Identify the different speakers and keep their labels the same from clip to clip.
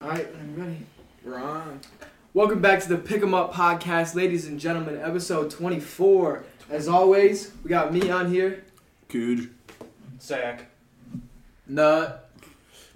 Speaker 1: All right, I'm ready.
Speaker 2: We're on.
Speaker 1: Welcome back to the Pick 'em Up podcast, ladies and gentlemen, episode 24. As always, we got me on here.
Speaker 3: Good.
Speaker 4: Sack.
Speaker 1: Nut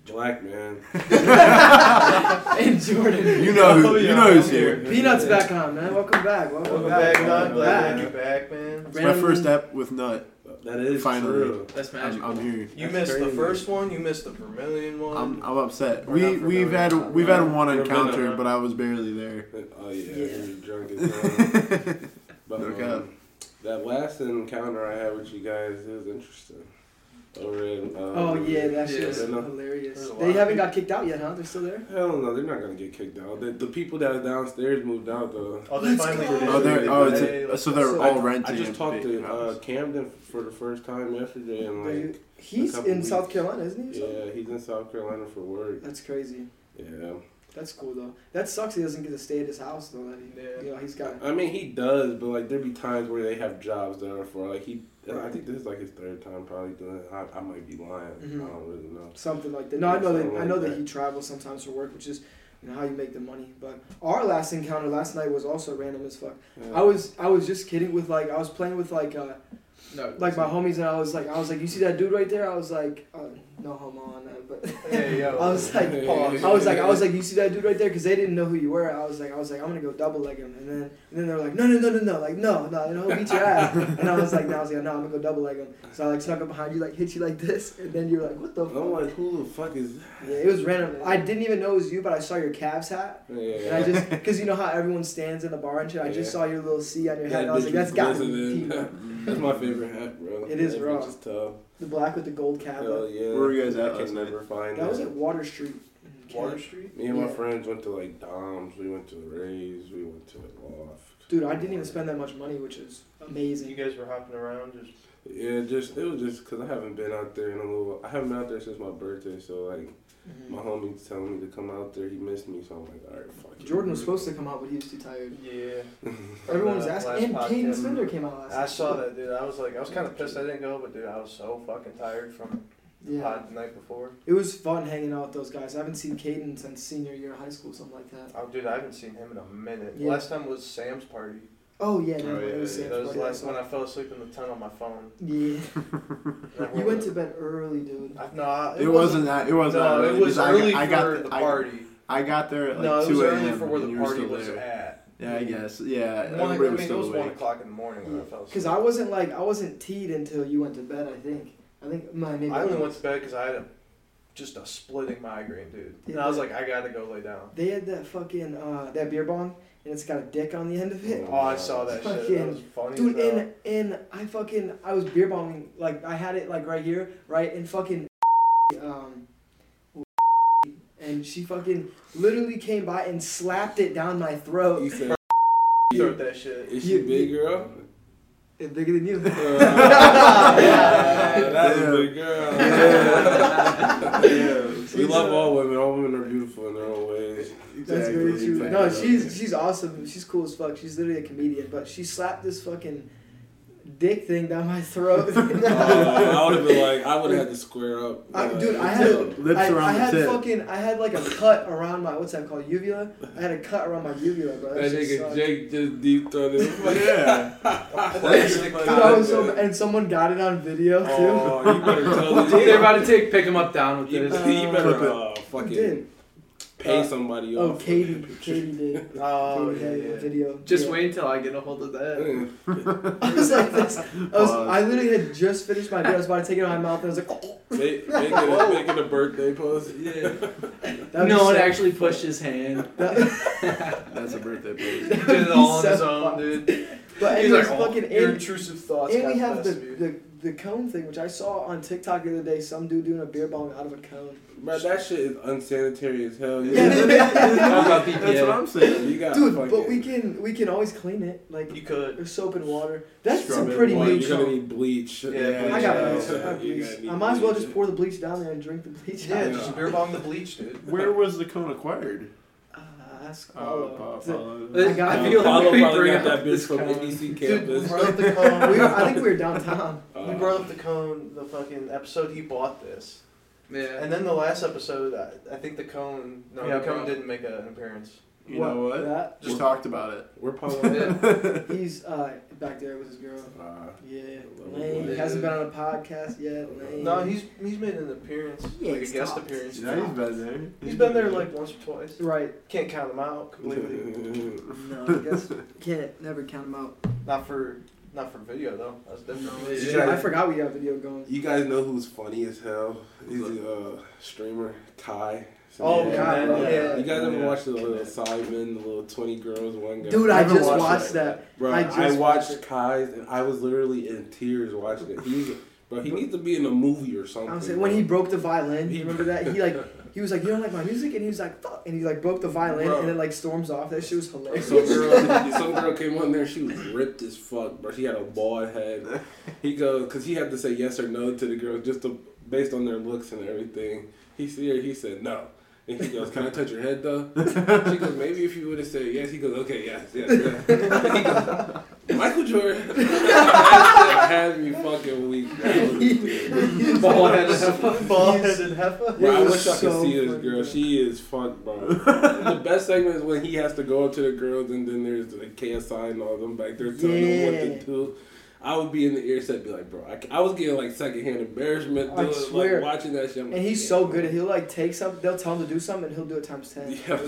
Speaker 5: Black man.
Speaker 1: and Jordan.
Speaker 3: You know who.
Speaker 4: Oh, yeah.
Speaker 3: You know who's here.
Speaker 1: Peanuts back on, man. Welcome back. Welcome,
Speaker 4: Welcome
Speaker 1: back.
Speaker 4: back,
Speaker 3: man.
Speaker 4: Nut. Glad to
Speaker 1: Back.
Speaker 4: have you back, man.
Speaker 3: It's my first step with Nut.
Speaker 5: That is
Speaker 3: Finally.
Speaker 5: true.
Speaker 1: That's
Speaker 3: I'm, I'm here.
Speaker 4: You
Speaker 5: That's
Speaker 4: missed the
Speaker 5: crazy.
Speaker 4: first one. You missed the Vermilion one.
Speaker 3: I'm, I'm upset.
Speaker 4: Oh, We're not
Speaker 3: We we've
Speaker 4: familiar.
Speaker 3: had we've had one
Speaker 5: We're
Speaker 3: encounter,
Speaker 5: familiar.
Speaker 3: but I was barely there.
Speaker 5: Oh yeah,
Speaker 1: Yeah.
Speaker 5: you're drunk as hell. But
Speaker 3: Look up.
Speaker 5: um, that last encounter I had with you guys, it was interesting. Over in, um,
Speaker 1: Oh, yeah, that shit
Speaker 4: Yeah.
Speaker 1: was
Speaker 5: I know.
Speaker 1: hilarious.
Speaker 4: There's a lot
Speaker 1: They
Speaker 4: of
Speaker 1: haven't got kicked out yet, huh? They're still there?
Speaker 5: Hell no, they're not gonna get kicked out. The, the people that are downstairs moved out though.
Speaker 4: oh, they
Speaker 1: Let's
Speaker 4: finally
Speaker 1: go.
Speaker 4: did it.
Speaker 3: oh, they're oh, it's
Speaker 4: They-
Speaker 3: so they're
Speaker 5: I,
Speaker 3: all renting.
Speaker 5: I just
Speaker 3: and
Speaker 5: talked
Speaker 3: big
Speaker 5: to uh,
Speaker 3: houses.
Speaker 5: Camden for the first time yesterday, and like,
Speaker 1: He's
Speaker 5: a couple
Speaker 1: in South
Speaker 5: weeks.
Speaker 1: Carolina, isn't he? or something?
Speaker 5: yeah, he's in South Carolina for work.
Speaker 1: That's crazy.
Speaker 5: Yeah.
Speaker 1: That's cool, though. That sucks he doesn't get to stay at his house, though. That he,
Speaker 4: Yeah.
Speaker 1: You know, he's got.
Speaker 5: I mean, he does, but like there be times where they have jobs that are for like he. I
Speaker 1: Right.
Speaker 5: think this is like his third time probably doing it. I, I might be lying. I
Speaker 1: Mhm.
Speaker 5: don't really know.
Speaker 1: something like that. No, I know
Speaker 5: Something
Speaker 1: that I
Speaker 5: like
Speaker 1: know
Speaker 5: that.
Speaker 1: that he travels sometimes for work, which is you know how you make the money. But our last encounter last night was also random as fuck.
Speaker 5: Yeah.
Speaker 1: I was I was just kidding with like I was playing with like uh
Speaker 2: No,
Speaker 1: like my homies and I was like I was like you see that dude right there I was like uh, no homo on that but
Speaker 4: Hey, yo.
Speaker 1: I was like
Speaker 5: Pause.
Speaker 1: I was like I was like you see that dude right there because they didn't know who you were I was like I was like I'm gonna go double leg him and then and then they were like no no no no no like no no you know he'll beat your ass and I was like no I was like no I'm gonna go double leg him so I like snuck up behind you like hit you like this and then you were like what the
Speaker 5: And I'm like, who the fuck is? That?
Speaker 1: yeah, it was random. I didn't even know it was you, but I saw your Cavs hat, and I
Speaker 5: Yeah.
Speaker 1: just because you know how everyone stands in the bar and shit. I just
Speaker 5: Yeah.
Speaker 1: saw your little C on your head.
Speaker 5: That
Speaker 1: and I was
Speaker 5: bitch
Speaker 1: like, that's
Speaker 5: was
Speaker 1: got
Speaker 5: glistening.
Speaker 1: me.
Speaker 4: uh,
Speaker 1: Pima.
Speaker 5: That's my favorite hat, bro.
Speaker 1: It is
Speaker 5: That bitch
Speaker 1: raw.
Speaker 5: is tough.
Speaker 1: The black with the gold cap.
Speaker 5: Hell yeah.
Speaker 3: Where were you guys at
Speaker 5: I
Speaker 3: last
Speaker 5: can
Speaker 3: night?
Speaker 5: never find
Speaker 1: That was
Speaker 5: it.
Speaker 1: at Water Street.
Speaker 4: Water Street?
Speaker 5: Me and my
Speaker 1: yeah.
Speaker 5: friends went to like Dom's. We went to the Rays. We went to the Loft.
Speaker 1: Dude, I didn't even spend that much money, which is
Speaker 4: You
Speaker 1: amazing.
Speaker 4: guys were hopping around. Just
Speaker 5: Yeah, just it was just because I haven't been out there in a little. I haven't been out there since my birthday, so like. My
Speaker 1: Mhm.
Speaker 5: homie's telling me to come out there. He missed me, so I'm like, all right, fuck. it."
Speaker 1: Jordan was supposed to come out, but he was too tired.
Speaker 4: yeah. From
Speaker 1: Everyone was
Speaker 4: the last
Speaker 1: asking, and Caden
Speaker 4: podcast.
Speaker 1: Spender came out last.
Speaker 4: I
Speaker 1: night.
Speaker 4: saw that, dude. I was like, I was kind of pissed I didn't go, but dude, I was so fucking tired from the
Speaker 1: Yeah,
Speaker 4: pod the night before.
Speaker 1: it was fun hanging out with those guys. I haven't seen Caden since senior year of high school, something like that.
Speaker 4: Oh, dude, I haven't seen him in a minute.
Speaker 1: Yeah.
Speaker 4: Last time was Sam's party.
Speaker 1: Oh yeah, no,
Speaker 3: Oh,
Speaker 1: it
Speaker 3: yeah,
Speaker 1: was
Speaker 3: yeah,
Speaker 1: Sam's
Speaker 4: that was
Speaker 1: party.
Speaker 4: the last when I fell asleep in the tent on my phone.
Speaker 1: Yeah,
Speaker 4: And I
Speaker 1: you went to bed early, dude.
Speaker 4: I, no,
Speaker 3: It wasn't that. It wasn't.
Speaker 4: No, it
Speaker 3: that early,
Speaker 4: was
Speaker 3: 'cause I-
Speaker 4: early
Speaker 3: I got
Speaker 4: for
Speaker 3: th-
Speaker 4: the
Speaker 3: I-
Speaker 4: party.
Speaker 3: I got there at like
Speaker 4: no, it was
Speaker 3: two
Speaker 4: early
Speaker 3: a.m.
Speaker 4: for where
Speaker 3: and
Speaker 4: the
Speaker 3: you were
Speaker 4: party
Speaker 3: still
Speaker 4: was
Speaker 3: there.
Speaker 4: at.
Speaker 3: Yeah, I guess. Yeah,
Speaker 4: One, I
Speaker 3: everybody
Speaker 4: mean,
Speaker 3: was
Speaker 4: it was
Speaker 3: still
Speaker 4: one
Speaker 3: awake.
Speaker 4: o'clock in the morning when I fell asleep.
Speaker 1: Because I wasn't like I wasn't teed until you went to bed. I think. I think my maybe.
Speaker 4: I only went to bed because I had a, just a splitting migraine, dude. And I was like, I gotta go lay down.
Speaker 1: They had that fucking uh, that beer bong, and it's got a dick on the end of it.
Speaker 4: Oh, I saw that shit. That was funny.
Speaker 1: Dude,
Speaker 4: as hell.
Speaker 1: and and I fucking I was beer bonging like I had it like right here, right, and fucking um, and she fucking literally came by and slapped it down my
Speaker 5: He
Speaker 1: throat.
Speaker 5: said,
Speaker 4: Throw that shit.
Speaker 5: "Is she
Speaker 1: You-
Speaker 5: big girl?"
Speaker 1: It's bigger than you.
Speaker 5: Uh, That's a
Speaker 3: Yeah.
Speaker 5: big girl. We love all women. All women are beautiful in their own ways.
Speaker 1: That's
Speaker 3: Exactly,
Speaker 1: very true.
Speaker 3: exactly.
Speaker 1: No, she's she's awesome. She's cool as fuck. She's literally a comedian, but she slapped this fucking dick thing down my throat.
Speaker 5: Uh, I would have been like, I would have had to square up.
Speaker 1: I-
Speaker 5: uh,
Speaker 1: dude, I
Speaker 5: it's
Speaker 1: had
Speaker 5: up.
Speaker 1: a-
Speaker 3: Lips
Speaker 1: I,
Speaker 3: around
Speaker 1: I
Speaker 3: the
Speaker 1: had
Speaker 3: tip.
Speaker 1: fucking I had like a cut around my what's that called uvula. I had a cut around my uvula, bro. That
Speaker 5: That
Speaker 1: shit
Speaker 5: nigga
Speaker 1: sucked.
Speaker 5: Jake just deep throated.
Speaker 3: yeah.
Speaker 1: Dude, I was so and someone got it on video too.
Speaker 5: Oh, you better tell them.
Speaker 2: They're about to take pick him up down with
Speaker 5: You,
Speaker 2: this.
Speaker 5: you
Speaker 3: Clip
Speaker 5: better
Speaker 3: it.
Speaker 5: uh,
Speaker 1: Who
Speaker 5: fucking
Speaker 1: did?
Speaker 5: pay
Speaker 1: Uh,
Speaker 5: somebody
Speaker 1: Oh,
Speaker 5: off. for
Speaker 1: Katie,
Speaker 5: that picture.
Speaker 1: Katie did.
Speaker 4: Oh,
Speaker 1: Katie
Speaker 4: yeah,
Speaker 1: had a
Speaker 4: yeah.
Speaker 1: video.
Speaker 2: Just
Speaker 1: Yeah.
Speaker 2: wait until I get a hold of that.
Speaker 5: Mm.
Speaker 1: I was like this. I was.
Speaker 3: Pause.
Speaker 1: I literally had just finished my beer. I was about to take it out of my mouth, and I was like,
Speaker 5: Make, make, it a, make it a birthday post. Yeah.
Speaker 1: that
Speaker 2: no
Speaker 1: was
Speaker 2: one
Speaker 1: so-
Speaker 2: actually pushed his hand.
Speaker 1: that-
Speaker 3: That's a birthday party.
Speaker 4: He did it all on
Speaker 1: He's
Speaker 4: his
Speaker 1: so
Speaker 4: own, dude.
Speaker 1: But
Speaker 4: He's
Speaker 1: anyways,
Speaker 4: like, oh,
Speaker 1: fucking
Speaker 4: your
Speaker 1: and
Speaker 4: intrusive thoughts.
Speaker 1: And we
Speaker 4: got
Speaker 1: have the,
Speaker 4: best of you.
Speaker 1: the the cone thing, which I saw on TikTok the other day. Some dude doing a beer bong out of a cone.
Speaker 5: Bro, that shit is unsanitary as hell. You,
Speaker 1: Yeah,
Speaker 2: How about
Speaker 3: That's what
Speaker 2: BPA?
Speaker 3: I'm saying.
Speaker 5: you got
Speaker 1: Dude,
Speaker 5: fucking-
Speaker 1: but we can we can always clean it, like
Speaker 4: You could.
Speaker 1: with soap and water. That's
Speaker 3: Scrub
Speaker 1: some
Speaker 3: it,
Speaker 1: pretty
Speaker 5: Well,
Speaker 1: new
Speaker 5: You're gonna
Speaker 1: cone.
Speaker 5: need bleach.
Speaker 4: Yeah,
Speaker 1: I
Speaker 4: bleach.
Speaker 1: got
Speaker 4: Yeah.
Speaker 1: bleach. I have
Speaker 5: You
Speaker 1: bleach.
Speaker 5: gotta need
Speaker 1: I might as well
Speaker 5: bleach.
Speaker 1: just pour the bleach down there and drink the bleach.
Speaker 4: Yeah,
Speaker 1: out.
Speaker 4: just beer bomb the bleach, dude.
Speaker 3: Where was the cone acquired?
Speaker 1: Uh, ask
Speaker 3: Oh,
Speaker 1: Paolo.
Speaker 3: Pa- Paolo.
Speaker 1: I got
Speaker 2: I
Speaker 5: Um,
Speaker 1: it.
Speaker 2: feel
Speaker 5: Paulo
Speaker 2: like we
Speaker 5: probably
Speaker 2: bring
Speaker 5: got
Speaker 2: up
Speaker 5: that bitch
Speaker 2: this
Speaker 5: from
Speaker 2: cone.
Speaker 5: NBC
Speaker 4: Dude, we
Speaker 5: campus.
Speaker 4: brought up the cone.
Speaker 1: we were, I think we were downtown.
Speaker 5: Uh,
Speaker 4: We brought up the cone, the fucking episode he bought this.
Speaker 2: Yeah.
Speaker 4: And then the last episode, I, I think the cone. No,
Speaker 2: Yeah,
Speaker 4: the cone
Speaker 2: bro.
Speaker 4: didn't make a, an appearance.
Speaker 3: You know what?
Speaker 1: That,
Speaker 3: Just talked about it.
Speaker 5: We're probably.
Speaker 2: Yeah.
Speaker 1: he's uh, back there with his girl.
Speaker 5: Uh,
Speaker 1: Yeah,
Speaker 5: Little
Speaker 1: lame.
Speaker 2: boy.
Speaker 1: Hasn't been on a podcast yet. Lame.
Speaker 4: No, he's he's made an appearance,
Speaker 1: Yeah,
Speaker 4: like a
Speaker 1: he's eh?
Speaker 4: guest
Speaker 1: topped.
Speaker 4: appearance.
Speaker 3: Yeah, he's been there.
Speaker 4: He's been there like once or twice.
Speaker 1: right.
Speaker 4: Can't count him out completely.
Speaker 1: No, I guess can't never count him out.
Speaker 4: not for not for video though. That's different.
Speaker 2: Yeah.
Speaker 1: Dude, I forgot we got video going.
Speaker 5: you guys know who's funny as hell? He's a uh, streamer, Ty.
Speaker 4: Oh,
Speaker 1: Yeah.
Speaker 4: God,
Speaker 1: Yeah.
Speaker 4: yeah.
Speaker 5: You guys ever
Speaker 4: Yeah.
Speaker 5: watched the little Simon, the little 20 girls, one guy?
Speaker 1: Dude, I
Speaker 3: Never
Speaker 1: just
Speaker 3: watched
Speaker 1: watched that.
Speaker 5: Bro,
Speaker 1: I
Speaker 5: I,
Speaker 1: just watched
Speaker 5: watched
Speaker 1: it.
Speaker 5: Kai's and I was literally in tears watching it. He's, bro, he needs to be in a movie or something.
Speaker 1: I was like, when he
Speaker 5: bro.
Speaker 1: broke the violin, you remember that? He like he was like, you don't like my music, and he was like, fuck, and he like broke the violin,
Speaker 5: Bro.
Speaker 1: and then like storms off. That shit was hilarious.
Speaker 5: Some girl, some girl came on there. She was ripped as fuck, bro. She had a bald head. He goes because he had to say yes or no to the girl just to, based on their looks and everything. He see her. He said no. And he goes, "Can I touch your head, though?" She goes, "Maybe if you would have said yes." He goes, "Okay, yes, yes." yes. He goes, Michael Jordan had me fucking weak. That was weird.
Speaker 2: Ball head of
Speaker 4: Ball Ball-headed heifer.
Speaker 5: Bro, I
Speaker 1: It was
Speaker 5: wish I could
Speaker 1: so
Speaker 5: see this
Speaker 1: funny,
Speaker 5: girl.
Speaker 1: bro.
Speaker 5: She is fucked, bro. the best segment is when he has to go up to the girls, and then there's the KSI and all them back there telling them
Speaker 1: Yeah.
Speaker 5: what to do. I would be in the ear set, be like, bro, I, I was getting like secondhand embarrassment.
Speaker 1: I
Speaker 5: dude,
Speaker 1: swear.
Speaker 5: Like, watching that shit. I'm
Speaker 1: And
Speaker 5: like,
Speaker 1: he's
Speaker 5: "Yeah,
Speaker 1: so
Speaker 5: bro."
Speaker 1: good. He'll like take something. They'll tell him to do something, and he'll do it times ten.
Speaker 5: Yeah.
Speaker 4: Yeah,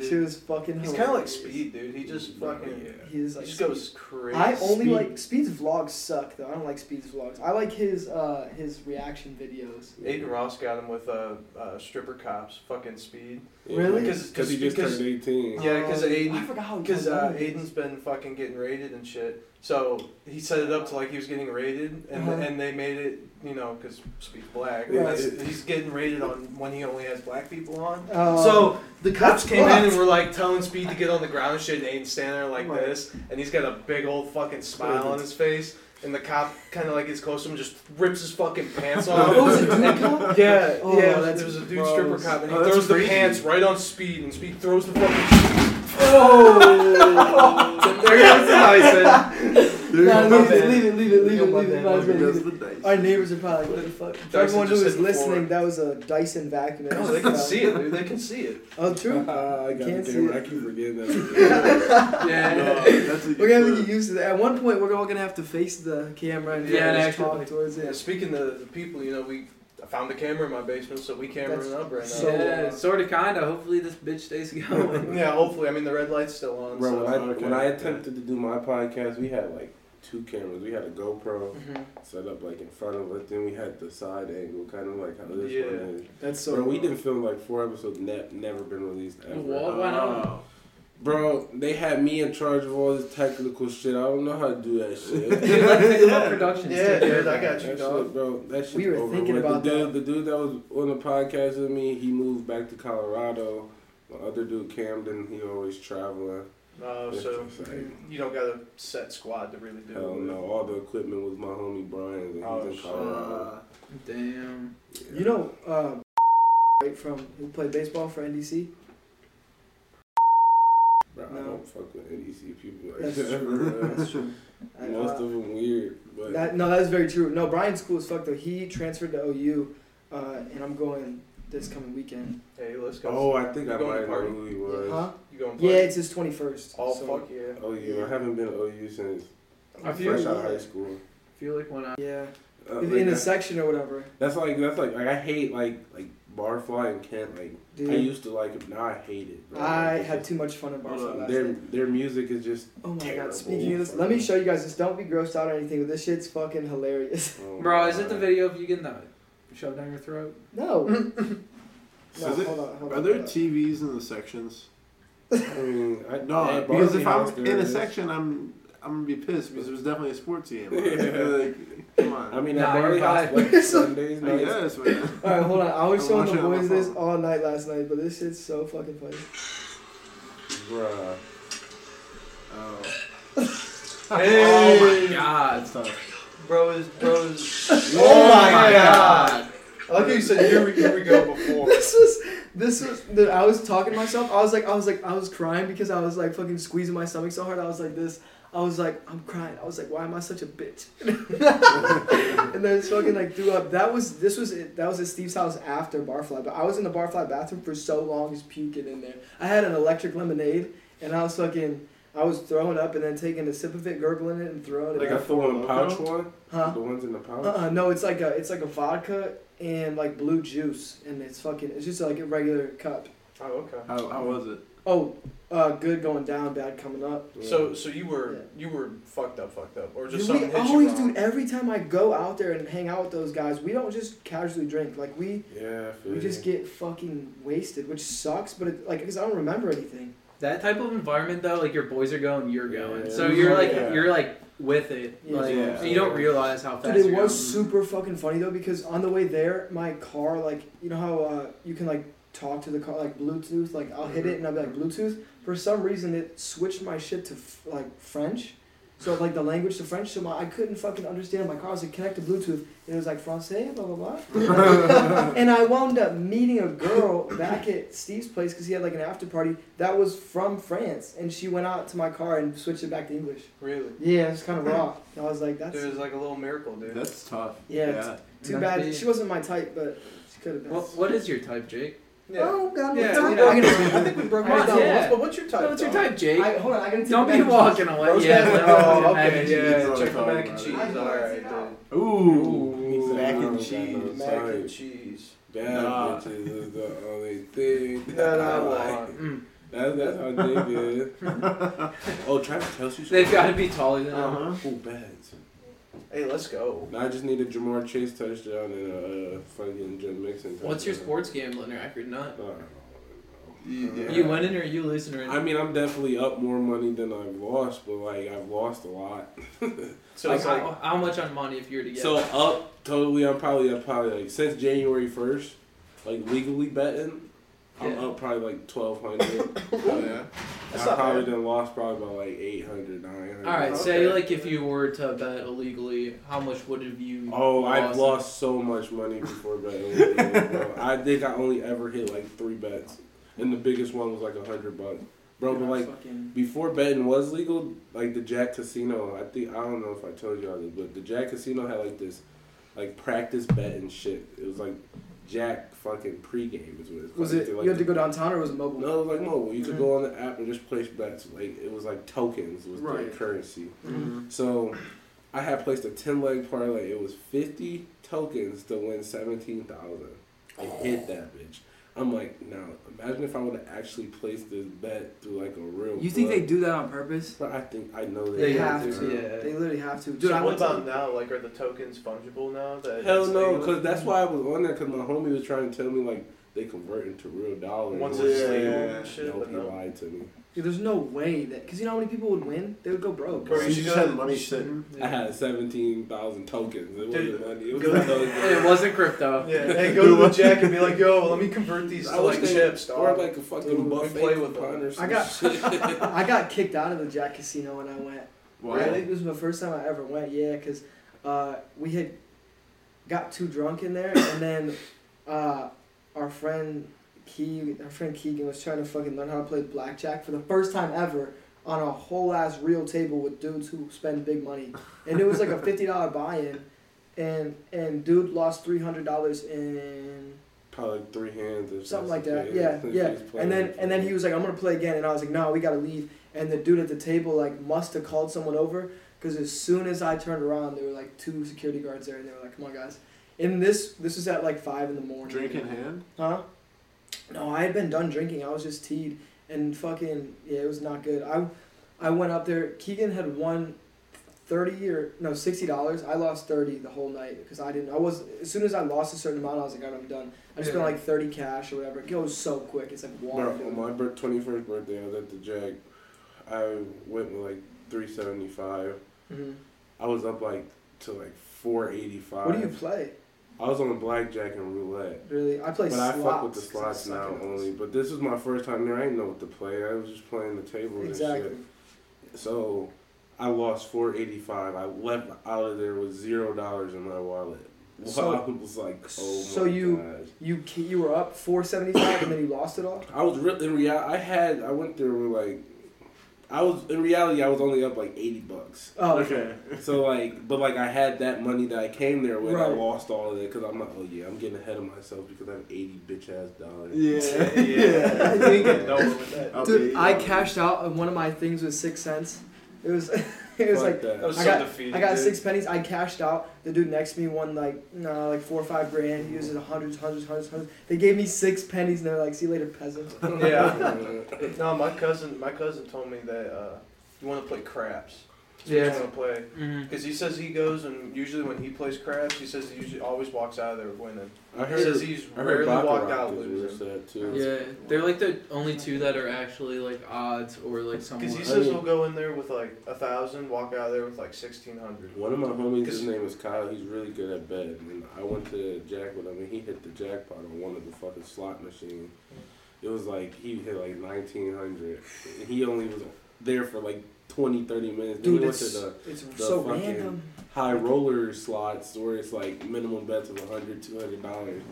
Speaker 1: She
Speaker 4: dude.
Speaker 1: was fucking.
Speaker 4: He's kind of
Speaker 1: hilarious.
Speaker 4: like Speed, dude. He just fucking
Speaker 5: Yeah.
Speaker 1: He is
Speaker 4: he
Speaker 1: like.
Speaker 4: just goes crazy.
Speaker 1: I only
Speaker 5: Speed.
Speaker 1: like Speed's vlogs suck though. I don't like Speed's vlogs. I like his uh his reaction videos.
Speaker 4: Aiden Ross got him with uh, uh, stripper cops, fucking Speed.
Speaker 5: Yeah.
Speaker 1: Really?
Speaker 4: Because-
Speaker 5: Because he just
Speaker 4: because-
Speaker 5: turned 18.
Speaker 4: Yeah, 'cause
Speaker 1: Um,
Speaker 4: Aiden-
Speaker 1: I forgot how he
Speaker 4: Because
Speaker 1: got
Speaker 4: uh,
Speaker 1: one of these.
Speaker 4: Aiden's been fucking getting raided and shit. So he set it up to like he was getting raided, and
Speaker 1: Uh-huh.
Speaker 4: and they made it, you know, because speak black.
Speaker 1: Right.
Speaker 4: that's- He's getting raided on when he only has black people on.
Speaker 1: Uh,
Speaker 4: so the cops
Speaker 1: that's
Speaker 4: came in and
Speaker 1: fucked.
Speaker 4: were like telling Speed to get on the ground and shit, and Aiden's standing there like
Speaker 1: Right.
Speaker 4: this, and he's got a big old fucking smile on his face. And the cop kind of like gets close to him, just rips his fucking pants off.
Speaker 1: Oh, was it dude
Speaker 4: And-
Speaker 1: cop?
Speaker 4: Yeah,
Speaker 1: Oh,
Speaker 4: yeah.
Speaker 1: that's
Speaker 4: There was a dude
Speaker 1: gross.
Speaker 4: stripper cop, and he
Speaker 3: Oh, that's
Speaker 4: throws the
Speaker 3: crazy.
Speaker 4: pants right on Speed, and Speed throws the fucking.
Speaker 1: Oh!
Speaker 2: There goes the Tyson.
Speaker 3: There
Speaker 1: Nah,
Speaker 3: you go.
Speaker 1: leave it, leave it, leave it, leave
Speaker 4: Yo,
Speaker 1: it,
Speaker 4: my
Speaker 1: leave it.
Speaker 4: man,
Speaker 1: might as
Speaker 3: Whoever
Speaker 1: well leave
Speaker 3: does
Speaker 1: it.
Speaker 3: the dice.
Speaker 1: Our neighbors are probably like, what the fuck? For
Speaker 4: Dyson
Speaker 1: everyone who
Speaker 4: just
Speaker 1: was
Speaker 4: hit the floor.
Speaker 1: listening, that was a Dyson vacuum. that
Speaker 4: No,
Speaker 1: just
Speaker 4: they can
Speaker 1: fell.
Speaker 4: see it, dude. They can see it.
Speaker 1: Oh, true.
Speaker 5: I got
Speaker 1: Can't
Speaker 5: the
Speaker 1: see
Speaker 5: camera. I
Speaker 1: it.
Speaker 5: keep forgetting that.
Speaker 2: Yeah.
Speaker 3: That's a good
Speaker 1: We're gonna have to
Speaker 3: clip.
Speaker 1: get used to that. At one point, we're all gonna have to face the camera and
Speaker 2: Yeah, and
Speaker 1: just
Speaker 2: actually-
Speaker 1: talk towards
Speaker 4: Yeah,
Speaker 1: it.
Speaker 4: speaking to the people, you know, we I found the camera in my basement, so we cameraing
Speaker 1: That's
Speaker 4: up right now.
Speaker 1: so-
Speaker 2: yeah, sort of, kind of. Hopefully this bitch stays going.
Speaker 4: yeah, hopefully. I mean, the red light's still on.
Speaker 5: bro,
Speaker 4: so.
Speaker 5: when I,
Speaker 3: Okay.
Speaker 5: when I attempted to do my podcast, we had like two cameras. We had a GoPro
Speaker 4: Mm-hmm.
Speaker 5: set up like in front of us, then we had the side angle, kind of like how this
Speaker 4: Yeah.
Speaker 5: one is.
Speaker 1: That's so.
Speaker 5: Bro, we didn't film like four episodes. Ne- never been released ever.
Speaker 2: What?
Speaker 1: Uh,
Speaker 2: Why not?
Speaker 3: Oh.
Speaker 5: Bro, they had me in charge of all this technical shit. I don't know how to do that shit.
Speaker 2: Dude, let Halo Productions.
Speaker 4: Yeah,
Speaker 2: take care
Speaker 4: dude,
Speaker 2: of
Speaker 4: I
Speaker 2: that.
Speaker 4: got you,
Speaker 5: That
Speaker 4: dog.
Speaker 5: shit, bro. That shit.
Speaker 1: We were
Speaker 5: over
Speaker 1: thinking
Speaker 5: with.
Speaker 1: about
Speaker 5: the dude.
Speaker 1: that.
Speaker 5: The dude that was on the podcast with me, he moved back to Colorado. My other dude, Camden, he always traveling.
Speaker 4: No,
Speaker 5: It's
Speaker 4: so
Speaker 5: just like,
Speaker 4: you don't got a set squad to really do
Speaker 5: hell
Speaker 4: it.
Speaker 5: no! All the equipment was my homie Brian's, and he's
Speaker 4: Oh,
Speaker 5: in
Speaker 4: shit.
Speaker 5: Colorado.
Speaker 3: Uh,
Speaker 2: Damn.
Speaker 1: You know, uh, right from who played baseball for NDC?
Speaker 5: bro, I
Speaker 1: no.
Speaker 5: don't fuck with NDC people like
Speaker 1: That's
Speaker 5: that. bro.
Speaker 1: true. That's true. I-
Speaker 5: Most
Speaker 1: uh,
Speaker 5: of them weird, but
Speaker 1: That, no, that's very true. No, Brian's cool as fuck though. He transferred to OU, uh, and I'm going this coming weekend.
Speaker 4: Hey, let's go.
Speaker 5: oh, I think
Speaker 4: You
Speaker 5: I
Speaker 4: going
Speaker 5: might
Speaker 4: to
Speaker 5: know
Speaker 4: party?
Speaker 5: who he was.
Speaker 1: Huh?
Speaker 4: You going?
Speaker 1: Yeah, it's his 21st.
Speaker 4: Oh
Speaker 1: so-
Speaker 4: fuck yeah.
Speaker 5: OU. I haven't been to OU since
Speaker 2: I feel
Speaker 5: fresh out of
Speaker 1: yeah.
Speaker 5: high school.
Speaker 2: I feel like when I
Speaker 1: Yeah,
Speaker 5: Uh,
Speaker 1: in
Speaker 5: like,
Speaker 1: the
Speaker 5: I-
Speaker 1: section or whatever.
Speaker 5: that's like that's like, like I hate like like barfly and Kent. Like I
Speaker 1: Dude,
Speaker 5: used to like it, now I hate it. Bro.
Speaker 1: I
Speaker 5: Like, it's
Speaker 1: had
Speaker 5: just-
Speaker 1: too much fun in Barcelona. last
Speaker 5: their
Speaker 1: night.
Speaker 5: their music is just.
Speaker 1: Oh my
Speaker 5: terrible.
Speaker 1: god! Speaking of this, let me show you guys this. Don't be grossed out or anything. But this shit's fucking hilarious.
Speaker 5: oh
Speaker 2: Bro, is it the
Speaker 5: my.
Speaker 2: video of you getting the shove down your throat?
Speaker 1: No. no,
Speaker 3: So is it-
Speaker 1: hold on, hold on.
Speaker 3: Are there
Speaker 1: hold on.
Speaker 3: TVs in the sections?
Speaker 5: I mean, I,
Speaker 3: No,
Speaker 5: at
Speaker 3: because
Speaker 5: Barbie
Speaker 3: if
Speaker 5: House,
Speaker 3: I'm
Speaker 5: there
Speaker 3: in a
Speaker 5: is.
Speaker 3: section, I'm I'm gonna be pissed because it was definitely a sports game.
Speaker 5: Yeah.
Speaker 3: Like, come on.
Speaker 5: I mean,
Speaker 2: Nah,
Speaker 5: at Barbie
Speaker 2: you're
Speaker 5: House,
Speaker 2: right.
Speaker 5: like, Sundays,
Speaker 3: I
Speaker 5: nights,
Speaker 3: guess, man.
Speaker 1: All right, hold on. I was
Speaker 3: I'm
Speaker 1: showing the
Speaker 3: watching it on my
Speaker 1: boys this
Speaker 3: phone.
Speaker 1: all night last night, but this shit's so fucking funny.
Speaker 5: bruh.
Speaker 3: Oh,
Speaker 4: Hey,
Speaker 2: Oh my god.
Speaker 3: that's tough.
Speaker 4: bro is bro is.
Speaker 1: Oh my
Speaker 4: I like how you said here we here we go before.
Speaker 1: This was this was dude, I was talking to myself. I was like I was like I was crying because I was like fucking squeezing my stomach so hard. I was like this. I was like, I'm crying. I was like, why am I such a bitch? and then it's fucking like threw up. That was this was it. That was at Steve's house after Barfly. But I was in the Barfly bathroom for so long, just puking in there. I had an electric lemonade, and I was fucking. I was throwing up and then taking a sip of it, gurgling it, and throwing
Speaker 5: Like
Speaker 1: it.
Speaker 5: a
Speaker 1: up.
Speaker 5: full in a pouch one?
Speaker 1: huh?
Speaker 5: The ones in the pouch?
Speaker 1: Uh-uh, no, it's like a it's like a vodka and like blue juice, and it's fucking it's just like a regular cup.
Speaker 4: Oh, okay.
Speaker 3: How, how was it?
Speaker 1: Oh, uh, good going down, bad coming up.
Speaker 5: Yeah.
Speaker 4: So, so you were you were fucked up, fucked up, or
Speaker 1: Dude,
Speaker 4: just something
Speaker 1: we
Speaker 4: hit
Speaker 1: always
Speaker 4: you wrong.
Speaker 1: dude. Every time I go out there and hang out with those guys, we don't just casually drink. Like we
Speaker 5: Yeah, I feel
Speaker 1: we just
Speaker 5: you.
Speaker 1: get fucking wasted, which sucks. But it, like, cause I don't remember anything.
Speaker 2: That type of environment though, like your boys are going, you're
Speaker 5: Yeah.
Speaker 2: going. So you're like
Speaker 5: Yeah.
Speaker 2: you're like with it.
Speaker 1: Yeah.
Speaker 2: Like
Speaker 5: Yeah.
Speaker 2: you don't realize how
Speaker 1: Dude,
Speaker 2: fast
Speaker 1: it
Speaker 2: you're
Speaker 1: was
Speaker 2: going.
Speaker 1: super fucking funny though because on the way there, my car, like, you know how uh, you can like talk to the car, like Bluetooth. Like, I'll hit it and I'll be like Bluetooth. For some reason, it switched my shit to f- like French, so like the language to French. So my, I couldn't fucking understand my car. I was like, connect to Bluetooth, and it was like Francais, blah blah blah. and I wound up meeting a girl back at Steve's place because he had like an after party that was from France, and she went out to my car and switched it back to English.
Speaker 4: Really,
Speaker 1: Yeah, it's kind of raw. I was like, that's
Speaker 4: dude, it was like a little miracle, dude.
Speaker 3: That's tough.
Speaker 1: Yeah, Too
Speaker 2: Must
Speaker 1: bad
Speaker 2: be-
Speaker 1: she wasn't my type, but she could have been.
Speaker 2: What, what is your type, Jake?
Speaker 4: yeah.
Speaker 1: Oh God!
Speaker 2: Yeah,
Speaker 1: what's
Speaker 2: you
Speaker 1: up? I
Speaker 2: know,
Speaker 1: gotta-
Speaker 4: I think we broke
Speaker 2: Come
Speaker 4: mine
Speaker 2: on,
Speaker 4: down
Speaker 2: yeah.
Speaker 4: once, but what's your type?
Speaker 2: What's your
Speaker 4: though?
Speaker 2: type, Jake?
Speaker 1: I, hold on, I gotta take
Speaker 2: don't
Speaker 1: the
Speaker 2: be
Speaker 1: back-
Speaker 2: walking away.
Speaker 4: Roast
Speaker 2: Yeah,
Speaker 4: mac-
Speaker 2: no,
Speaker 4: oh,
Speaker 2: mac
Speaker 4: okay,
Speaker 2: and
Speaker 4: yeah,
Speaker 2: cheese.
Speaker 3: cheese.
Speaker 4: check the mac and
Speaker 3: Oh,
Speaker 4: cheese.
Speaker 1: my God.
Speaker 4: All right, dude.
Speaker 3: Ooh.
Speaker 5: He said,
Speaker 3: Mac
Speaker 5: "I
Speaker 3: and
Speaker 5: don't got
Speaker 3: cheese,
Speaker 5: no
Speaker 4: Mac and
Speaker 5: type.
Speaker 4: cheese.
Speaker 5: Bad
Speaker 3: Nah.
Speaker 5: bitches is the only thing
Speaker 4: That uh, I
Speaker 5: like.
Speaker 4: want.
Speaker 2: Mm.
Speaker 5: That's, that's how Jake is. oh, Travis Kelsey's
Speaker 2: They've got to be taller than him.
Speaker 3: Uh-huh.
Speaker 5: Ooh, bads.
Speaker 4: Hey, let's go.
Speaker 5: Now I just need a Jamar Chase touchdown and a uh, fucking Jim Mixon touchdown.
Speaker 2: What's your sports gambling record? Not
Speaker 5: Uh,
Speaker 3: Yeah.
Speaker 2: you winning or you losing or
Speaker 5: I mean, I'm definitely up more money than I've lost, but like I've lost a lot.
Speaker 4: So
Speaker 2: like, oh,
Speaker 4: it's like,
Speaker 2: how, how much on money if you were to get?
Speaker 5: So up totally, I'm probably up probably like since January 1st, like legally betting, I'm
Speaker 2: Yeah.
Speaker 5: up probably like 1,200.
Speaker 3: Oh, yeah.
Speaker 4: That's
Speaker 5: I
Speaker 4: not
Speaker 5: probably
Speaker 4: bad.
Speaker 5: done lost probably about like 800, 900.
Speaker 2: all right,
Speaker 4: Okay.
Speaker 2: say like if you were to bet illegally, how much would have you?
Speaker 5: Oh, I've
Speaker 2: lost?
Speaker 5: lost so much money before betting. bro. I think I only ever hit like three bets, and the biggest one was like a hundred bucks, bro. But like
Speaker 1: Fucking-
Speaker 5: before betting was legal, like the Jack Casino, I think I don't know if I told y'all this, but the Jack Casino had like this, like practice betting shit. It was like Jack fucking pregame is what it's
Speaker 1: Was
Speaker 5: called.
Speaker 1: it?
Speaker 5: They, like,
Speaker 1: You had to go downtown, or was it mobile?
Speaker 5: No, it was like mobile. You could go on the app and just place bets. Like it was like tokens was
Speaker 3: Right.
Speaker 5: the currency. Mm-hmm.
Speaker 3: Mhm.
Speaker 5: So I had placed a 10 leg parlay. It was 50 tokens to win 17,000. I hit that bitch. I'm like, now imagine if I would have actually placed this bet through like a real. book.
Speaker 1: do that on purpose?
Speaker 5: But I think I know
Speaker 1: They
Speaker 5: they,
Speaker 1: have
Speaker 5: do.
Speaker 1: to.
Speaker 2: Yeah.
Speaker 1: They literally have to. Dude,
Speaker 4: so
Speaker 1: I
Speaker 4: what
Speaker 1: went
Speaker 4: about
Speaker 1: to.
Speaker 4: now? Like, are the tokens fungible now? That
Speaker 5: Hell
Speaker 4: it's
Speaker 5: no,
Speaker 4: legal?
Speaker 5: because that's why I was on there. Because my homie was trying to tell me like they convert into real dollars.
Speaker 4: Once
Speaker 5: It was
Speaker 4: it's legal
Speaker 5: legal.
Speaker 4: and shit,
Speaker 5: no,
Speaker 4: but
Speaker 5: he
Speaker 4: no.
Speaker 5: lied to me.
Speaker 1: Dude, there's no way that because you know how many people would win? They would go broke.
Speaker 4: Bro, you
Speaker 3: you
Speaker 4: should
Speaker 3: just
Speaker 4: go-
Speaker 3: had money sitting.
Speaker 5: I had seventeen thousand tokens. It wasn't
Speaker 4: Dude,
Speaker 5: money. It was
Speaker 4: go-
Speaker 2: It
Speaker 5: tokens.
Speaker 2: wasn't crypto.
Speaker 4: Yeah, hey, go to the Jack and be like, yo, let me convert these
Speaker 5: I
Speaker 4: to
Speaker 5: was
Speaker 4: like
Speaker 5: thinking-
Speaker 4: chips,
Speaker 5: Or
Speaker 4: dog.
Speaker 5: like a fucking
Speaker 4: Dude, we
Speaker 5: buffet
Speaker 4: play with
Speaker 5: coupon
Speaker 4: them.
Speaker 5: or some
Speaker 1: I got-
Speaker 5: shit.
Speaker 1: I got kicked out of the Jack Casino when I went.
Speaker 3: Why?
Speaker 4: Really?
Speaker 1: It was the first time I ever went, yeah, because uh, we had got too drunk in there, and then uh, our friend Key, our friend Keegan was trying to fucking learn how to play blackjack for the first time ever on a whole ass real table with dudes who spend big money, and it was like a fifty dollar buy in, and and dude lost three hundred dollars in
Speaker 5: Probably like three hands or
Speaker 1: something like that. Yeah, yeah.
Speaker 5: He's playing
Speaker 1: And then and then he was like, "I'm gonna play again," and I was like, "No, we gotta leave." And the dude at the table like must have called someone over because as soon as I turned around, there were like two security guards there, and they were like, "Come on, guys." And this this was at like five in the morning.
Speaker 3: Drink in hand?
Speaker 1: Huh? No, I had been done drinking. I was just teed and fucking yeah, it was not good. I I went up there. Keegan had won thirty or no sixty dollars. I lost thirty the whole night because I didn't. I was as soon as I lost a certain amount, I was like, "All right, I'm done. I just spent
Speaker 2: Yeah.
Speaker 1: like thirty cash or whatever. It goes so quick. It's like water.
Speaker 5: Bro, on my bir- 21st birthday, I was at the Jack. I went with like 375.
Speaker 1: hmm
Speaker 5: I was up like to like 485.
Speaker 1: What do you play?
Speaker 5: I was on blackjack and roulette.
Speaker 1: Really, I play
Speaker 5: But
Speaker 1: slots.
Speaker 5: I fuck with the
Speaker 1: 'cause I
Speaker 5: slots
Speaker 1: suck
Speaker 5: now
Speaker 1: at those.
Speaker 5: only. But this was my first time there. I didn't know what to play. I was just playing the table
Speaker 1: Exactly.
Speaker 5: and shit. So I lost 485. I left out of there with zero dollars in my wallet.
Speaker 1: So-
Speaker 5: I was like, oh
Speaker 1: so
Speaker 5: my
Speaker 1: you-
Speaker 5: gosh.
Speaker 1: You ca- you were up four seventy five and then you lost it all.
Speaker 5: I was really in reality. I had I went there with like I was in reality I was only up like eighty bucks.
Speaker 1: Oh,
Speaker 3: Okay.
Speaker 5: So like, but like I had that money that I came there with. I
Speaker 1: Right.
Speaker 5: lost all of it because I'm like, oh yeah, I'm getting ahead of myself because I have eighty bitch ass dollars.
Speaker 3: Yeah.
Speaker 4: yeah. You ain't getting
Speaker 3: Yeah.
Speaker 4: nowhere with that.
Speaker 3: I'll
Speaker 1: Dude,
Speaker 3: be-
Speaker 1: I
Speaker 3: I'll be-
Speaker 1: cashed out on one of my things with six cents. It was, it was
Speaker 5: Fuck
Speaker 1: like
Speaker 5: that.
Speaker 4: That was so
Speaker 1: I got-
Speaker 4: defeating.
Speaker 1: I got
Speaker 4: dude.
Speaker 1: six pennies. I cashed out. The dude next to me won like nah, like four or five grand. He uses hundreds, hundreds, hundreds, hundreds. They gave me six pennies and they're like, "See you later, peasant."
Speaker 4: Yeah. No, my cousin, my cousin told me that uh, you want to play craps. That's what
Speaker 2: Yeah.
Speaker 4: You want to play
Speaker 2: Mm-hmm.
Speaker 4: because he says he goes and usually when he plays craps, he says he usually always walks out of there winning.
Speaker 5: I
Speaker 4: He
Speaker 5: heard.
Speaker 4: says he's
Speaker 5: I heard
Speaker 4: rarely walked
Speaker 5: Baccarat
Speaker 4: out
Speaker 5: is where
Speaker 4: losing.
Speaker 5: it's at too.
Speaker 2: Yeah, they're like the only two that are actually like odds or like Uh, someone.
Speaker 4: Because he
Speaker 5: I
Speaker 4: says
Speaker 5: mean-
Speaker 4: he'll go in there with like a thousand, walk out of there with like sixteen hundred.
Speaker 5: One of my homies, his name is Kyle. He's really good at betting. And I went to jack with him, and he hit the jackpot on one of the fucking slot machines. It was like he hit like nineteen hundred. He only was there for like 20, 30 minutes. Then
Speaker 1: Dude,
Speaker 5: he went to
Speaker 1: it's,
Speaker 5: the
Speaker 1: it's
Speaker 5: the
Speaker 1: so
Speaker 5: fucking-
Speaker 1: random.
Speaker 5: high roller slots where it's like minimum bets of $100, 200 dollars.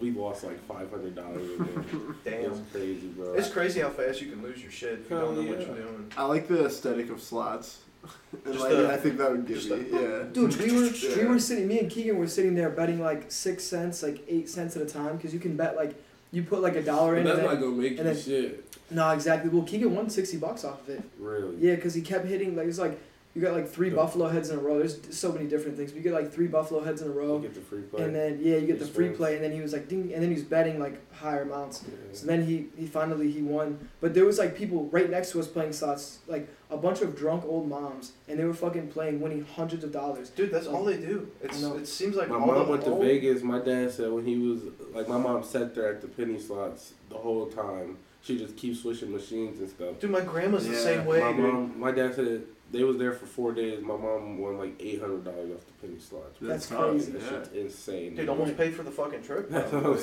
Speaker 5: We lost like five hundred dollars. It was
Speaker 4: Damn.
Speaker 5: crazy, bro.
Speaker 4: It's crazy how fast you can lose your shit if you
Speaker 5: Hell
Speaker 4: don't know what
Speaker 5: yeah.
Speaker 4: you're doing.
Speaker 3: I like the aesthetic of slots. And
Speaker 4: Just
Speaker 3: like,
Speaker 4: the-
Speaker 3: I think that would give
Speaker 4: just
Speaker 3: me, yeah.
Speaker 1: Dude, we were we
Speaker 3: Yeah.
Speaker 1: were sitting. Me and Keegan were sitting there betting like six cents, like eight cents at a time, because you can bet like you put like a dollar
Speaker 5: But
Speaker 1: in.
Speaker 5: that's
Speaker 1: and
Speaker 5: not
Speaker 1: then-
Speaker 5: gonna make you
Speaker 1: and then-
Speaker 5: shit.
Speaker 1: No, exactly. Well, Keegan won sixty bucks off of it.
Speaker 5: Really.
Speaker 1: Yeah, because he kept hitting like it's like you got like three
Speaker 5: Yeah.
Speaker 1: buffalo heads in a row. There's so many different things. But you get like three buffalo heads in a
Speaker 5: You
Speaker 1: row.
Speaker 5: get the free play.
Speaker 1: And then yeah, you get the
Speaker 5: Just
Speaker 1: free
Speaker 5: wins.
Speaker 1: play, and then he was like ding, and then he was betting like higher amounts.
Speaker 5: Yeah.
Speaker 1: So then he he finally he won. But there was like people right next to us playing slots, like a bunch of drunk old moms, and they were fucking playing, winning hundreds of dollars.
Speaker 4: Dude, that's all they do. It's
Speaker 1: I know.
Speaker 4: it seems like
Speaker 5: my
Speaker 4: all
Speaker 5: mom
Speaker 4: the
Speaker 5: went to
Speaker 4: all-
Speaker 5: Vegas. My dad said when he was like, my mom sat there at the penny slots the whole time. She just keeps switching machines and stuff.
Speaker 4: Dude, my grandma's the
Speaker 3: Yeah,
Speaker 4: same way.
Speaker 5: my
Speaker 4: dude.
Speaker 5: mom, my dad said they was there for four days. My mom won like eight hundred dollars off the penny slots.
Speaker 1: That's
Speaker 5: Fuck,
Speaker 1: crazy.
Speaker 5: That shit's insane.
Speaker 4: Dude, almost paid for the fucking trip.
Speaker 5: That's what I'm
Speaker 4: probably.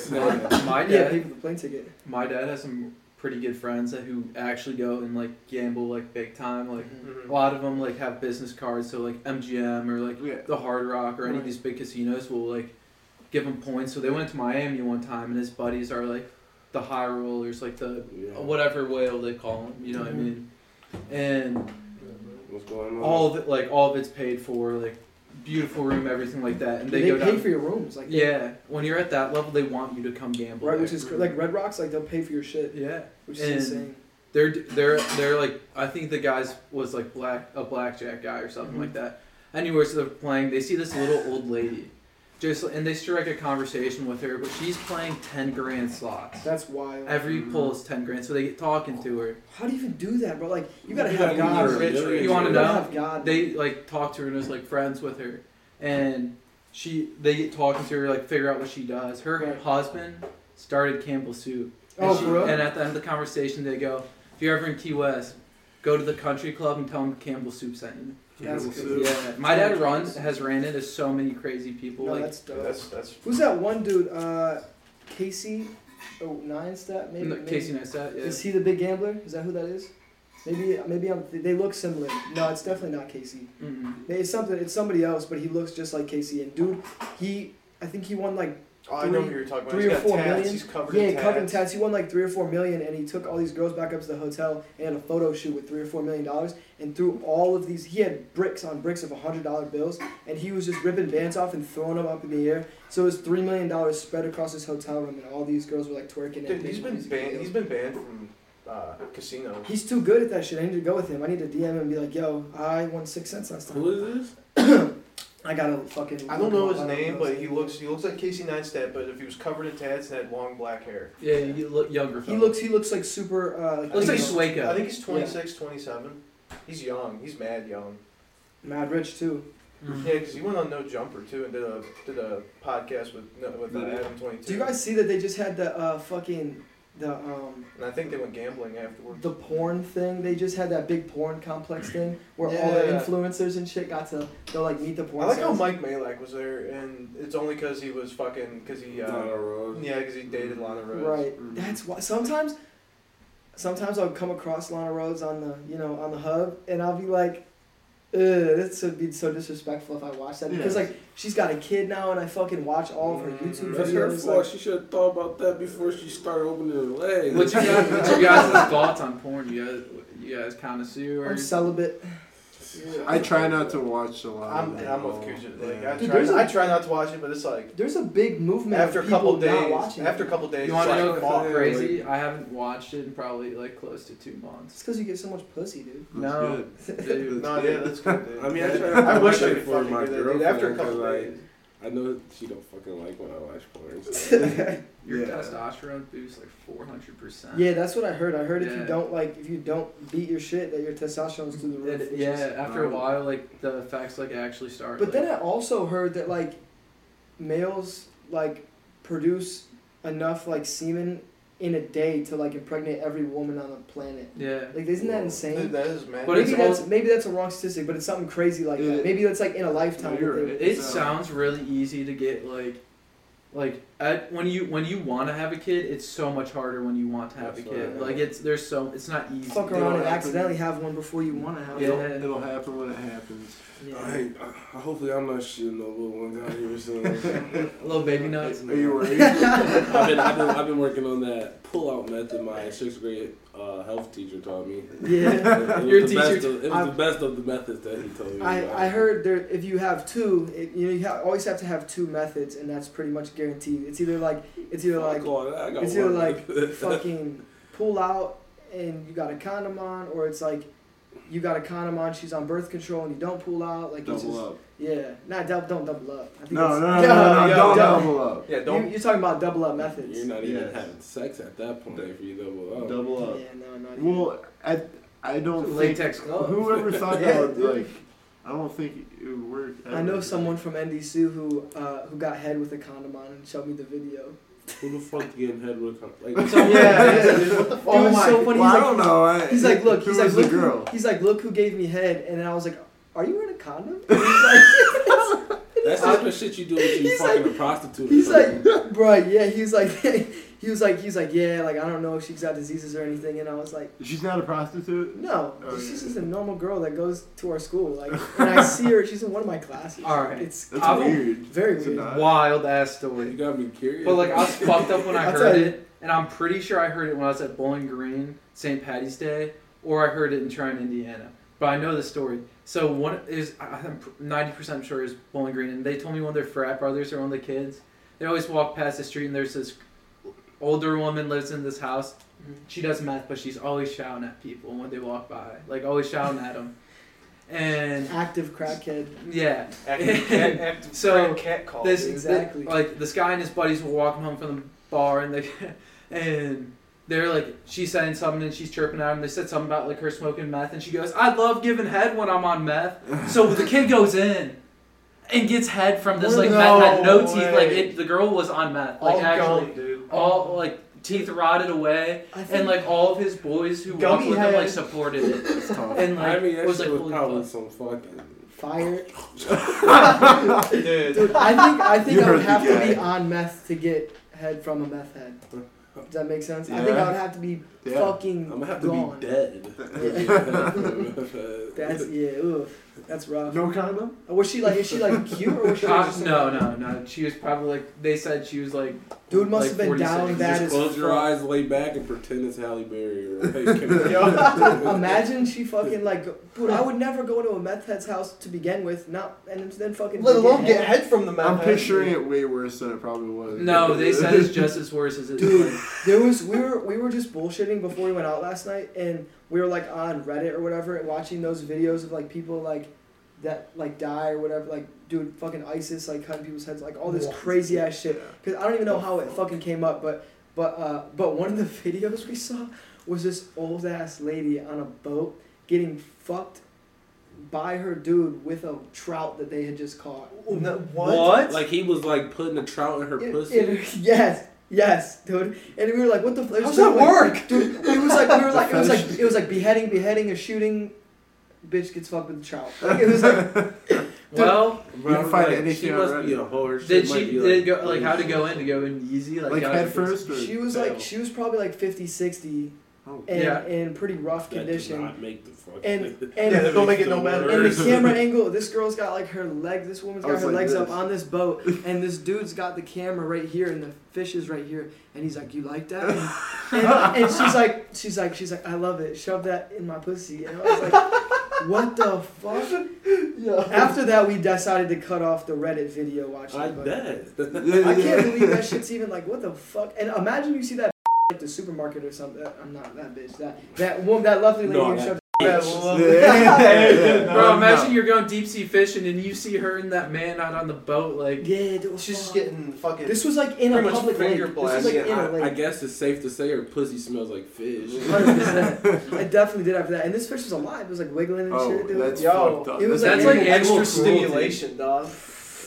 Speaker 5: saying.
Speaker 2: My
Speaker 1: yeah, pay
Speaker 2: dad,
Speaker 1: for the plane ticket.
Speaker 2: my dad has some pretty good friends that who actually go and like gamble like big time. Like
Speaker 4: Mhm.
Speaker 2: a lot of them like have business cards, so like MGM or like
Speaker 3: Yeah.
Speaker 2: the Hard Rock or any of these big casinos will like give them points. So they went to Miami one time, and his buddies are like the high rollers, like the
Speaker 5: Yeah.
Speaker 2: whatever whale they call them. You know what I
Speaker 1: Mm-hmm.
Speaker 2: mean? And
Speaker 5: What's going on?
Speaker 4: Oh,
Speaker 2: all of it, like all of it's paid for, like beautiful room, everything like that. And
Speaker 1: Dude,
Speaker 2: they,
Speaker 1: They,
Speaker 2: go
Speaker 1: pay
Speaker 2: down.
Speaker 1: for your rooms, like
Speaker 2: yeah, when you're at that level, they want you to come gamble.
Speaker 1: right,
Speaker 2: there.
Speaker 1: which is cr- like Red Rocks, like they'll pay for your shit,
Speaker 2: yeah.
Speaker 1: which is
Speaker 2: And-
Speaker 1: insane.
Speaker 2: They're they're they're like I think the guys was like black a blackjack guy or something like
Speaker 1: Mm-hmm.
Speaker 2: that. Anyway, so they're playing. They see this little old lady, just and they strike a conversation with her, but she's playing ten grand slots.
Speaker 1: That's wild.
Speaker 2: Every pull is ten grand, so they get talking to her.
Speaker 1: How do you even do that, bro? Like you gotta
Speaker 5: You
Speaker 1: have
Speaker 5: gotta
Speaker 1: God.
Speaker 5: be
Speaker 1: bro.
Speaker 5: rich, rich,
Speaker 2: You wanna
Speaker 1: You
Speaker 2: know?
Speaker 1: gotta have God.
Speaker 2: They like talk to her and was like friends with her, and she they get talking to her like figure out what she does. Her
Speaker 1: Right.
Speaker 2: husband started Campbell Soup. And,
Speaker 1: oh,
Speaker 2: she-
Speaker 1: bro.
Speaker 2: and at the end of the conversation, they go, "If you're ever in Key West, go to the country club and tell them Campbell Soup sent you."
Speaker 1: That's
Speaker 3: Campbell
Speaker 1: good.
Speaker 3: Soup.
Speaker 2: Yeah, my dad runs has ran into so many crazy people.
Speaker 1: No,
Speaker 2: like
Speaker 1: that's dope.
Speaker 4: That's that's
Speaker 1: Who's that one dude? Uh, Casey, oh nine stat maybe.
Speaker 2: no,
Speaker 1: maybe.
Speaker 2: Casey Neistat. Yeah.
Speaker 1: Is he the big gambler? Is that who that is? Maybe maybe I'm. They look similar. No, it's definitely not Casey.
Speaker 2: Mm-mm.
Speaker 1: It's something. It's somebody else, but he looks just like Casey. And dude, he. I think he won like
Speaker 4: Oh, I know
Speaker 1: Three-
Speaker 4: who you're talking about.
Speaker 1: three
Speaker 4: He's
Speaker 1: or
Speaker 4: got
Speaker 1: four
Speaker 4: tats.
Speaker 1: million.
Speaker 4: He's covered
Speaker 1: yeah,
Speaker 4: in tats.
Speaker 1: covered in tats. He won like three or four million, and he took all these girls back up to the hotel and had a photo shoot with three or four million dollars. And threw all of these, he had bricks on bricks of hundred dollar bills, and he was just ripping bands off and throwing them up in the air. So it was three million dollars spread across his hotel room, and all these girls were like twerking. and
Speaker 4: Dude, he's
Speaker 1: making
Speaker 4: been
Speaker 1: music
Speaker 4: banned.
Speaker 1: videos.
Speaker 4: He's been banned from uh, casino.
Speaker 1: He's too good at that shit. I need to go with him. I need to DM him and be like, yo, I won six cents last time.
Speaker 5: Who is this?
Speaker 1: I gotta fucking.
Speaker 4: I don't know his
Speaker 1: I
Speaker 4: name,
Speaker 1: know his
Speaker 4: but he looks he looks like Casey Neistat, but if he was covered in tats and had long black hair.
Speaker 2: yeah, you look younger.
Speaker 1: He
Speaker 2: fella.
Speaker 1: looks. He looks like super. Uh, like,
Speaker 2: looks like
Speaker 1: he's
Speaker 2: Sueca.
Speaker 4: I think he's 26, 27. He's young. He's mad young.
Speaker 1: mad rich too.
Speaker 2: Mm-hmm.
Speaker 1: Mm-hmm.
Speaker 4: Yeah, because he went on No Jumper too and did a did a podcast with no, with uh,
Speaker 5: Mhm.
Speaker 4: Adam 22.
Speaker 1: Do you guys see that they just had the uh, fucking the um
Speaker 4: And I think they went gambling afterward.
Speaker 1: the porn thing? They just had that big porn complex thing where all the
Speaker 4: Yeah.
Speaker 1: influencers and shit got to go like meet the porn.
Speaker 4: I like how
Speaker 1: stars.
Speaker 4: Mike Malak was there, and it's only because he was fucking because he uh,
Speaker 5: Donna Rose.
Speaker 4: yeah because he dated Lana Rhodes.
Speaker 1: Right.
Speaker 3: Mhm.
Speaker 1: That's why sometimes sometimes I'll come across Lana Rhodes on the you know, on the hub and I'll be like, Ugh, this would be so disrespectful if I watched that. Because
Speaker 3: Yeah.
Speaker 1: like she's got a kid now and I fucking watch all of her YouTube
Speaker 4: Mhm.
Speaker 5: That's her
Speaker 1: videos.
Speaker 5: fault.
Speaker 1: Like,
Speaker 5: she should have thought about that before she started opening her legs.
Speaker 2: What's your guys, what's your guys' thoughts on porn? You guys, you You guys
Speaker 1: I'm
Speaker 2: connoisseurs.
Speaker 1: celibate.
Speaker 3: I try not to watch a lot.
Speaker 4: I'm,
Speaker 3: of
Speaker 4: and I'm with
Speaker 3: football.
Speaker 4: Kuja. Like,
Speaker 3: Yeah.
Speaker 4: I,
Speaker 1: Dude,
Speaker 4: try,
Speaker 1: there's a-
Speaker 4: I try not to watch it, but it's like
Speaker 1: There's a big movement
Speaker 4: after
Speaker 1: of
Speaker 4: a
Speaker 1: people
Speaker 4: couple
Speaker 1: not
Speaker 4: days.
Speaker 1: watching.
Speaker 4: After a couple days,
Speaker 2: You
Speaker 4: it's
Speaker 2: want to
Speaker 4: like,
Speaker 2: know
Speaker 4: fuck.
Speaker 2: what's crazy? I haven't watched it in probably like close to two months.
Speaker 1: It's because you get so much pussy, dude.
Speaker 3: That's
Speaker 2: No.
Speaker 3: good.
Speaker 2: Dude,
Speaker 4: No, yeah, that's good. Dude.
Speaker 5: I mean, I
Speaker 4: I,
Speaker 5: try to
Speaker 4: wish
Speaker 5: watch
Speaker 4: I
Speaker 5: it
Speaker 4: could
Speaker 5: for
Speaker 4: fucking
Speaker 5: my
Speaker 4: do that, dude. After a couple
Speaker 5: girlfriend, 'cause
Speaker 4: days,
Speaker 5: I know she don't fucking like when I watch porn. So.
Speaker 1: yeah,
Speaker 2: your
Speaker 3: Yeah.
Speaker 2: testosterone boosts like four hundred percent.
Speaker 1: that's what I heard. I heard if
Speaker 2: Yeah.
Speaker 1: you don't like, if you don't beat your shit, that your testosterone's through the roof.
Speaker 2: It-
Speaker 1: which
Speaker 2: yeah,
Speaker 1: is-
Speaker 2: after a while, like the effects like actually start.
Speaker 1: But
Speaker 2: like,
Speaker 1: then I also heard that like males like produce enough like semen in a day to like impregnate every woman on the planet.
Speaker 2: yeah,
Speaker 1: Like, isn't that
Speaker 5: Whoa.
Speaker 1: insane?
Speaker 4: dude, that is mad.
Speaker 2: But
Speaker 1: maybe
Speaker 2: it's
Speaker 1: that's
Speaker 2: all-
Speaker 1: maybe that's a wrong statistic, but it's something crazy like
Speaker 3: Yeah.
Speaker 1: that. Maybe that's like in a lifetime.
Speaker 3: No, you're
Speaker 1: that they-
Speaker 3: right.
Speaker 2: it
Speaker 3: So-
Speaker 2: sounds really easy to get like, like at, when you when you want to have a kid, it's so much harder when you want to have
Speaker 5: That's
Speaker 2: a kid.
Speaker 5: right.
Speaker 2: Like it's there's so it's not easy.
Speaker 1: Fuck
Speaker 3: They
Speaker 1: around
Speaker 3: don't
Speaker 1: and
Speaker 3: happen.
Speaker 1: accidentally have one before you want to have
Speaker 2: Yeah.
Speaker 1: one.
Speaker 3: It'll, it'll happen when it happens.
Speaker 5: I, ain't- I, hopefully, I'm not shooting no little one guy here soon.
Speaker 2: Little baby nuts.
Speaker 3: Are you worried?
Speaker 5: I've been, I've been, I've been working on that pull-out method my sixth grade uh, health teacher taught me.
Speaker 1: Yeah.
Speaker 5: It was
Speaker 2: Your
Speaker 5: the
Speaker 2: teacher-
Speaker 5: best of, it was
Speaker 1: I've-
Speaker 5: the best of the methods that he told me. about.
Speaker 1: I, I heard there if you have two, it, you know you ha- always have to have two methods, and that's pretty much guaranteed. It's either like it's either like
Speaker 5: Fuck all that, I got
Speaker 1: it's either
Speaker 5: one.
Speaker 1: like fucking pull out and you got a condom on, or it's like you got a condom on, she's on birth control, and you don't pull out. Like it's
Speaker 3: double
Speaker 1: just,
Speaker 3: up.
Speaker 1: yeah, not dou- don't double up. I think
Speaker 3: No, no,
Speaker 1: it's-
Speaker 3: no, no, no,
Speaker 4: Yeah,
Speaker 3: don't
Speaker 4: yeah.
Speaker 3: double up.
Speaker 4: yeah,
Speaker 1: You,
Speaker 4: don't.
Speaker 1: you're talking about double up methods.
Speaker 5: You're not even
Speaker 3: Yes.
Speaker 5: having sex at that point if you double up.
Speaker 3: Double up.
Speaker 1: yeah, no, not even.
Speaker 3: Well, I, I don't think
Speaker 2: Latex gloves.
Speaker 3: whoever thought
Speaker 1: Yeah,
Speaker 3: that would
Speaker 1: dude.
Speaker 3: like. I don't think it would work.
Speaker 1: I know someone from NDC who uh, who got head with a condom on and showed me the video.
Speaker 5: Who the fuck getting head with a con- like?
Speaker 2: So-
Speaker 1: yeah,
Speaker 4: dude, what the
Speaker 1: Dude,
Speaker 4: fuck?
Speaker 3: Oh
Speaker 1: it's so funny.
Speaker 3: Well, I
Speaker 1: he's
Speaker 3: don't
Speaker 1: like,
Speaker 3: know. I,
Speaker 1: He's like, look,
Speaker 3: who
Speaker 1: he's like,
Speaker 3: was
Speaker 1: look,
Speaker 3: the
Speaker 1: who-
Speaker 3: girl?
Speaker 1: he's like, look who gave me head, and then I was like, are you wearing a condom? And he's
Speaker 5: That's the type of shit you do if you
Speaker 1: He's
Speaker 5: fucking
Speaker 1: like-
Speaker 5: a prostitute.
Speaker 1: like,
Speaker 5: or
Speaker 1: he's
Speaker 5: something.
Speaker 1: like, bro, yeah, he was like, he was like, he's like, yeah, like I don't know if she's got diseases or anything, and I was like,
Speaker 3: She's not a prostitute.
Speaker 1: no,
Speaker 3: Oh,
Speaker 1: she's
Speaker 3: yeah.
Speaker 1: just a normal girl that goes to our school, like, and I see her, she's in one of my classes.
Speaker 2: All right.
Speaker 1: it's
Speaker 3: That's
Speaker 2: I don't-
Speaker 3: weird.
Speaker 1: very
Speaker 3: It's
Speaker 1: weird.
Speaker 3: not-
Speaker 2: Wild ass
Speaker 5: you
Speaker 2: story.
Speaker 5: got me curious.
Speaker 2: But like I was fucked up when I
Speaker 1: I'll
Speaker 2: heard
Speaker 1: tell you.
Speaker 2: it, and I'm pretty sure I heard it when I was at Bowling Green, St. Patty's Day, or I heard it in Tryon, Indiana. But I know the story. So one is I- I'm 90% sure is Bowling Green, and they told me one of their frat brothers or one of the kids. They always walk past the street, and there's this older woman lives in this house. She does meth, but she's always shouting at people when they walk by, like always shouting at them. And
Speaker 1: Active crackhead.
Speaker 2: yeah,
Speaker 4: Active cat, active
Speaker 2: So,
Speaker 4: so cat call.
Speaker 2: this
Speaker 4: dude.
Speaker 1: Exactly.
Speaker 2: th- like this guy and his buddies were walking home from the bar and they and they're like she's saying something and she's chirping at him they said something about like her smoking meth and she goes i love giving head when i'm on meth so the kid goes in and gets head from this like meth had no
Speaker 4: No
Speaker 2: teeth like
Speaker 4: way. Oh,
Speaker 2: it, the girl was on meth like
Speaker 1: Oh,
Speaker 4: all
Speaker 2: actually
Speaker 4: gum, dude.
Speaker 2: all like teeth rotted away
Speaker 1: I think,
Speaker 2: and like all of his boys who walked
Speaker 4: Gummy
Speaker 2: with him like
Speaker 4: head.
Speaker 2: supported it
Speaker 3: It's tough.
Speaker 2: and like
Speaker 5: I mean, that
Speaker 2: was like
Speaker 5: shit was
Speaker 2: holy
Speaker 5: probably
Speaker 2: fuck.
Speaker 5: some fucking.
Speaker 1: fire.
Speaker 4: dude.
Speaker 1: Dude, I think I think
Speaker 3: You
Speaker 1: I would
Speaker 3: heard the
Speaker 1: have to be
Speaker 3: guy.
Speaker 1: on meth to get head from a meth head. Does that make sense? I think
Speaker 3: Yeah.
Speaker 1: I would have to be
Speaker 3: Yeah.
Speaker 1: fucking
Speaker 5: I'm gonna have to
Speaker 1: Mm, gone.
Speaker 5: be dead.
Speaker 1: That's yeah, ooh, that's rough. Uh,
Speaker 3: No condom.
Speaker 1: Was she like? Is she like cute or was she?
Speaker 2: Uh,
Speaker 1: Like,
Speaker 2: no no no she was probably like they said she was like
Speaker 1: Dude must
Speaker 2: like
Speaker 1: have been down
Speaker 2: 46.
Speaker 1: bad
Speaker 5: Just
Speaker 1: as
Speaker 5: close your
Speaker 1: fuck.
Speaker 5: eyes, lay back, and pretend it's Halle Berry. Or like,
Speaker 1: Imagine she fucking like, dude. I would never go to a meth head's house to begin with, not and then fucking.
Speaker 4: Let alone get
Speaker 1: head.
Speaker 4: head from the mouth.
Speaker 3: I'm picturing it way worse than it probably was.
Speaker 2: No, they said it's just as worse as it.
Speaker 1: Dude, there was we were we were just bullshitting before we went out last night, and we were like on Reddit or whatever, watching those videos of like people like that like die or whatever, like dude, fucking ISIS like cutting people's heads, like all this
Speaker 2: What?
Speaker 1: crazy ass shit.
Speaker 3: Yeah.
Speaker 1: Cause I don't
Speaker 5: Oh,
Speaker 1: even know how it fucking came up, but but uh, but one of the videos we saw was this old ass lady on a boat getting fucked by her dude with a trout that they had just caught.
Speaker 4: No, what?
Speaker 2: what?
Speaker 5: like he was like putting a trout in her
Speaker 1: It-
Speaker 5: pussy.
Speaker 1: it- yes, yes, dude. And we were like, what the? How
Speaker 2: How's that work?
Speaker 1: dude? It was like we were like it was like
Speaker 3: fetish.
Speaker 1: it was like beheading, beheading, a shooting. Bitch gets fucked with a trout. Like, it was like
Speaker 2: well,
Speaker 5: Bro,
Speaker 3: You can find
Speaker 5: like,
Speaker 3: anything
Speaker 5: She must
Speaker 3: on
Speaker 5: be a
Speaker 3: Reddit.
Speaker 5: whore. She
Speaker 2: did
Speaker 5: might
Speaker 2: she
Speaker 5: be,
Speaker 2: did it go like how to go in to go in easy like,
Speaker 3: Like
Speaker 2: how
Speaker 3: head
Speaker 2: to-
Speaker 3: first. Or
Speaker 1: she was like she was probably like 50, 60
Speaker 3: Oh.
Speaker 1: and
Speaker 2: Yeah.
Speaker 1: in pretty rough
Speaker 5: That does
Speaker 1: condition.
Speaker 5: not make the fucking.
Speaker 1: And
Speaker 4: Yeah,
Speaker 1: and
Speaker 4: that don't make it no better.
Speaker 1: and the camera angle. This girl's got like her leg. This woman's
Speaker 3: I
Speaker 1: got
Speaker 3: was
Speaker 1: her
Speaker 3: like
Speaker 1: legs up
Speaker 3: this.
Speaker 1: on this boat, and this dude's got the camera right here, and the fish is right here, and he's like, "You like that?" And, and she's like, "She's like, she's like, I love it. Shove that in my pussy." And I was like, "What the fuck?" After that, we decided to cut off the Reddit video watching.
Speaker 5: I
Speaker 1: but-
Speaker 5: bet.
Speaker 1: I can't believe that shit's even like what the fuck. And imagine you see that at the supermarket or something. I'm not that bitch. That that woman, that lovely lady
Speaker 5: No,
Speaker 1: who
Speaker 5: that-
Speaker 1: shoved.
Speaker 4: That
Speaker 3: Yeah.
Speaker 4: love-
Speaker 2: Bro,
Speaker 3: No,
Speaker 2: imagine
Speaker 3: Uh, no.
Speaker 2: you're going deep sea fishing and you see her and that man out on the boat, like
Speaker 1: Yeah, dude,
Speaker 4: She's just
Speaker 1: fuck.
Speaker 4: getting fucking.
Speaker 1: This was like in a
Speaker 4: Pretty much
Speaker 1: public lake.
Speaker 4: finger
Speaker 1: This was like
Speaker 4: blasting.
Speaker 1: in a
Speaker 5: I, I
Speaker 1: lake.
Speaker 5: guess it's safe to say her pussy smells like fish.
Speaker 1: 100%. I definitely did after that, and this fish was alive. It was like wiggling and
Speaker 3: Oh,
Speaker 1: shit. Dude.
Speaker 3: that's
Speaker 4: Yo,
Speaker 3: fucked up.
Speaker 1: it was
Speaker 2: that's
Speaker 1: like
Speaker 2: like animal
Speaker 4: extra
Speaker 2: cruelty.
Speaker 4: stimulation, dog.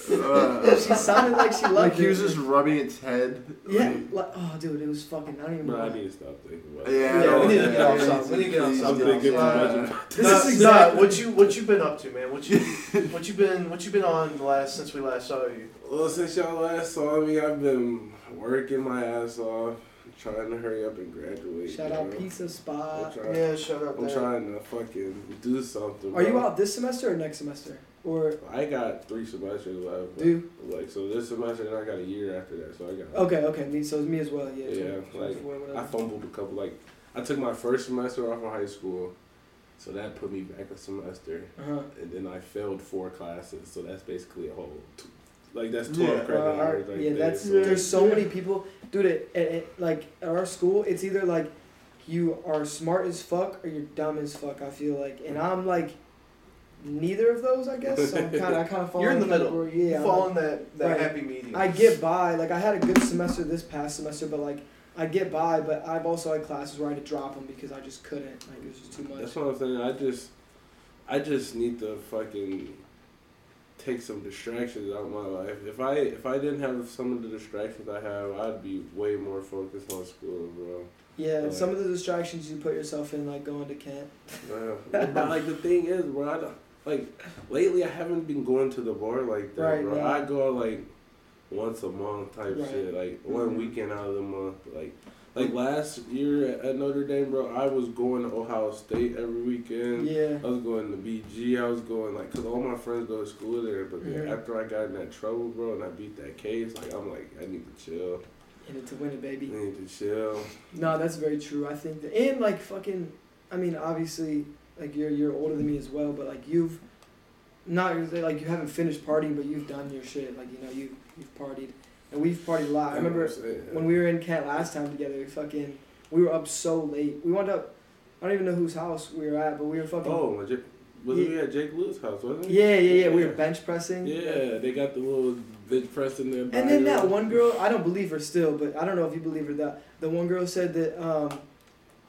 Speaker 3: Uh,
Speaker 1: she sounded like she loved
Speaker 3: like he
Speaker 1: it.
Speaker 3: was just rubbing its head.
Speaker 1: yeah,
Speaker 3: Like,
Speaker 1: like, oh, dude, it was fucking. I don't even.
Speaker 5: Bro, I
Speaker 1: know.
Speaker 5: need to stop thinking about
Speaker 3: yeah,
Speaker 5: it.
Speaker 3: I
Speaker 4: Yeah,
Speaker 3: don't
Speaker 4: we need to
Speaker 3: know.
Speaker 4: get off
Speaker 3: Yeah,
Speaker 4: something. We need to get off
Speaker 3: please,
Speaker 5: I'm
Speaker 4: something
Speaker 3: please.
Speaker 5: thinking
Speaker 4: else.
Speaker 5: too
Speaker 4: Uh,
Speaker 5: much about
Speaker 1: This
Speaker 4: Nah,
Speaker 1: is exactly.
Speaker 4: nah, what you what you been up to, man? What you what you been what you been on the last since we last saw you?
Speaker 5: Well, since y'all last saw me, I've been working my ass off, trying to hurry up and graduate.
Speaker 1: Shout
Speaker 5: you
Speaker 1: out
Speaker 5: know?
Speaker 1: pizza
Speaker 5: I'm
Speaker 1: spot.
Speaker 5: trying,
Speaker 4: yeah, shut up.
Speaker 5: I'm
Speaker 4: man.
Speaker 5: trying to fucking do something.
Speaker 1: Are you
Speaker 5: bro.
Speaker 1: out this semester or next semester? Or
Speaker 5: I got three semesters left.
Speaker 1: do you?
Speaker 5: Like, so this semester, and I got a year after that, so I got.
Speaker 1: Okay, okay. Me, so it's me as well. Yeah.
Speaker 5: Yeah,
Speaker 1: 20,
Speaker 5: like
Speaker 1: 24, whatever.
Speaker 5: I fumbled a couple. Like, I took my first semester off of high school, so that put me back a semester,
Speaker 1: Uh-huh.
Speaker 5: and then I failed four classes, so that's basically a whole. Two, like that's
Speaker 3: Yeah.
Speaker 5: twelve credit
Speaker 1: Uh,
Speaker 5: hours. Right
Speaker 1: yeah,
Speaker 5: there,
Speaker 1: that's
Speaker 5: so-
Speaker 1: there's so many people, dude. It, it, it- like at our school, it's either like you are smart as fuck or you're dumb as fuck. I feel like, and I'm like neither of those. I guess so I'm kind of I kind of fall
Speaker 4: You're in the middle.
Speaker 1: category- Yeah, I'm like-
Speaker 4: Following that that
Speaker 1: Right.
Speaker 4: happy medium.
Speaker 1: I get by. Like I had a good semester this past semester, but like I get by. But I've also had classes where I had to drop them because I just couldn't. Like it was just too much.
Speaker 5: That's what I'm saying. I just, I just need to fucking take some distractions out of my life. If I if I didn't have some of the distractions I have, I'd be way more focused on school, bro.
Speaker 1: Yeah, and
Speaker 5: Right.
Speaker 1: some of the distractions you put yourself in, like going to camp.
Speaker 5: Bro, but like the thing is, bro, I don't, like lately I haven't been going to the bar like that,
Speaker 1: Right,
Speaker 5: bro.
Speaker 1: yeah.
Speaker 5: I go like once a month type
Speaker 1: Right.
Speaker 5: shit, like one
Speaker 1: Mhm.
Speaker 5: weekend out of the month, like. Like last year at- at Notre Dame, bro, I was going to Ohio State every weekend.
Speaker 1: Yeah.
Speaker 5: I was going to BG. I was going like, cause all my friends go to school there. But then
Speaker 1: Mhm.
Speaker 5: after I got in that trouble, bro, and I beat that case, like I'm like, I need to chill.
Speaker 1: And to win it,
Speaker 5: I
Speaker 1: baby.
Speaker 5: need to chill.
Speaker 1: No, that's very true. I think that, and like fucking, I mean, obviously, like you're you're older than me as well, but like you've, not like you haven't finished partying, but you've done your shit. Like you know you you've partied, and we've partied a lot. I remember when we were in Kent last time together, we fucking we were up so late. We wound up, I don't even know whose house we were at, but we were fucking.
Speaker 5: Oh, when Jake, was we at Jake Lewis' house? Wasn't it?
Speaker 1: Yeah, yeah, yeah. We were bench pressing.
Speaker 5: Yeah, they got the little bitch press in there.
Speaker 1: And then that one girl, I don't believe her still, but I don't know if you believe her. That the one girl said that um,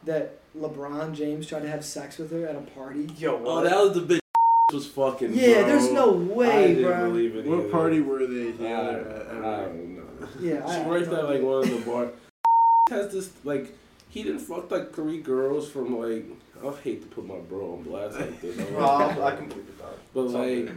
Speaker 1: that LeBron James tried to have sex with her at a party.
Speaker 4: Yo, what?
Speaker 5: Oh, that was the bitch was fucking.
Speaker 1: Yeah,
Speaker 5: bro.
Speaker 1: there's no
Speaker 5: I
Speaker 1: way,
Speaker 5: didn't
Speaker 1: bro.
Speaker 5: Believe it
Speaker 3: What
Speaker 5: either.
Speaker 3: party were they
Speaker 5: I, I
Speaker 3: together at?
Speaker 5: don't know.
Speaker 1: Yeah, I,
Speaker 5: She
Speaker 1: I
Speaker 5: works
Speaker 1: don't
Speaker 5: at like
Speaker 1: know.
Speaker 5: one of the bar. has this like he didn't fuck like three girls from like I hate to put my bro on blast like this. I love
Speaker 4: Rob,
Speaker 5: my
Speaker 4: I
Speaker 5: bro.
Speaker 4: completely thought.
Speaker 5: But
Speaker 4: Something.
Speaker 5: like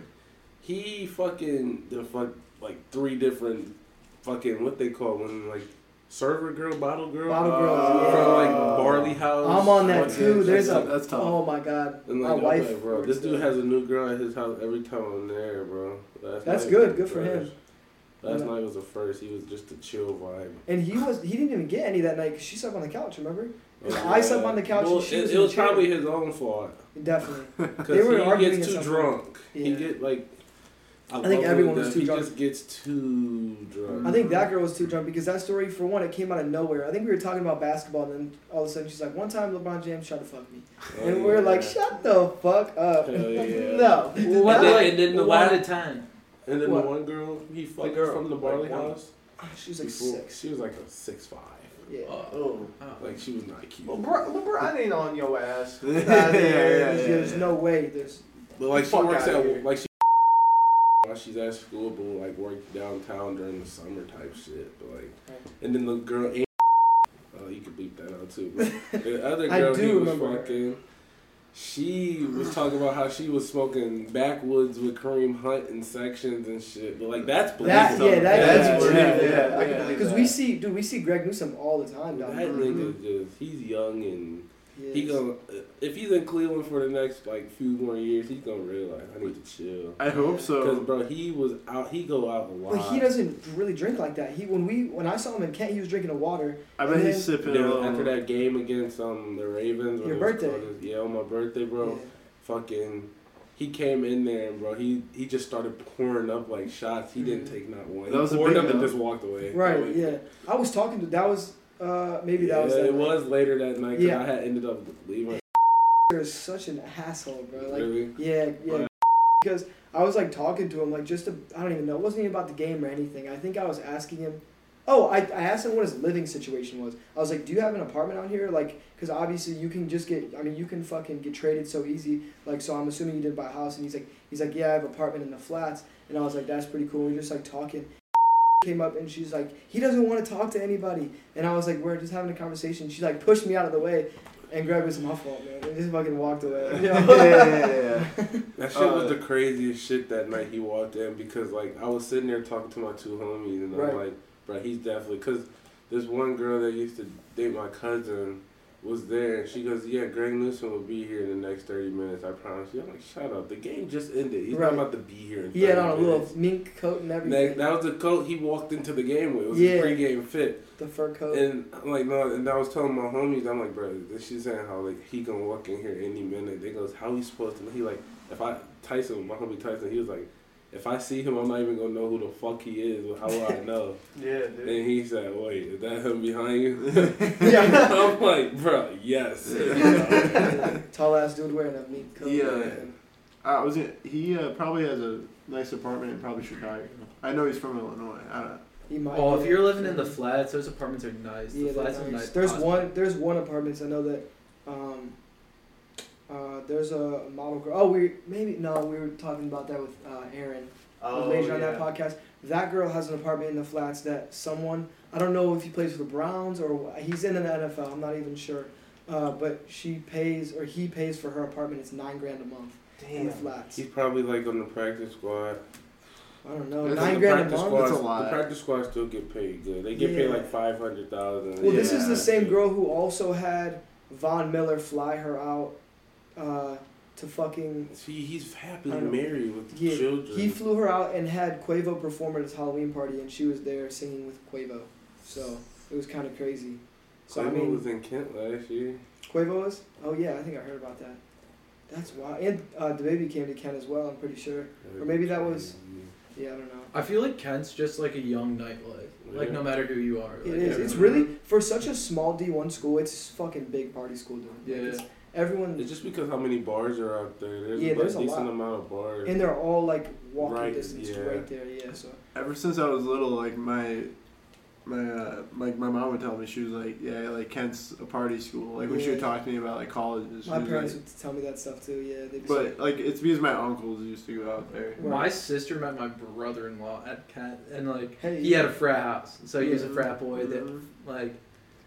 Speaker 5: he fucking the fuck like three different fucking what they call women like server girl, bottle girl,
Speaker 1: Bottle
Speaker 5: uh,
Speaker 1: girls,
Speaker 5: from
Speaker 1: yeah.
Speaker 5: like Barley House.
Speaker 1: I'm on that
Speaker 5: fucking-
Speaker 1: too. There's
Speaker 3: that's,
Speaker 1: a
Speaker 3: that's tough.
Speaker 1: oh my god,
Speaker 5: And like,
Speaker 1: my
Speaker 5: I'm
Speaker 1: wife.
Speaker 5: like, bro,
Speaker 1: works
Speaker 5: this dude
Speaker 1: there.
Speaker 5: has a new girl at his house every time I'm there, bro. Last
Speaker 1: That's
Speaker 5: night
Speaker 1: good.
Speaker 5: was
Speaker 1: Good
Speaker 5: the
Speaker 1: for him.
Speaker 5: first. Last
Speaker 1: Yeah.
Speaker 5: night was the first. He was just a chill vibe.
Speaker 1: And he was he didn't even get any that night because she slept on the couch. Remember? His
Speaker 5: Oh,
Speaker 1: eyes
Speaker 5: yeah.
Speaker 1: up on the couch and
Speaker 5: Well,
Speaker 1: she
Speaker 5: it,
Speaker 1: was
Speaker 5: it
Speaker 1: in a
Speaker 5: was
Speaker 1: chair.
Speaker 5: probably his own fault
Speaker 1: Definitely. They
Speaker 5: because
Speaker 1: were
Speaker 5: he
Speaker 1: arguing at
Speaker 5: gets too
Speaker 1: some
Speaker 5: drunk. He
Speaker 1: Yeah.
Speaker 5: get like. I,
Speaker 1: think
Speaker 5: love
Speaker 1: everyone
Speaker 5: when
Speaker 1: was
Speaker 5: that-
Speaker 1: too
Speaker 5: he
Speaker 1: drunk.
Speaker 5: just gets too drunk.
Speaker 1: I think that girl was too drunk because that story, for one, it came out of nowhere. I think we were talking about basketball, and then all of a sudden she's like, "One time LeBron James tried to fuck me,"
Speaker 5: Oh,
Speaker 1: and we're like,
Speaker 5: yeah.
Speaker 1: "Shut the fuck up!"
Speaker 5: Hell yeah.
Speaker 1: no.
Speaker 5: Well,
Speaker 2: and,
Speaker 5: like-
Speaker 2: then, and then the
Speaker 1: Well,
Speaker 2: one at a time.
Speaker 5: And then
Speaker 1: What?
Speaker 5: the one girl he fucked
Speaker 2: girl,
Speaker 5: from the
Speaker 2: like,
Speaker 5: barley
Speaker 2: one.
Speaker 5: house.
Speaker 1: She was like
Speaker 5: before-
Speaker 1: six.
Speaker 5: She was like a six five.
Speaker 1: Yeah.
Speaker 4: oh.
Speaker 5: Like she was not cute.
Speaker 4: LeBron, LeBron ain't on your ass.
Speaker 3: Yeah,
Speaker 4: Outta here.
Speaker 3: yeah, yeah.
Speaker 1: There's no way. There's
Speaker 5: But like she
Speaker 4: Fuck
Speaker 5: works
Speaker 4: outta
Speaker 5: at
Speaker 4: here.
Speaker 5: like she while she's at school, but will, like work downtown during the summer type shit. But like, and then the girl. Oh, you could bleep that out too. But the other
Speaker 1: I
Speaker 5: girl
Speaker 1: do
Speaker 5: he was
Speaker 1: remember her.
Speaker 5: fucking. She was talking about how she was smoking backwoods with Kareem Hunt in sections and shit. But like that's
Speaker 1: That-
Speaker 5: believable.
Speaker 1: yeah, that-
Speaker 3: That's
Speaker 1: yeah,
Speaker 3: believable.
Speaker 1: yeah,
Speaker 3: Yeah,
Speaker 4: I can
Speaker 3: yeah.
Speaker 4: believe
Speaker 1: Because
Speaker 4: that.
Speaker 1: we see, dude, we see Greg Newsom all the time
Speaker 5: That
Speaker 1: down there.
Speaker 5: nigga just he's young and
Speaker 1: Yeah.
Speaker 5: he gonna if he's in Cleveland for the next like few more years, he's gonna realize I need to chill.
Speaker 3: I hope
Speaker 5: Cause
Speaker 3: so.
Speaker 5: bro, he was out. He go out a lot.
Speaker 1: But he doesn't really drink like that. He when we when I saw him in Kent, he was drinking a water.
Speaker 3: I bet
Speaker 1: Yeah.
Speaker 3: he's sipping a
Speaker 5: There-
Speaker 3: little.
Speaker 5: after that game against um the Ravens. when
Speaker 1: Your
Speaker 5: it was
Speaker 1: birthday.
Speaker 5: close- yeah, on my birthday, bro.
Speaker 1: Yeah.
Speaker 5: Fucking, he came in there and bro, he he just started pouring up like shots. He didn't take not one.
Speaker 3: That was
Speaker 5: he
Speaker 3: a
Speaker 5: poured
Speaker 3: big
Speaker 5: up and
Speaker 3: dub.
Speaker 5: just walked away.
Speaker 1: Mm-hmm. Right.
Speaker 5: Like,
Speaker 1: Yeah. I was talking to that was uh maybe that
Speaker 5: yeah,
Speaker 1: was that
Speaker 5: it
Speaker 1: night.
Speaker 5: was later that night. 'cause
Speaker 1: Yeah.
Speaker 5: I had ended up leaving.
Speaker 1: You're such an asshole, bro. Like
Speaker 5: really.
Speaker 1: yeah, yeah.
Speaker 3: Why?
Speaker 1: Because I was like talking to him like just to, I don't even know. It wasn't even about the game or anything. I think I was asking him. Oh, I, I asked him what his living situation was. I was like, "Do you have an apartment out here?" Like, because obviously you can just get. I mean, you can fucking get traded so easy. Like, so I'm assuming you didn't buy a house. And he's like, he's like, "Yeah, I have an apartment in the flats." And I was like, "That's pretty cool." We We're just like talking. Came up and she's like, "He doesn't want to talk to anybody." And I was like, "We're just having a conversation." She like pushed me out of the way, and grabbed his my fault, man. And just fucking walked away.
Speaker 3: yeah, yeah, yeah, yeah.
Speaker 5: That shit was
Speaker 3: Uh,
Speaker 5: the craziest shit that night he walked in because like I was sitting there talking to my two homies and I'm
Speaker 1: Right.
Speaker 5: like, bro, he's definitely because this one girl that used to date my cousin was there and she goes, yeah, Greg Newsom will be here in the next thirty minutes. I promise you. I'm like, shut up. The game just ended. He's
Speaker 1: Right.
Speaker 5: not about to be here. In
Speaker 1: He had
Speaker 5: 30
Speaker 1: on a little
Speaker 5: minutes."
Speaker 1: mink coat and
Speaker 5: That,
Speaker 1: everything.
Speaker 5: that was the coat he walked into the game with. It was
Speaker 1: Yeah.
Speaker 5: his pregame fit.
Speaker 1: the fur coat.
Speaker 5: And I'm like, no, and I was telling my homies, I'm like, bro, this shit saying how like he gonna walk in here any minute. They goes, how he supposed to? know?" He like, if I Tyson, my homie Tyson, he was like, if I see him, I'm not even gonna know who the fuck he is. Well, How will I know?
Speaker 4: Yeah,
Speaker 5: and
Speaker 4: dude.
Speaker 5: he said, wait, is that him behind you?
Speaker 1: yeah.
Speaker 5: I'm like, bro, yes.
Speaker 1: Tall ass dude wearing a mink coat.
Speaker 3: Yeah. I was gonna, he uh, probably has a nice apartment in probably Chicago. I know he's from Illinois. I don't.
Speaker 1: He might
Speaker 2: Oh,
Speaker 1: be.
Speaker 2: if you're living in the flats, those apartments are nice.
Speaker 1: Yeah,
Speaker 2: the
Speaker 1: they're
Speaker 2: flats are
Speaker 1: nice.
Speaker 2: nice.
Speaker 1: There's
Speaker 2: Awesome.
Speaker 1: one. There's one apartment. I know that. Um, uh, there's a model girl. Oh, we maybe no. We were talking about that with uh, Aaron
Speaker 4: Oh,
Speaker 1: later on that
Speaker 4: yeah.
Speaker 1: podcast. That girl has an apartment in the flats that someone I don't know if he plays for the Browns or wh- he's in the NFL. I'm not even sure. Uh, but she pays or he pays for her apartment. It's nine grand a month in the
Speaker 4: Damn.
Speaker 1: flats.
Speaker 5: He's probably like on the practice squad.
Speaker 1: I don't know.
Speaker 3: That's
Speaker 1: Nine
Speaker 3: the
Speaker 1: grand a
Speaker 5: practice
Speaker 1: month.
Speaker 5: squad,
Speaker 3: That's a lot.
Speaker 5: the practice squad still get paid good. They get paid
Speaker 1: Yeah.
Speaker 5: like five hundred thousand.
Speaker 1: Well, this is the
Speaker 3: Yeah.
Speaker 1: same girl who also had Von Miller fly her out uh, to fucking.
Speaker 5: See, he's happily
Speaker 1: I don't know.
Speaker 5: married with
Speaker 1: Yeah,
Speaker 5: children.
Speaker 1: He flew her out and had Quavo perform at his Halloween party, and she was there singing with Quavo. So it was kind of crazy. So
Speaker 5: Quavo
Speaker 1: I mean,
Speaker 5: was in Kent last year.
Speaker 1: Quavo was. Oh yeah, I think I heard about that. That's why. And uh, the baby came to Ken as well. I'm pretty sure. Or maybe that was- Yeah, I don't know.
Speaker 2: I feel like Kent's just like a young nightlife. Like
Speaker 5: Yeah.
Speaker 2: no matter who you are.
Speaker 1: It
Speaker 2: like,
Speaker 1: is. It's
Speaker 2: everyone-
Speaker 1: really for such a small D1 school. It's fucking big party school, dude. Like,
Speaker 2: Yeah.
Speaker 1: it's- everyone.
Speaker 5: It's just because how many bars are out there. There's,
Speaker 1: Yeah,
Speaker 5: like,
Speaker 1: there's a
Speaker 5: a decent
Speaker 1: lot.
Speaker 5: amount of bars.
Speaker 1: And they're all like walking
Speaker 5: Right,
Speaker 1: distance
Speaker 5: yeah.
Speaker 1: right there, yeah. So
Speaker 3: Ever since I was little, like my my uh, like my mom would tell me she was like, yeah, like Kent's a party school. Like when she would
Speaker 1: Yeah.
Speaker 3: talk to me about like colleges. she
Speaker 1: my
Speaker 3: was
Speaker 1: parents
Speaker 3: like-
Speaker 1: would tell me that stuff too, yeah. They'd be
Speaker 3: but like it's because my uncles used to go out there.
Speaker 2: My sister met my brother-in-law at Kent, and like
Speaker 1: Hey.
Speaker 2: he had a frat house, so he was a
Speaker 1: Yeah.
Speaker 2: frat boy that
Speaker 3: Mm-hmm.
Speaker 2: like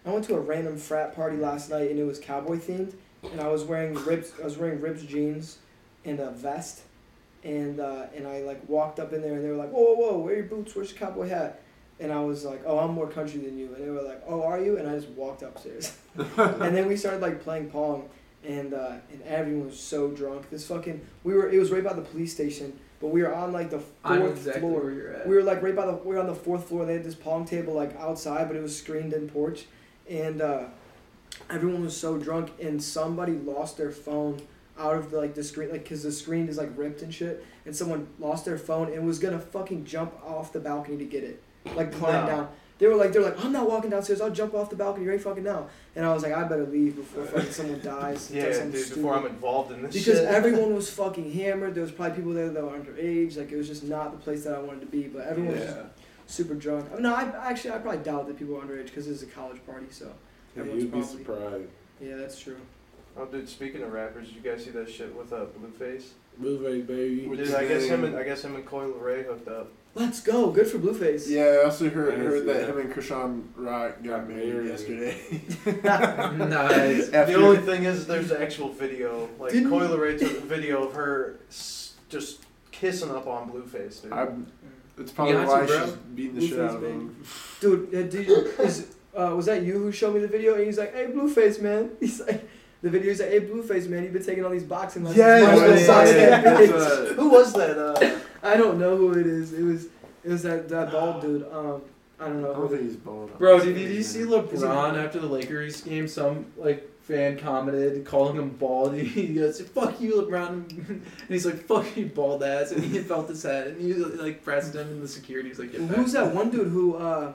Speaker 1: I went to a random frat party last night and it was cowboy themed, and I was wearing ribs. I was wearing ribs jeans and a vest, and uh, and I like walked up in there and they were like, whoa, whoa, whoa, where are your boots? Where's your cowboy hat? And I was like, oh, I'm more country than you. And they were like, oh, are you? And I just walked upstairs, and then we started like playing pong, and uh, and everyone was so drunk. This fucking we were it was right by the police station, but we were on like the 4th
Speaker 2: I know exactly
Speaker 1: floor.
Speaker 2: where you're at.
Speaker 1: We were like right by the we were on the fourth floor. and They had this pong table like outside, but it was screened in porch, and uh, everyone was so drunk. And somebody lost their phone out of the, like the screen, like because the screen is like ripped and shit. And someone lost their phone and was gonna fucking jump off the balcony to get it, like climb
Speaker 4: No.
Speaker 1: down. They were like, they're like, I'm not walking downstairs. I'll jump off the balcony right fucking now. And I was like, I better leave before fucking someone dies. and
Speaker 4: Yeah,
Speaker 1: does
Speaker 4: dude.
Speaker 1: something stupid."
Speaker 4: Before I'm involved in this
Speaker 1: because
Speaker 4: shit.
Speaker 1: everyone was fucking hammered. There was probably people there that were underage. Like it was just not the place that I wanted to be. But everyone was just
Speaker 3: Yeah.
Speaker 1: super drunk. I mean, no, I actually I probably doubt that people were underage because this is a college party. So
Speaker 5: Yeah,
Speaker 1: everyone's
Speaker 5: you'd be
Speaker 1: probably
Speaker 5: surprised.
Speaker 1: yeah, that's true.
Speaker 4: oh, dude. Speaking of rappers, did you guys see that shit with uh, Blueface?
Speaker 5: Blueface, baby.
Speaker 4: Dude, I guess him and I guess him and Coil Ray hooked up.
Speaker 1: Let's go. Good for Blueface.
Speaker 3: Yeah, I also heard,
Speaker 5: I
Speaker 3: heard that
Speaker 5: see.
Speaker 3: him and Krishan Rock got
Speaker 5: Got
Speaker 3: married
Speaker 5: married.
Speaker 3: yesterday.
Speaker 2: nice.
Speaker 4: The only thing is, there's the actual video. Like,
Speaker 1: Didn't-
Speaker 4: Coil Ray took a video of her s- just kissing up on Blueface, dude.
Speaker 3: I'm, it's probably
Speaker 2: Beyonce,
Speaker 3: why
Speaker 2: bro.
Speaker 3: she's beating the
Speaker 1: Blueface
Speaker 3: shit out of
Speaker 1: baby.
Speaker 3: him.
Speaker 1: Dude, uh, did you, is, uh, was that you who showed me the video? And he's like, hey, Blueface, man. He's like, the video is like, hey, Blueface, man, you've been taking all these boxing lessons.
Speaker 3: Yeah,
Speaker 1: Where's
Speaker 3: yeah,
Speaker 1: the
Speaker 3: yeah,
Speaker 1: socks
Speaker 3: yeah,
Speaker 1: at,
Speaker 3: yeah.
Speaker 1: bitch?"
Speaker 3: That's, uh,
Speaker 4: Who was that? Uh,
Speaker 1: I don't know who it is. It was it was that, that bald dude. Um, I don't
Speaker 3: I
Speaker 1: know.
Speaker 3: don't
Speaker 1: Who
Speaker 3: think he's bald.
Speaker 2: Bro, did, did you see
Speaker 1: Is he-
Speaker 2: LeBron after the Lakers game? Some like fan commented calling him bald. He goes, "Fuck you, LeBron," and he's like, "Fuck you, bald ass," and he felt his head, and he like pressed him, and the security was like, "Get back."
Speaker 1: Who's that one dude who uh,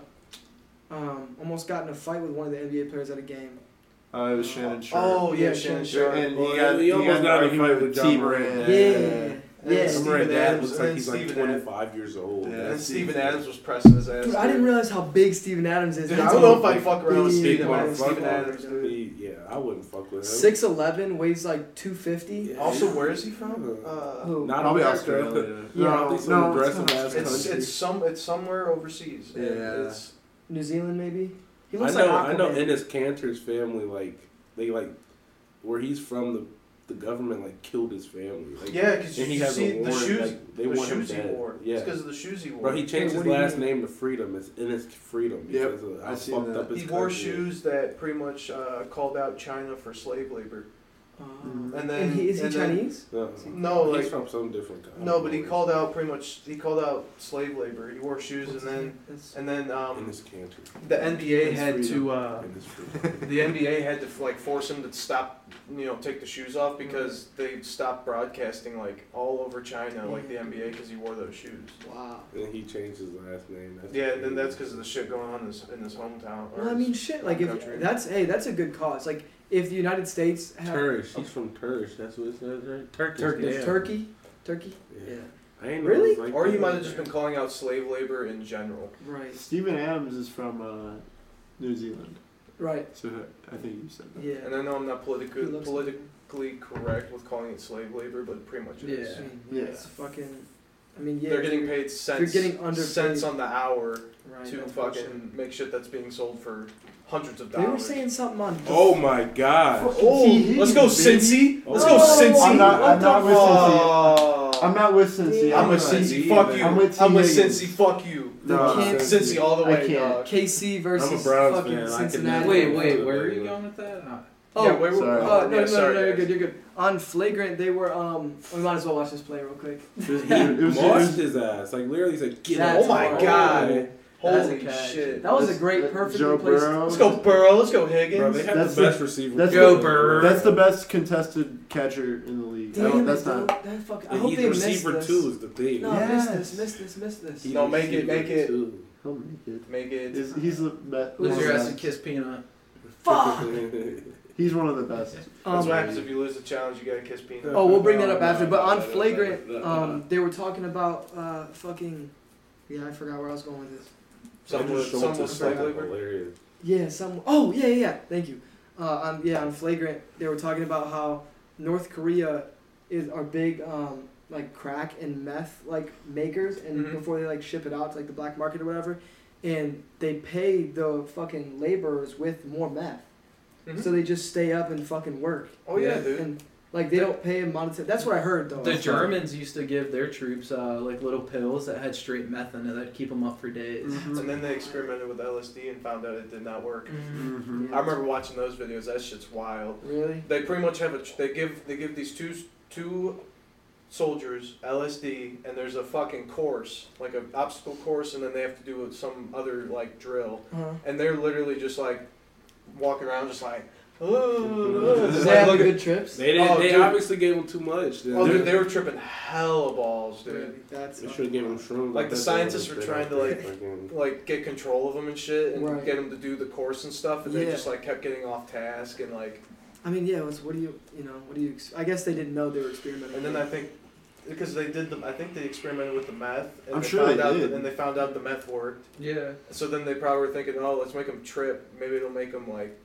Speaker 1: um, almost got in a fight with one of the NBA players at a game?
Speaker 3: Uh, it was Shannon Sharp.
Speaker 4: oh, yeah,
Speaker 1: Yeah, Shannon
Speaker 4: Shannon Sharp.
Speaker 3: And
Speaker 5: Well,
Speaker 3: he got,
Speaker 5: he
Speaker 3: he
Speaker 5: almost
Speaker 3: got in
Speaker 5: got in a
Speaker 3: an argument
Speaker 5: fight
Speaker 3: with
Speaker 5: with
Speaker 3: T.
Speaker 5: John
Speaker 3: Moran.
Speaker 5: Moran.
Speaker 1: Yeah.
Speaker 4: Yeah.
Speaker 1: Yeah.
Speaker 4: Some
Speaker 5: Remember
Speaker 4: Steven
Speaker 5: dad
Speaker 4: Adams
Speaker 5: looks
Speaker 4: and
Speaker 5: like he's like
Speaker 4: Steven Adams.
Speaker 5: 25 years old.
Speaker 3: Yeah.
Speaker 4: and
Speaker 5: That's-
Speaker 4: Steven Adams was pressing his ass.
Speaker 1: Dude, I didn't realize how big Steven Adams is.
Speaker 4: Dude, I don't know if I'd fuck around with
Speaker 1: Big
Speaker 4: Steven
Speaker 1: motherfucker.
Speaker 4: Adams. Steven Adams, dude.
Speaker 5: He- yeah, I wouldn't fuck with him.
Speaker 1: Six eleven, weighs like two fifty.
Speaker 5: Yeah.
Speaker 4: Also, where is he from?
Speaker 5: Uh,
Speaker 4: Uh,
Speaker 1: Who?
Speaker 5: Not
Speaker 3: Probably
Speaker 5: America.
Speaker 3: Australia.
Speaker 1: Yeah,
Speaker 5: I
Speaker 3: No,
Speaker 5: think some
Speaker 3: no,
Speaker 5: aggressive
Speaker 3: not
Speaker 5: ass
Speaker 3: Australia.
Speaker 4: it's it's some it's somewhere overseas. and
Speaker 3: Yeah.
Speaker 4: It's,
Speaker 1: New Zealand maybe. He
Speaker 5: I
Speaker 1: looks
Speaker 5: know,
Speaker 1: like
Speaker 5: I know.
Speaker 1: Aquaman.
Speaker 5: Ennis Cantor's family, like they like where he's from, the the government like killed his family. Like,
Speaker 4: yeah, because
Speaker 5: and he
Speaker 4: you
Speaker 5: has
Speaker 4: see
Speaker 5: a warrant.
Speaker 4: the shoes.
Speaker 5: like, they
Speaker 4: the
Speaker 5: want him
Speaker 4: shoes he
Speaker 5: dead.
Speaker 4: wore. It's
Speaker 5: Yeah,
Speaker 4: because of the shoes he wore.
Speaker 5: bro. He changed
Speaker 1: Hey, what
Speaker 5: his
Speaker 1: do you
Speaker 5: last
Speaker 1: mean?
Speaker 5: name to Freedom. It's Ennis Freedom
Speaker 3: Yep,
Speaker 5: because of how
Speaker 3: I seen
Speaker 5: fucked
Speaker 3: that.
Speaker 5: up his
Speaker 4: he wore
Speaker 5: country is.
Speaker 4: shoes that pretty much uh, called out China for slave labor.
Speaker 1: Oh.
Speaker 3: And
Speaker 1: and
Speaker 4: then-
Speaker 1: he, is he
Speaker 4: and then-
Speaker 1: Chinese?
Speaker 5: No,
Speaker 4: No,
Speaker 5: Uh-huh. he's
Speaker 4: like
Speaker 5: from some different. country.
Speaker 4: no, but he called out pretty much. He called out slave labor. He wore shoes, and then
Speaker 1: That's-
Speaker 4: and then um,
Speaker 5: Ennis Cantor.
Speaker 4: the NBA had to. Uh,
Speaker 5: Ennis Freedom.
Speaker 4: the NBA had to like force him to stop, you know, take the shoes off because they stopped broadcasting like all over China, like the NBA, because he wore those shoes.
Speaker 1: wow.
Speaker 5: and he changed his last name. That's
Speaker 4: Yeah, and then
Speaker 5: crazy.
Speaker 4: that's because of the shit going on in his, in his hometown. or
Speaker 1: Well, I
Speaker 4: his-
Speaker 1: mean, shit. Like,
Speaker 4: Country.
Speaker 1: if that's hey, that's a good cause. Like, if the United States had
Speaker 5: Turkish. He's from Turkish. That's what it says, right? Turkish.
Speaker 1: Turkey,
Speaker 5: damn.
Speaker 1: Turkey, Turkey,
Speaker 5: Yeah.
Speaker 1: yeah,
Speaker 5: I ain't know
Speaker 1: Really?
Speaker 5: it was Like
Speaker 4: or he
Speaker 5: that.
Speaker 4: might have just been calling out slave labor in general.
Speaker 1: right,
Speaker 3: Stephen Adams is from uh, New Zealand.
Speaker 1: right,
Speaker 3: So I think you said that.
Speaker 1: yeah.
Speaker 4: And I know I'm not
Speaker 1: He
Speaker 4: politically
Speaker 1: looks-
Speaker 4: politically correct with calling it slave labor, but it pretty much it is.
Speaker 1: I mean,
Speaker 3: Yeah.
Speaker 1: It's fucking. I mean, yeah.
Speaker 4: They're
Speaker 1: if
Speaker 4: getting
Speaker 1: you're-
Speaker 4: paid cents,
Speaker 1: you're getting underpaid.
Speaker 4: cents on the hour
Speaker 1: right,
Speaker 4: to
Speaker 1: unfortunately.
Speaker 4: fucking make shit that's being sold for hundreds of
Speaker 1: They
Speaker 4: dollars.
Speaker 1: were saying something on.
Speaker 5: Oh my god.
Speaker 4: Oh, let's go, Cincy. Let's go,
Speaker 1: Oh,
Speaker 4: Cincy.
Speaker 1: I'm not-
Speaker 3: I'm not with
Speaker 4: Oh.
Speaker 3: I'm not with Cincy.
Speaker 1: Yeah.
Speaker 4: I'm
Speaker 3: I'm,
Speaker 4: with
Speaker 3: with
Speaker 4: Cincy.
Speaker 5: Cincy.
Speaker 4: Fuck you.
Speaker 3: I'm with T.
Speaker 4: I'm with
Speaker 3: Higgins.
Speaker 4: Cincy. Fuck you.
Speaker 3: No,
Speaker 1: They can't-
Speaker 4: Cincy all the
Speaker 3: I
Speaker 4: way,
Speaker 3: can't.
Speaker 4: dog.
Speaker 1: KC
Speaker 5: I'm
Speaker 1: versus
Speaker 5: a Browns
Speaker 1: fucking
Speaker 5: fan, I can
Speaker 1: Cincinnati.
Speaker 5: never-
Speaker 2: Wait, wait, where are you going with that? Uh,
Speaker 1: Oh,
Speaker 4: yeah, where were
Speaker 3: sorry.
Speaker 1: Uh,
Speaker 4: we?
Speaker 1: no,
Speaker 4: yeah,
Speaker 1: no, no,
Speaker 4: sorry,
Speaker 1: no, you're good,
Speaker 4: guys.
Speaker 1: you're good. On flagrant, they were. Um, we might as well watch this play real quick.
Speaker 3: It was- it was- it
Speaker 5: Lost
Speaker 3: was-
Speaker 5: his ass. Like literally, he's like, get
Speaker 1: That's
Speaker 5: out.
Speaker 4: Oh my
Speaker 1: hard.
Speaker 4: god.
Speaker 1: That's a
Speaker 4: Holy
Speaker 1: catch.
Speaker 4: shit.
Speaker 1: That was a
Speaker 3: That's-
Speaker 1: great,
Speaker 3: that-
Speaker 1: perfectly
Speaker 3: Joe
Speaker 1: placed.
Speaker 3: Burrow.
Speaker 4: Let's go, Burrow. Let's go,
Speaker 5: Bro,
Speaker 4: Higgins.
Speaker 5: they have
Speaker 3: That's
Speaker 5: the
Speaker 3: the-
Speaker 5: best receiver.
Speaker 3: that's
Speaker 2: Go the- Bird.
Speaker 3: That's the best contested catcher in the league. I
Speaker 1: Damn
Speaker 3: don't,
Speaker 1: it,
Speaker 3: that's
Speaker 1: dude,
Speaker 3: not.
Speaker 1: That fuck. I
Speaker 5: And
Speaker 1: hope
Speaker 5: he's
Speaker 1: they missed
Speaker 5: receiver
Speaker 1: this.
Speaker 5: two is the thing.
Speaker 1: No,
Speaker 3: Yes.
Speaker 1: miss this, miss this, miss this.
Speaker 5: He's
Speaker 4: No, make it,
Speaker 5: receiver
Speaker 4: make it.
Speaker 5: two.
Speaker 3: He'll make it.
Speaker 4: Make it.
Speaker 3: He's, he's the best.
Speaker 2: Lose
Speaker 1: Loser
Speaker 2: your
Speaker 1: Yeah.
Speaker 2: ass and kiss peanut.
Speaker 1: Fuck.
Speaker 3: He's one of the best.
Speaker 4: That's
Speaker 1: Um,
Speaker 4: what happens if you lose the challenge. You gotta kiss peanut.
Speaker 1: Oh, we'll bring that up
Speaker 5: No,
Speaker 1: after.
Speaker 5: no,
Speaker 1: But
Speaker 5: no,
Speaker 1: on
Speaker 5: no, no,
Speaker 1: flagrant,
Speaker 5: no, no,
Speaker 1: um, they were talking about uh, fucking. Yeah, I forgot where I was going with this.
Speaker 4: Some with some with slave labor.
Speaker 5: hilarious.
Speaker 1: Yeah, some. Oh, yeah, yeah, yeah. Thank you. Uh, on yeah, on flagrant, they were talking about how North Korea is our big um, like crack and meth like makers, and
Speaker 4: Mhm.
Speaker 1: before they like ship it out to like the black market or whatever, and they pay the fucking laborers with more meth,
Speaker 4: Mhm.
Speaker 1: so they just stay up and fucking work.
Speaker 4: Oh yeah,
Speaker 2: Yeah.
Speaker 4: dude.
Speaker 1: And like they don't pay a monetary. That's what I heard though.
Speaker 2: The Germans used to give their troops uh, like little pills that had straight meth in it that'd keep them up for days.
Speaker 3: Mm-hmm.
Speaker 4: And then they experimented with LSD and found out it did not work.
Speaker 1: Mm,
Speaker 3: hmm
Speaker 5: Mm-hmm.
Speaker 1: Yeah.
Speaker 4: I remember watching those videos. That shit's wild.
Speaker 1: Really?
Speaker 4: They pretty much have a. tr- They give they give these two two soldiers LSD, and there's a fucking course, like an obstacle course, and then they have to do some other like drill,
Speaker 1: Uh-huh.
Speaker 4: and they're literally just like walking around, just like. "Oh,
Speaker 1: Did
Speaker 4: oh."
Speaker 1: they
Speaker 4: Just
Speaker 1: have
Speaker 4: like, look
Speaker 1: good trips?
Speaker 5: They didn't.
Speaker 4: Oh,
Speaker 5: they
Speaker 4: dude.
Speaker 5: obviously gave him too much.
Speaker 4: at-
Speaker 5: Then.
Speaker 4: oh, dude, they were tripping hella balls, dude.
Speaker 1: That's
Speaker 5: They should have given him shrooms.
Speaker 4: Like, the
Speaker 5: that,
Speaker 4: scientists
Speaker 5: they
Speaker 4: were
Speaker 5: would've
Speaker 4: trying to,
Speaker 5: been
Speaker 4: like-
Speaker 5: fucking-
Speaker 4: Like get control of them and shit, and
Speaker 1: Right.
Speaker 4: get them to do the course and stuff, and they
Speaker 1: Yeah.
Speaker 4: just like kept getting off task and like.
Speaker 1: I mean, yeah. What's, what do you, you know, what do you? Ex- I guess they didn't know they were experimenting.
Speaker 4: And then I think because they did the, I think they experimented with the meth. And
Speaker 3: I'm
Speaker 4: they
Speaker 3: sure
Speaker 4: found
Speaker 3: they
Speaker 4: out
Speaker 3: did.
Speaker 4: That, and they found out the meth worked.
Speaker 2: Yeah.
Speaker 4: So then they probably were thinking, oh, let's make them trip. Maybe it'll make them like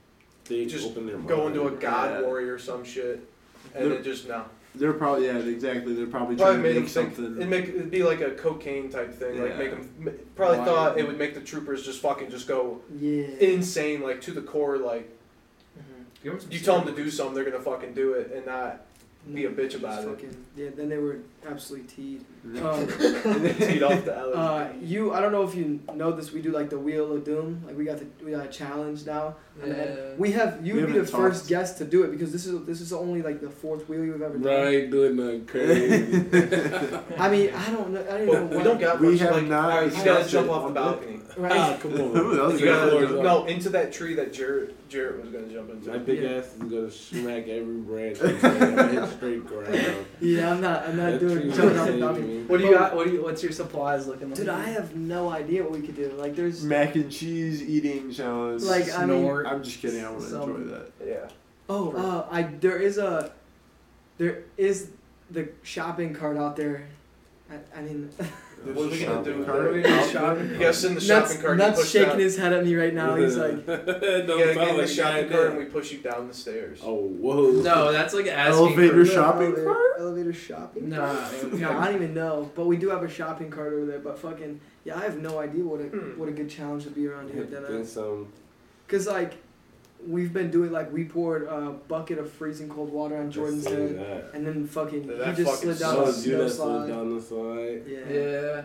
Speaker 5: They
Speaker 4: just
Speaker 5: opened their
Speaker 4: go into a
Speaker 5: mind.
Speaker 4: god
Speaker 3: Yeah.
Speaker 4: warrior or some shit. and it just no.
Speaker 3: They're probably yeah, exactly. They're probably trying
Speaker 4: Probably
Speaker 3: to
Speaker 4: made him
Speaker 3: make
Speaker 4: think
Speaker 3: something.
Speaker 4: it make it'd be like a cocaine type thing. Like
Speaker 3: Yeah.
Speaker 4: make him probably
Speaker 3: Why?
Speaker 4: thought it would make the troopers just fucking just go
Speaker 1: Yeah.
Speaker 4: insane, like to the core. Like
Speaker 1: Mhm.
Speaker 2: Give him some
Speaker 4: you tell them to
Speaker 2: cereal.
Speaker 4: do something, they're gonna fucking do it, and not Be a bitch
Speaker 1: Just
Speaker 4: about it.
Speaker 1: Fucking, yeah, then they were absolutely teed.
Speaker 3: Yeah.
Speaker 4: Oh.
Speaker 1: Um,
Speaker 4: teed off the alley.
Speaker 1: uh, you, I don't know if you know this. We do like the Wheel of Doom. Like we got the we got a challenge now. on the head.
Speaker 2: Yeah.
Speaker 1: We have you
Speaker 3: We
Speaker 1: would be the
Speaker 3: haven't
Speaker 1: first
Speaker 3: talked.
Speaker 1: guest to do it because this is this is only like the fourth wheel you've ever done.
Speaker 5: Right, doing nothing crazy.
Speaker 1: I mean, I don't know. I don't even know
Speaker 4: but
Speaker 1: what.
Speaker 4: we don't got
Speaker 3: We
Speaker 4: much.
Speaker 3: have
Speaker 4: like,
Speaker 3: not
Speaker 4: all right, you gotta
Speaker 3: discussed
Speaker 4: jump
Speaker 3: it
Speaker 4: off the
Speaker 3: on this.
Speaker 4: balcony.
Speaker 1: right.
Speaker 5: ah, come
Speaker 3: Ooh, that
Speaker 5: on.
Speaker 4: You
Speaker 3: was a good
Speaker 4: gotta,
Speaker 3: one.
Speaker 4: no, into that tree that Jarrett Jarrett was gonna jump into.
Speaker 5: My big
Speaker 1: Yeah.
Speaker 5: ass is gonna smack every branch. and hit straight ground.
Speaker 1: Yeah, I'm not. I'm not
Speaker 5: That
Speaker 1: doing jumping
Speaker 5: tree was
Speaker 1: off the
Speaker 5: saving
Speaker 1: balcony.
Speaker 5: me.
Speaker 2: What do you got? What do you? What's your supplies looking like?
Speaker 1: Oh. Dude, I have no idea what we could do. Like, there's
Speaker 3: Mac and cheese eating challenge.
Speaker 1: Like, uh, I mean-
Speaker 2: Snort.
Speaker 3: I'm just kidding. I would
Speaker 2: Some-
Speaker 3: enjoy that.
Speaker 4: Yeah.
Speaker 1: oh, uh, I there is a, there is the shopping cart out there. I, I mean,
Speaker 4: What are we gonna do?
Speaker 3: Shopping cart.
Speaker 4: What are we
Speaker 2: Yeah,
Speaker 4: gonna do?
Speaker 2: shopping
Speaker 4: You
Speaker 2: cart.
Speaker 4: gotta send the
Speaker 1: nuts,
Speaker 4: shopping cart. you
Speaker 1: nuts
Speaker 4: push
Speaker 1: shaking
Speaker 4: down.
Speaker 1: his head at me right now. He's like,
Speaker 4: You
Speaker 5: Don't
Speaker 4: gotta
Speaker 5: sound
Speaker 4: get in the
Speaker 5: like a
Speaker 4: shopping
Speaker 5: guy
Speaker 4: cart and
Speaker 5: did.
Speaker 4: we push you down the stairs.
Speaker 5: Oh, whoa.
Speaker 2: No, that's like asking.
Speaker 3: Elevator
Speaker 2: for-
Speaker 3: Your shopping
Speaker 1: elevator,
Speaker 3: cart?
Speaker 1: Elevator shopping.
Speaker 2: Nah,
Speaker 1: cart? Yeah, I don't even know, but we do have a shopping cart over there. But fucking, yeah, I have no idea what a
Speaker 4: Hmm.
Speaker 1: what a good challenge would be around here. Dead
Speaker 5: Then
Speaker 1: ass.
Speaker 5: some.
Speaker 1: Cause like, we've been doing like we poured a bucket of freezing cold water on Jordan's
Speaker 5: Let's see
Speaker 1: head,
Speaker 5: that.
Speaker 1: and then fucking
Speaker 4: That
Speaker 1: he just
Speaker 4: fucking
Speaker 1: slid down
Speaker 5: Oh,
Speaker 1: a
Speaker 4: sucks.
Speaker 5: dude,
Speaker 1: snow
Speaker 5: that slid
Speaker 1: slide.
Speaker 5: down the slide.
Speaker 1: Yeah.
Speaker 2: Yeah.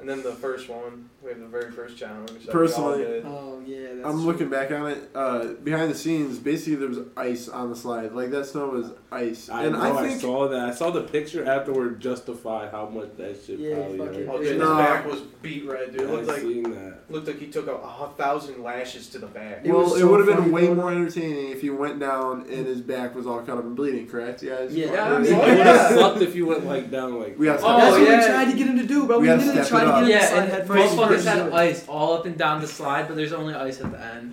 Speaker 4: And then the first one, we have the very first challenge. that we all
Speaker 3: Personally,
Speaker 4: did.
Speaker 1: Oh yeah. That's
Speaker 3: I'm
Speaker 1: true.
Speaker 3: looking back on it. Uh, behind the scenes, basically there was ice on the slide. Like that snow was ice,
Speaker 5: I
Speaker 3: and
Speaker 5: know.
Speaker 3: I
Speaker 5: I,
Speaker 3: think
Speaker 5: saw that. I saw the picture afterward. Justify how much that shit
Speaker 1: Yeah,
Speaker 5: probably
Speaker 1: fucking-
Speaker 5: hurt.
Speaker 4: oh, dude, his
Speaker 3: Nah.
Speaker 4: back was beat red, dude. It
Speaker 5: I
Speaker 4: looked like
Speaker 5: seen that.
Speaker 4: looked like he took a, a thousand lashes to the back.
Speaker 1: It
Speaker 3: well,
Speaker 1: was
Speaker 3: it
Speaker 1: so
Speaker 3: would have
Speaker 1: funny
Speaker 3: been way
Speaker 1: though.
Speaker 3: more entertaining if you went down and his back was all cut up and bleeding. Correct? Yeah. it's-
Speaker 1: Yeah.
Speaker 2: Yeah, I
Speaker 5: It
Speaker 2: mean,
Speaker 5: would
Speaker 2: Oh, yeah.
Speaker 5: have sucked if you went like down like.
Speaker 3: We got
Speaker 5: that.
Speaker 2: Oh,
Speaker 1: That's what
Speaker 2: yeah.
Speaker 1: we tried to get him to do, bro.
Speaker 3: We
Speaker 1: We,
Speaker 3: gotta
Speaker 1: literally
Speaker 3: step
Speaker 1: tried
Speaker 3: it
Speaker 1: to get him to
Speaker 2: Yeah,
Speaker 1: slide
Speaker 2: and
Speaker 1: head first.
Speaker 2: motherfuckers had ice all up and down the slide, but there's only ice at the end.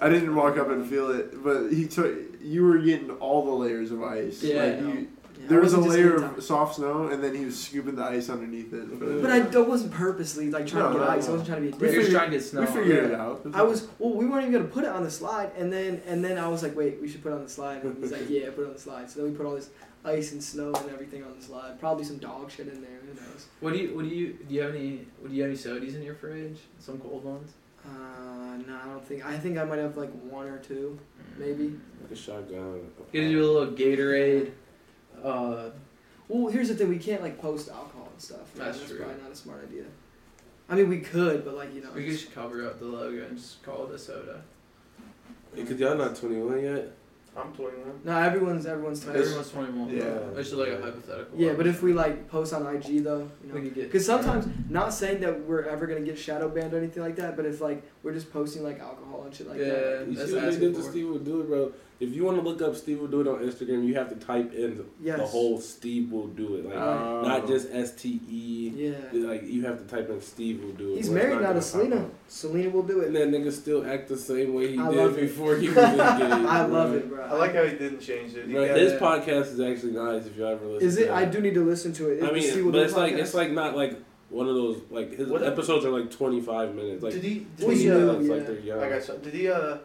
Speaker 3: I didn't walk up and feel it, but he took. You were getting all the layers of ice.
Speaker 2: Yeah.
Speaker 3: Like, you,
Speaker 1: Yeah,
Speaker 3: there
Speaker 1: I
Speaker 3: was a
Speaker 1: wasn't just
Speaker 3: layer
Speaker 1: getting down.
Speaker 3: of soft snow, and then he was scooping the ice underneath it.
Speaker 1: But I, I wasn't purposely like trying to
Speaker 3: No,
Speaker 1: get
Speaker 3: no,
Speaker 1: ice. I
Speaker 3: no.
Speaker 1: wasn't trying to be
Speaker 3: We
Speaker 1: a
Speaker 2: You're
Speaker 1: dick.
Speaker 2: just
Speaker 3: figured-
Speaker 2: trying to get snow.
Speaker 3: we figured it
Speaker 1: Yeah.
Speaker 3: out.
Speaker 1: I was well. We weren't even gonna put it on the slide, and then and then I was like, wait, we should put it on the slide. And he's like, yeah, put it on the slide. So then we put all this ice and snow and everything on the slide. Probably some dog shit in there. Who knows?
Speaker 2: What do you? What do you? Do you have any? What do you have any sodas in your fridge? Some cold ones.
Speaker 1: Uh, no, I don't think. I think I might have like one or two, maybe.
Speaker 5: Like a shotgun.
Speaker 3: Uh,
Speaker 2: You gotta do a little Gatorade. Uh,
Speaker 1: Well, here's the thing: we can't like post alcohol and stuff. Yeah,
Speaker 2: That's
Speaker 1: that's
Speaker 2: true.
Speaker 1: probably not a smart idea. I mean, we could, but like you know,
Speaker 2: we
Speaker 1: it's-
Speaker 2: should cover up the logo and just call it a soda.
Speaker 5: Hey, Cause y'all not 21 yet.
Speaker 4: I'm 21.
Speaker 1: no, everyone's everyone's tired.
Speaker 2: Everyone's 21.
Speaker 3: Yeah.
Speaker 2: It's just like a hypothetical.
Speaker 1: Yeah, but if we like post on IG though, you
Speaker 2: We
Speaker 1: know,
Speaker 2: could get.
Speaker 1: because sometimes not saying that we're ever gonna get shadow banned or anything like that, but if like we're just posting like alcohol and shit like that,
Speaker 2: Yeah,
Speaker 5: You
Speaker 2: that's
Speaker 5: see what they
Speaker 2: asking
Speaker 5: did to
Speaker 2: for.
Speaker 5: Steve Will Do It, bro. If you want to look up Steve Will Do It on Instagram, you have to type in the,
Speaker 1: Yes.
Speaker 5: the whole Steve Will Do It. Like,
Speaker 1: Oh.
Speaker 5: not just S T E.
Speaker 1: yeah,
Speaker 5: Like, you have to type in Steve Will Do
Speaker 1: he's
Speaker 5: It. or it's
Speaker 1: married now to
Speaker 5: gonna pop
Speaker 1: Selena.
Speaker 5: up.
Speaker 1: Selena will do
Speaker 5: And
Speaker 1: it.
Speaker 5: that nigga still act the same way he
Speaker 1: I
Speaker 5: did
Speaker 1: love it.
Speaker 5: before he was engaged.
Speaker 1: I
Speaker 5: bro.
Speaker 1: love it, bro.
Speaker 4: I like how he didn't change it. He
Speaker 5: Bro,
Speaker 4: got
Speaker 5: his
Speaker 4: it.
Speaker 5: podcast is actually nice if you ever listen.
Speaker 1: Is
Speaker 5: to
Speaker 1: it? I do need to listen to it.
Speaker 5: I
Speaker 1: It's the
Speaker 5: mean,
Speaker 1: Steve
Speaker 5: but
Speaker 1: Will
Speaker 5: it's
Speaker 1: Do It
Speaker 5: like
Speaker 1: podcast.
Speaker 5: it's like not like one of those like his
Speaker 4: What-
Speaker 5: episodes are like twenty five minutes. Like
Speaker 4: did he? Did
Speaker 1: Well,
Speaker 4: he?
Speaker 5: he
Speaker 1: yeah.
Speaker 4: Uh,
Speaker 5: minutes, like they're young.
Speaker 4: I got some. Did he? Uh,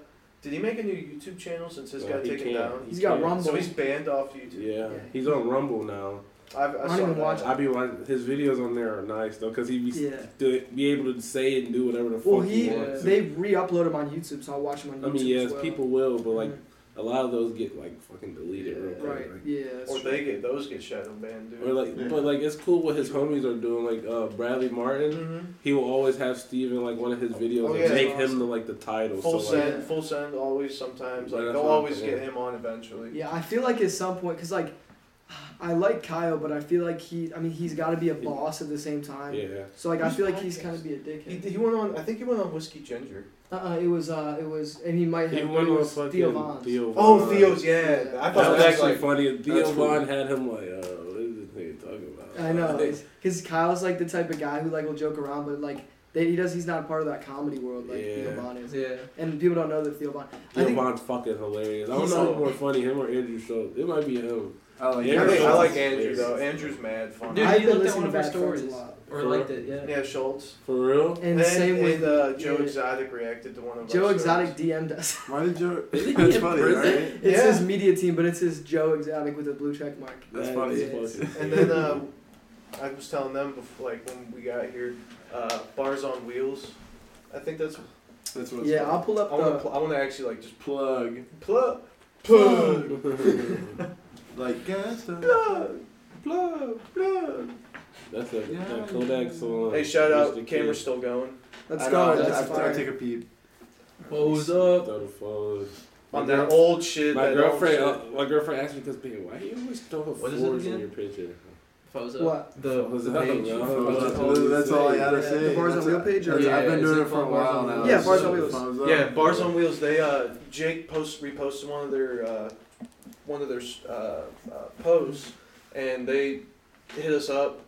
Speaker 4: did he make a new YouTube channel since his
Speaker 5: Uh,
Speaker 4: got
Speaker 5: he
Speaker 4: taken
Speaker 5: can't.
Speaker 4: down?
Speaker 1: He's got
Speaker 5: Yeah.
Speaker 1: Rumble.
Speaker 4: So he's banned off YouTube.
Speaker 5: Yeah,
Speaker 1: Yeah.
Speaker 5: he's on Rumble now.
Speaker 4: I've, I,
Speaker 1: I don't
Speaker 4: saw
Speaker 1: even
Speaker 4: that.
Speaker 1: watch
Speaker 5: I be watching his videos on there are nice though, cause he be
Speaker 1: Yeah.
Speaker 5: do, be able to say and do whatever the fuck
Speaker 1: well,
Speaker 5: he,
Speaker 1: he
Speaker 5: wants.
Speaker 1: they re-upload him on YouTube, so I'll watch him on
Speaker 5: I
Speaker 1: YouTube.
Speaker 5: mean,
Speaker 1: as
Speaker 5: yes,
Speaker 1: well.
Speaker 5: people will, but like
Speaker 1: Mhm.
Speaker 5: a lot of those get like fucking deleted real quick.
Speaker 1: right?
Speaker 5: like-
Speaker 1: Yeah, that's
Speaker 4: Or
Speaker 1: true.
Speaker 4: they get those get shadow banned, dude.
Speaker 5: Or like,
Speaker 3: Yeah.
Speaker 5: but like, it's cool what his homies are doing. Like uh, Bradley Martin,
Speaker 4: Mhm.
Speaker 5: he will always have Steve in like one of his videos
Speaker 4: Oh,
Speaker 5: and
Speaker 4: yeah.
Speaker 5: make him the like the title.
Speaker 4: Full
Speaker 5: so, like,
Speaker 4: send, full send, always. Sometimes like
Speaker 5: Yeah,
Speaker 4: they'll
Speaker 5: that's
Speaker 4: always
Speaker 5: what I'm
Speaker 4: get him on eventually.
Speaker 1: Yeah, I feel like at some point, cause like, I like Kyle, but I feel like he, I mean, he's got to be a boss at the same time.
Speaker 5: yeah.
Speaker 1: So like, I
Speaker 4: Whose
Speaker 1: feel like he's
Speaker 4: podcast?
Speaker 1: kind of be a
Speaker 4: He,
Speaker 1: dickhead.
Speaker 4: he went on. I think he went on Whiskey Ginger.
Speaker 1: Uh, uh it was, uh, it was, and he might have.
Speaker 5: He
Speaker 1: It
Speaker 5: went on
Speaker 1: was
Speaker 5: fucking
Speaker 1: Theo Von's.
Speaker 5: Theo
Speaker 4: Oh,
Speaker 5: Von.
Speaker 4: Theo's. Yeah, I
Speaker 5: That
Speaker 4: thought
Speaker 5: was actually
Speaker 4: like,
Speaker 5: funny. Theo
Speaker 3: that's cool.
Speaker 5: Vaughn had him like, uh, what is this nigga talking about?
Speaker 1: I know, it's- cause Kyle's like the type of guy who like will joke around, but like They, he does. He's not a part of that comedy world like
Speaker 5: Yeah.
Speaker 1: Theo Von is,
Speaker 2: Yeah.
Speaker 1: and people don't know that Theo Von. I
Speaker 5: Theo
Speaker 1: think
Speaker 5: Von's fucking hilarious. I don't
Speaker 1: He's
Speaker 5: know
Speaker 1: so-
Speaker 5: who's more funny, him or Andrew Schultz. It might be him.
Speaker 3: I like
Speaker 5: Yeah,
Speaker 4: I,
Speaker 3: Andrew
Speaker 4: think, I like
Speaker 3: Schultz.
Speaker 4: Andrew though. Andrew's mad funny.
Speaker 2: Dude,
Speaker 1: I've
Speaker 2: he
Speaker 1: been
Speaker 2: looked at
Speaker 1: listening
Speaker 2: one
Speaker 1: to
Speaker 2: of our
Speaker 1: Bad Friends a
Speaker 2: stories.
Speaker 1: lot.
Speaker 2: Or liked it, yeah.
Speaker 4: yeah, Schultz.
Speaker 5: For real?
Speaker 1: And
Speaker 4: then-
Speaker 1: same with
Speaker 4: uh, Joe
Speaker 1: yeah,
Speaker 4: Exotic reacted to one of
Speaker 1: Joe
Speaker 4: our
Speaker 1: Exotic
Speaker 4: stories.
Speaker 1: DM'd us.
Speaker 3: Why did Joe?
Speaker 5: Isn't he
Speaker 3: That's
Speaker 5: in
Speaker 3: funny,
Speaker 5: prison?
Speaker 3: right?
Speaker 1: It's
Speaker 4: Yeah.
Speaker 1: his media team, but it's his Joe Exotic with a blue check mark.
Speaker 3: That's
Speaker 5: That
Speaker 3: funny.
Speaker 5: is fucking-
Speaker 4: And then uh, I was telling them before, like when we got here, uh, Bars on Wheels. I think that's.
Speaker 3: That's what. It's
Speaker 1: Yeah, I'll
Speaker 3: called.
Speaker 1: pull
Speaker 4: I
Speaker 1: up
Speaker 4: want to.
Speaker 1: the.
Speaker 4: Pl- I want to actually like just
Speaker 3: plug.
Speaker 4: plug, plug,
Speaker 1: uh,
Speaker 3: Like gas. uh,
Speaker 4: plug, plug, plug.
Speaker 5: That's a
Speaker 3: Yeah.
Speaker 5: that Kodak song.
Speaker 4: Hey, shout
Speaker 5: Mr.
Speaker 4: out.
Speaker 5: Kid.
Speaker 4: Camera's still going.
Speaker 1: Let's
Speaker 4: I
Speaker 1: go.
Speaker 4: know,
Speaker 3: I,
Speaker 1: That's
Speaker 3: I, I
Speaker 1: fire.
Speaker 3: take a peep.
Speaker 2: What was up?
Speaker 5: Throw the phone.
Speaker 4: On
Speaker 5: My
Speaker 4: that
Speaker 5: girl-
Speaker 4: old shit.
Speaker 5: My
Speaker 4: that
Speaker 5: girlfriend,
Speaker 4: Old
Speaker 5: uh, my girlfriend asked me because, babe, why you always throw the
Speaker 2: What is it
Speaker 5: fours in
Speaker 2: again?
Speaker 5: your picture?
Speaker 2: Fozo.
Speaker 1: What?
Speaker 2: The
Speaker 5: Fozo,
Speaker 2: page.
Speaker 5: yeah.
Speaker 2: Fozo.
Speaker 5: Fozo.
Speaker 3: That's, that's all I gotta
Speaker 1: Yeah,
Speaker 3: say.
Speaker 1: the bars on
Speaker 3: That's
Speaker 1: wheel
Speaker 3: it.
Speaker 1: page or-
Speaker 3: That's- I've
Speaker 2: Yeah,
Speaker 3: been
Speaker 2: is
Speaker 3: doing
Speaker 2: it
Speaker 3: it for a
Speaker 2: called
Speaker 3: while
Speaker 2: Bars on
Speaker 3: now.
Speaker 2: Wheels?
Speaker 1: Yeah, Bars on
Speaker 3: So,
Speaker 1: Wheels.
Speaker 3: thumbs
Speaker 4: shit.
Speaker 3: up.
Speaker 4: Yeah, Bars on Wheels. They uh, Jake post reposted one of their uh, one of their uh, uh, posts, and they hit us up.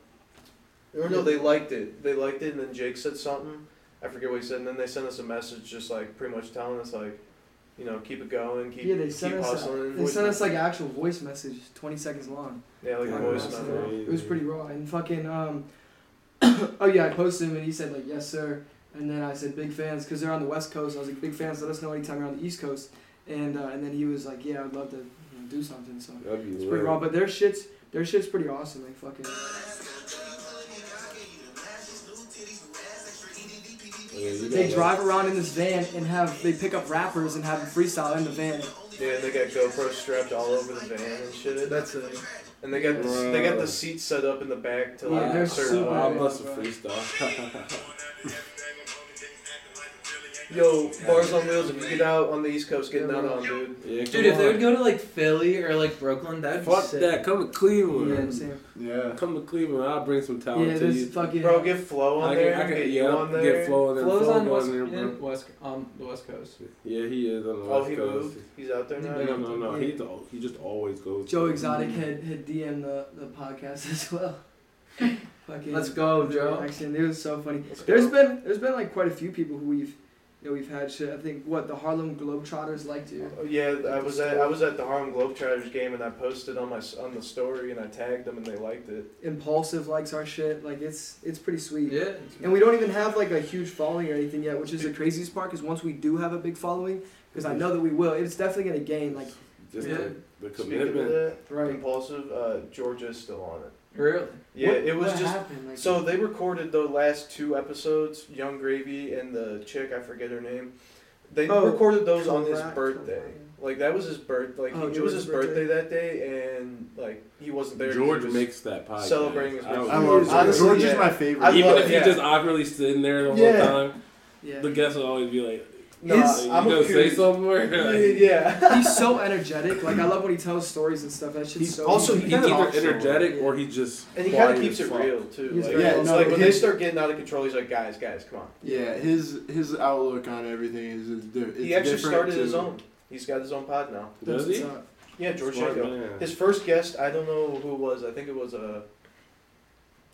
Speaker 4: Or no, they liked it. They liked it, and then Jake said something. I forget what he said, and then they sent us a message, just like pretty much telling us like, you know, keep it going, keep
Speaker 1: Yeah, they
Speaker 4: keep
Speaker 1: sent us.
Speaker 4: hustling.
Speaker 1: They sent us
Speaker 4: voice-
Speaker 1: like an actual voice message, 20 seconds long.
Speaker 4: yeah, like
Speaker 5: Yeah,
Speaker 4: a voice
Speaker 5: that's
Speaker 4: memo.
Speaker 5: crazy.
Speaker 1: It was pretty raw. And fucking, um, oh yeah, I posted him and he said like, yes sir. And then I said, big fans, because they're on the West Coast. I was like, big fans, let us know anytime you're on the East Coast. And uh, and then he was like, yeah, I'd love to you know, do something. So
Speaker 5: That'd be
Speaker 1: it's pretty
Speaker 5: lit.
Speaker 1: raw, but their shit's their shit's pretty awesome. Like fucking.
Speaker 5: Yeah, you
Speaker 1: They
Speaker 5: got
Speaker 1: drive around in this van and have they pick up rappers and have them freestyle in the van.
Speaker 4: Yeah, and they got GoPro strapped all over the van and shit.
Speaker 1: That's it.
Speaker 4: And they got the, they got the seats set up in the back to like
Speaker 1: Yeah,
Speaker 4: a
Speaker 1: they're
Speaker 4: certain
Speaker 1: super-
Speaker 5: I
Speaker 4: level.
Speaker 5: must have freestyle.
Speaker 4: Yo, bars on wheels. If you get out on the East Coast, get down on, dude.
Speaker 5: yeah, come
Speaker 2: Dude, if they
Speaker 5: on.
Speaker 2: would go to like Philly or like Brooklyn, that'd be
Speaker 5: Fuck
Speaker 2: sick.
Speaker 5: that. Come to
Speaker 1: Yeah, I'm
Speaker 5: Cleveland.
Speaker 1: saying.
Speaker 3: Yeah.
Speaker 5: Come to Cleveland. I'll bring some talent
Speaker 1: Yeah,
Speaker 5: to
Speaker 1: this
Speaker 5: you.
Speaker 1: fucking.
Speaker 4: Bro, get Flow on
Speaker 5: I
Speaker 4: there.
Speaker 5: can, I
Speaker 4: get
Speaker 5: can,
Speaker 4: you
Speaker 5: yeah,
Speaker 4: on there.
Speaker 5: get Flo on there.
Speaker 2: Flo's
Speaker 5: Flo
Speaker 2: on
Speaker 5: go
Speaker 2: West,
Speaker 5: there,
Speaker 2: yeah,
Speaker 5: bro.
Speaker 2: West on the West Coast.
Speaker 5: Yeah, he is on the
Speaker 4: Oh,
Speaker 5: West
Speaker 4: he
Speaker 5: Coast.
Speaker 4: moved. He's out there now.
Speaker 5: No, no, no.
Speaker 1: Yeah.
Speaker 5: He, al- he just always goes.
Speaker 1: Joe
Speaker 5: there.
Speaker 1: Exotic had had DM'd the, the podcast as well. fucking.
Speaker 2: Let's go, Joe.
Speaker 1: Action. It was so funny.
Speaker 4: Let's go.
Speaker 1: There's been there's been like quite a few people who we've that we've had shit. I think what the Harlem Globetrotters liked you.
Speaker 4: Oh, Yeah, I was at I was at the Harlem Globetrotters game and I posted on my s- on the story and I tagged them and they liked it.
Speaker 1: Impulsive likes our shit. Like it's it's pretty sweet.
Speaker 2: Yeah.
Speaker 1: And we don't even have like a huge following or anything yet, which is the craziest part. Because once we do have a big following, because I know that we will, it's definitely gonna gain. Like
Speaker 5: Just
Speaker 2: Yeah.
Speaker 5: the, the
Speaker 4: Speaking of
Speaker 5: commitment.
Speaker 4: that,
Speaker 1: right.
Speaker 4: compulsive, uh, Georgia's still on it.
Speaker 2: Really?
Speaker 4: Yeah,
Speaker 1: What-
Speaker 4: it was
Speaker 1: what
Speaker 4: just
Speaker 1: happened? Like,
Speaker 4: So they recorded the last two episodes, Young Gravy and the chick I forget her name. They
Speaker 1: Oh,
Speaker 4: recorded those on his
Speaker 1: Karak-
Speaker 4: birthday. Like that was his birth. Like
Speaker 1: Oh,
Speaker 4: he,
Speaker 1: it
Speaker 4: it was his birthday.
Speaker 1: birthday.
Speaker 4: that day, and like he wasn't there. 'cause he
Speaker 5: George
Speaker 4: was-
Speaker 5: makes that podcast.
Speaker 4: celebrating his
Speaker 5: I don't
Speaker 4: birthday.
Speaker 3: I
Speaker 5: know.
Speaker 3: love George.
Speaker 4: Honestly,
Speaker 3: George
Speaker 4: yeah.
Speaker 3: is my favorite.
Speaker 4: I
Speaker 5: Even
Speaker 4: love-
Speaker 5: if he
Speaker 4: yeah.
Speaker 5: just awkwardly sitting there the
Speaker 4: Yeah.
Speaker 5: whole time,
Speaker 1: Yeah.
Speaker 5: the guests will always be like,
Speaker 4: No,
Speaker 5: "You
Speaker 1: His-
Speaker 4: I'm
Speaker 5: gonna
Speaker 4: a
Speaker 5: say
Speaker 4: curious.
Speaker 5: something?" Or, like,
Speaker 4: yeah.
Speaker 1: he's so energetic. Like I love when he tells stories and stuff. That shit's so.
Speaker 4: also-
Speaker 1: easy.
Speaker 4: he
Speaker 5: he's
Speaker 4: kinda
Speaker 5: either
Speaker 4: talks to
Speaker 5: energetic
Speaker 1: him.
Speaker 5: or he just
Speaker 4: And he kind
Speaker 5: quiet
Speaker 4: of keeps
Speaker 5: as
Speaker 4: it
Speaker 5: fuck.
Speaker 4: real too.
Speaker 1: He's
Speaker 4: Like,
Speaker 1: very-
Speaker 4: yeah,
Speaker 1: Yeah,
Speaker 3: no,
Speaker 4: like when they
Speaker 3: his-
Speaker 4: start getting out of control, he's like, "Guys, guys, come on."
Speaker 3: Yeah, his his outlook on everything is, is di- it's
Speaker 4: he actually
Speaker 3: different
Speaker 4: started
Speaker 3: to-
Speaker 4: his own. He's got his own pod now.
Speaker 5: Does he?
Speaker 1: What's up?
Speaker 4: Yeah, George
Speaker 5: Smart
Speaker 4: Shenko.
Speaker 5: man.
Speaker 4: His first guest, I don't know who it was. I think it was a,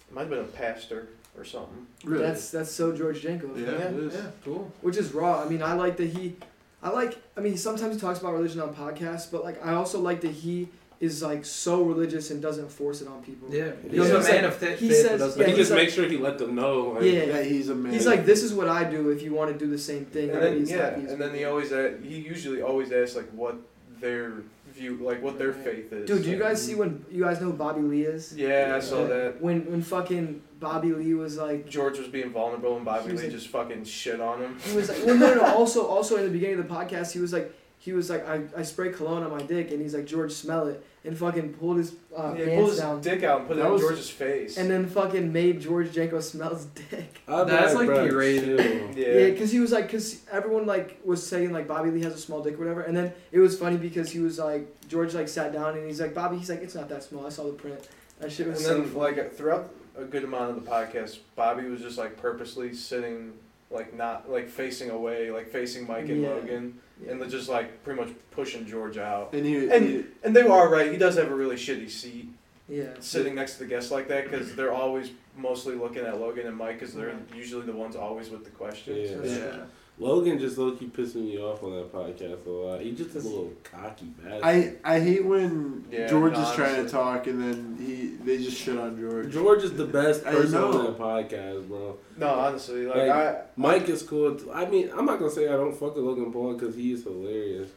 Speaker 4: it might have been a pastor or something.
Speaker 3: Really?
Speaker 1: That's that's so George Jenko.
Speaker 3: yeah, it is.
Speaker 2: Cool.
Speaker 1: Which is raw. I mean, I like that he. I like. I mean, sometimes he talks about religion on podcasts, but like I also like that he is like so religious and doesn't force it on people.
Speaker 2: Yeah.
Speaker 5: He was
Speaker 2: He's a
Speaker 1: like-
Speaker 2: man of faith.
Speaker 1: he
Speaker 2: faith,
Speaker 1: says-
Speaker 2: doesn't-
Speaker 1: yeah,
Speaker 5: he
Speaker 1: he's
Speaker 5: just
Speaker 1: like-
Speaker 5: makes sure he let them know. Like,
Speaker 1: Yeah.
Speaker 3: Yeah, he's a man.
Speaker 1: He's like, this is what I do if you want to do the same thing.
Speaker 4: And
Speaker 1: I mean,
Speaker 4: then
Speaker 1: it's not
Speaker 4: yeah,
Speaker 1: easy.
Speaker 4: and then he always a- he usually always asks like what their view like what their faith is.
Speaker 1: Dude, do you guys see when you guys know who Bobby Lee is?
Speaker 4: Yeah, I saw that.
Speaker 1: When when fucking Bobby Lee was like
Speaker 4: George was being vulnerable and Bobby
Speaker 1: He was
Speaker 4: Lee
Speaker 1: like-
Speaker 4: just fucking shit on him.
Speaker 1: He was like, well, no, no, no. Also, also in the beginning of the podcast, he was like, he was like, I, I spray cologne on my dick, and he's like, George, smell it, and fucking pulled his uh,
Speaker 4: yeah, he pulled
Speaker 1: pants
Speaker 4: his
Speaker 1: down,
Speaker 4: dick out and put it
Speaker 3: That
Speaker 4: on
Speaker 3: was-
Speaker 4: George's face.
Speaker 1: and then fucking made George Janko smell his dick.
Speaker 5: I'd be
Speaker 2: That's like
Speaker 5: "Bruh,
Speaker 2: berated.
Speaker 5: chill."
Speaker 4: yeah.
Speaker 1: Yeah, because he was like, because everyone like was saying like Bobby Lee has a small dick or whatever, and then it was funny because he was like, George like sat down and he's like, Bobby, he's like, it's not that small. I saw the print. That shit
Speaker 4: and
Speaker 1: was so
Speaker 4: then
Speaker 1: funny.
Speaker 4: like throughout a good amount of the podcast, Bobby was just like purposely sitting like not like facing away, like facing Mike and
Speaker 1: Yeah.
Speaker 4: Logan,
Speaker 1: Yeah.
Speaker 4: and just like pretty much pushing George out.
Speaker 3: And he,
Speaker 4: And and they are right. He does have a really shitty seat.
Speaker 1: Yeah.
Speaker 4: sitting next to the guests like that because they're always mostly looking at Logan and Mike because they're usually the ones always with the questions.
Speaker 5: Yeah.
Speaker 2: Yeah.
Speaker 5: Logan just low key pissing me off on that podcast a lot. He just a little cocky bastard.
Speaker 3: I I hate when
Speaker 4: Yeah,
Speaker 3: George
Speaker 4: no,
Speaker 3: is trying to
Speaker 4: honestly.
Speaker 3: talk and then he they just shit on George.
Speaker 5: George is the best
Speaker 3: I
Speaker 5: person
Speaker 3: know.
Speaker 5: on that podcast, bro.
Speaker 4: No, honestly, like,
Speaker 5: Like-
Speaker 4: I
Speaker 5: Mike is cool. Too. I mean, I'm not gonna say I don't fuck with Logan Paul because he is hilarious.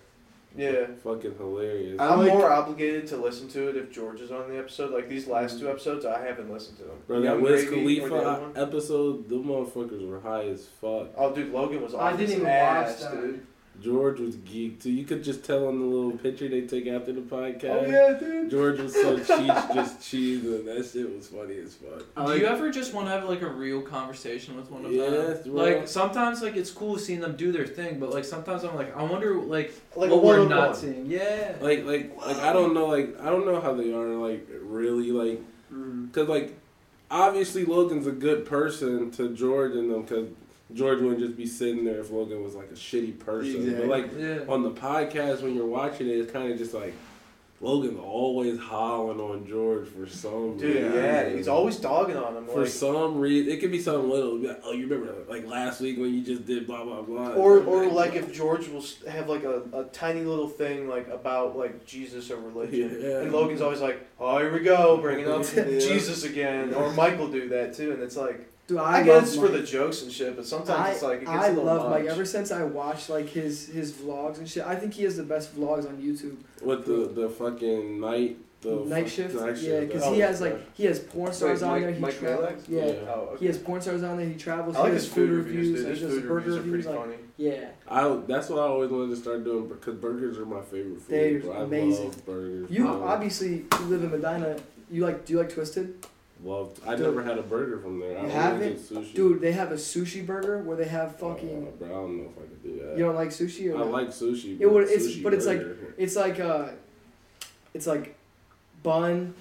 Speaker 4: yeah.
Speaker 5: Fucking hilarious.
Speaker 3: I
Speaker 4: I'm
Speaker 3: like-
Speaker 4: more obligated to listen to it if George is on the episode. Like these last two episodes, I haven't listened to them.
Speaker 5: Bro,
Speaker 4: Young
Speaker 5: that Wiz
Speaker 4: Gravy or the other
Speaker 5: Khalifa
Speaker 4: one.
Speaker 5: episode, the motherfuckers were high as fuck.
Speaker 4: Oh, dude, Logan was.
Speaker 1: I
Speaker 4: off
Speaker 1: didn't
Speaker 4: his
Speaker 1: even watch
Speaker 4: ass,
Speaker 1: that.
Speaker 4: dude.
Speaker 5: George was geeked too. You could just tell on the little picture they take after the
Speaker 4: Oh
Speaker 5: podcast.
Speaker 4: yeah, dude.
Speaker 5: George was so cheese, just cheesing. That shit was funny as fuck.
Speaker 3: I
Speaker 2: Do
Speaker 3: like,
Speaker 2: you ever just want to have like a real conversation with one of
Speaker 5: Yes,
Speaker 2: them?
Speaker 5: bro.
Speaker 2: Like sometimes like it's cool seeing them do their thing, but like sometimes I'm like I wonder like,
Speaker 4: Like a
Speaker 2: what we're
Speaker 4: one-on-one.
Speaker 2: not seeing. Yeah.
Speaker 5: Like, like, like, I don't know, like, I don't know how they are, like, really, like,
Speaker 3: Mm.
Speaker 5: cause, like, obviously Logan's a good person to George and them, cause George wouldn't just be sitting there if Logan was like a shitty person.
Speaker 3: Exactly.
Speaker 5: But like
Speaker 2: yeah.
Speaker 5: on the podcast when you're watching it, it's kind of just like Logan's always hollering on George for some
Speaker 4: Dude,
Speaker 5: reason.
Speaker 4: yeah, he's always dogging on him.
Speaker 5: For
Speaker 4: Like,
Speaker 5: some reason, it could be something little. Be like, oh, you remember like last week when you just did blah blah
Speaker 1: Uh,
Speaker 5: blah.
Speaker 4: or or like if George will s- have like a, a tiny little thing like about like Jesus or religion,
Speaker 5: Yeah.
Speaker 4: and Logan's always like, oh here we go, bringing up
Speaker 5: Yeah.
Speaker 4: Jesus again, or Mike will do that too, and it's like
Speaker 1: Dude, I,
Speaker 4: I,
Speaker 1: love
Speaker 4: guess for
Speaker 1: Mike.
Speaker 4: the jokes and shit, but sometimes
Speaker 1: I,
Speaker 4: it's like it gets
Speaker 1: I
Speaker 4: a little
Speaker 1: love
Speaker 4: much.
Speaker 1: Mike. Ever since I watched like his his vlogs and shit, I think he has the best vlogs on YouTube.
Speaker 5: with the the fucking night the
Speaker 1: night
Speaker 5: fuck-
Speaker 1: shift,
Speaker 5: night
Speaker 1: yeah,
Speaker 5: shift, Oh,
Speaker 1: because
Speaker 5: that
Speaker 1: he
Speaker 5: was
Speaker 1: has like
Speaker 5: fresh.
Speaker 1: he has porn stars on
Speaker 4: Oh, Wait, Mike-
Speaker 1: there. He
Speaker 4: Mike
Speaker 1: travels.
Speaker 4: Malick?
Speaker 1: Yeah.
Speaker 5: Yeah.
Speaker 4: Oh, okay.
Speaker 1: he has porn stars on there. He travels.
Speaker 4: I like
Speaker 1: he
Speaker 4: his
Speaker 1: has
Speaker 4: food reviews. Dude.
Speaker 1: He
Speaker 4: His
Speaker 1: does
Speaker 4: food
Speaker 1: burger
Speaker 4: reviews are pretty
Speaker 1: like,
Speaker 4: funny.
Speaker 1: Yeah,
Speaker 5: I that's what I always wanted to start doing because burgers are my favorite food.
Speaker 1: They're
Speaker 5: bro. I
Speaker 1: amazing.
Speaker 5: love burgers.
Speaker 1: you
Speaker 5: bro.
Speaker 1: obviously you live in Medina. You like do you like Twisted?
Speaker 5: Love. I
Speaker 1: Dude.
Speaker 5: never had a burger from there. I
Speaker 1: You
Speaker 5: always
Speaker 1: haven't?
Speaker 5: get sushi.
Speaker 1: Dude, they have a sushi burger where they have
Speaker 5: Uh,
Speaker 1: fucking.
Speaker 5: bro, I don't know if I could
Speaker 4: Oh,
Speaker 5: do that.
Speaker 1: You don't like sushi or
Speaker 5: I
Speaker 1: not?
Speaker 5: like sushi.
Speaker 1: It would-
Speaker 5: but
Speaker 1: it's-
Speaker 5: sushi
Speaker 1: but it's like-
Speaker 5: burger.
Speaker 1: It's like uh, it's like bun,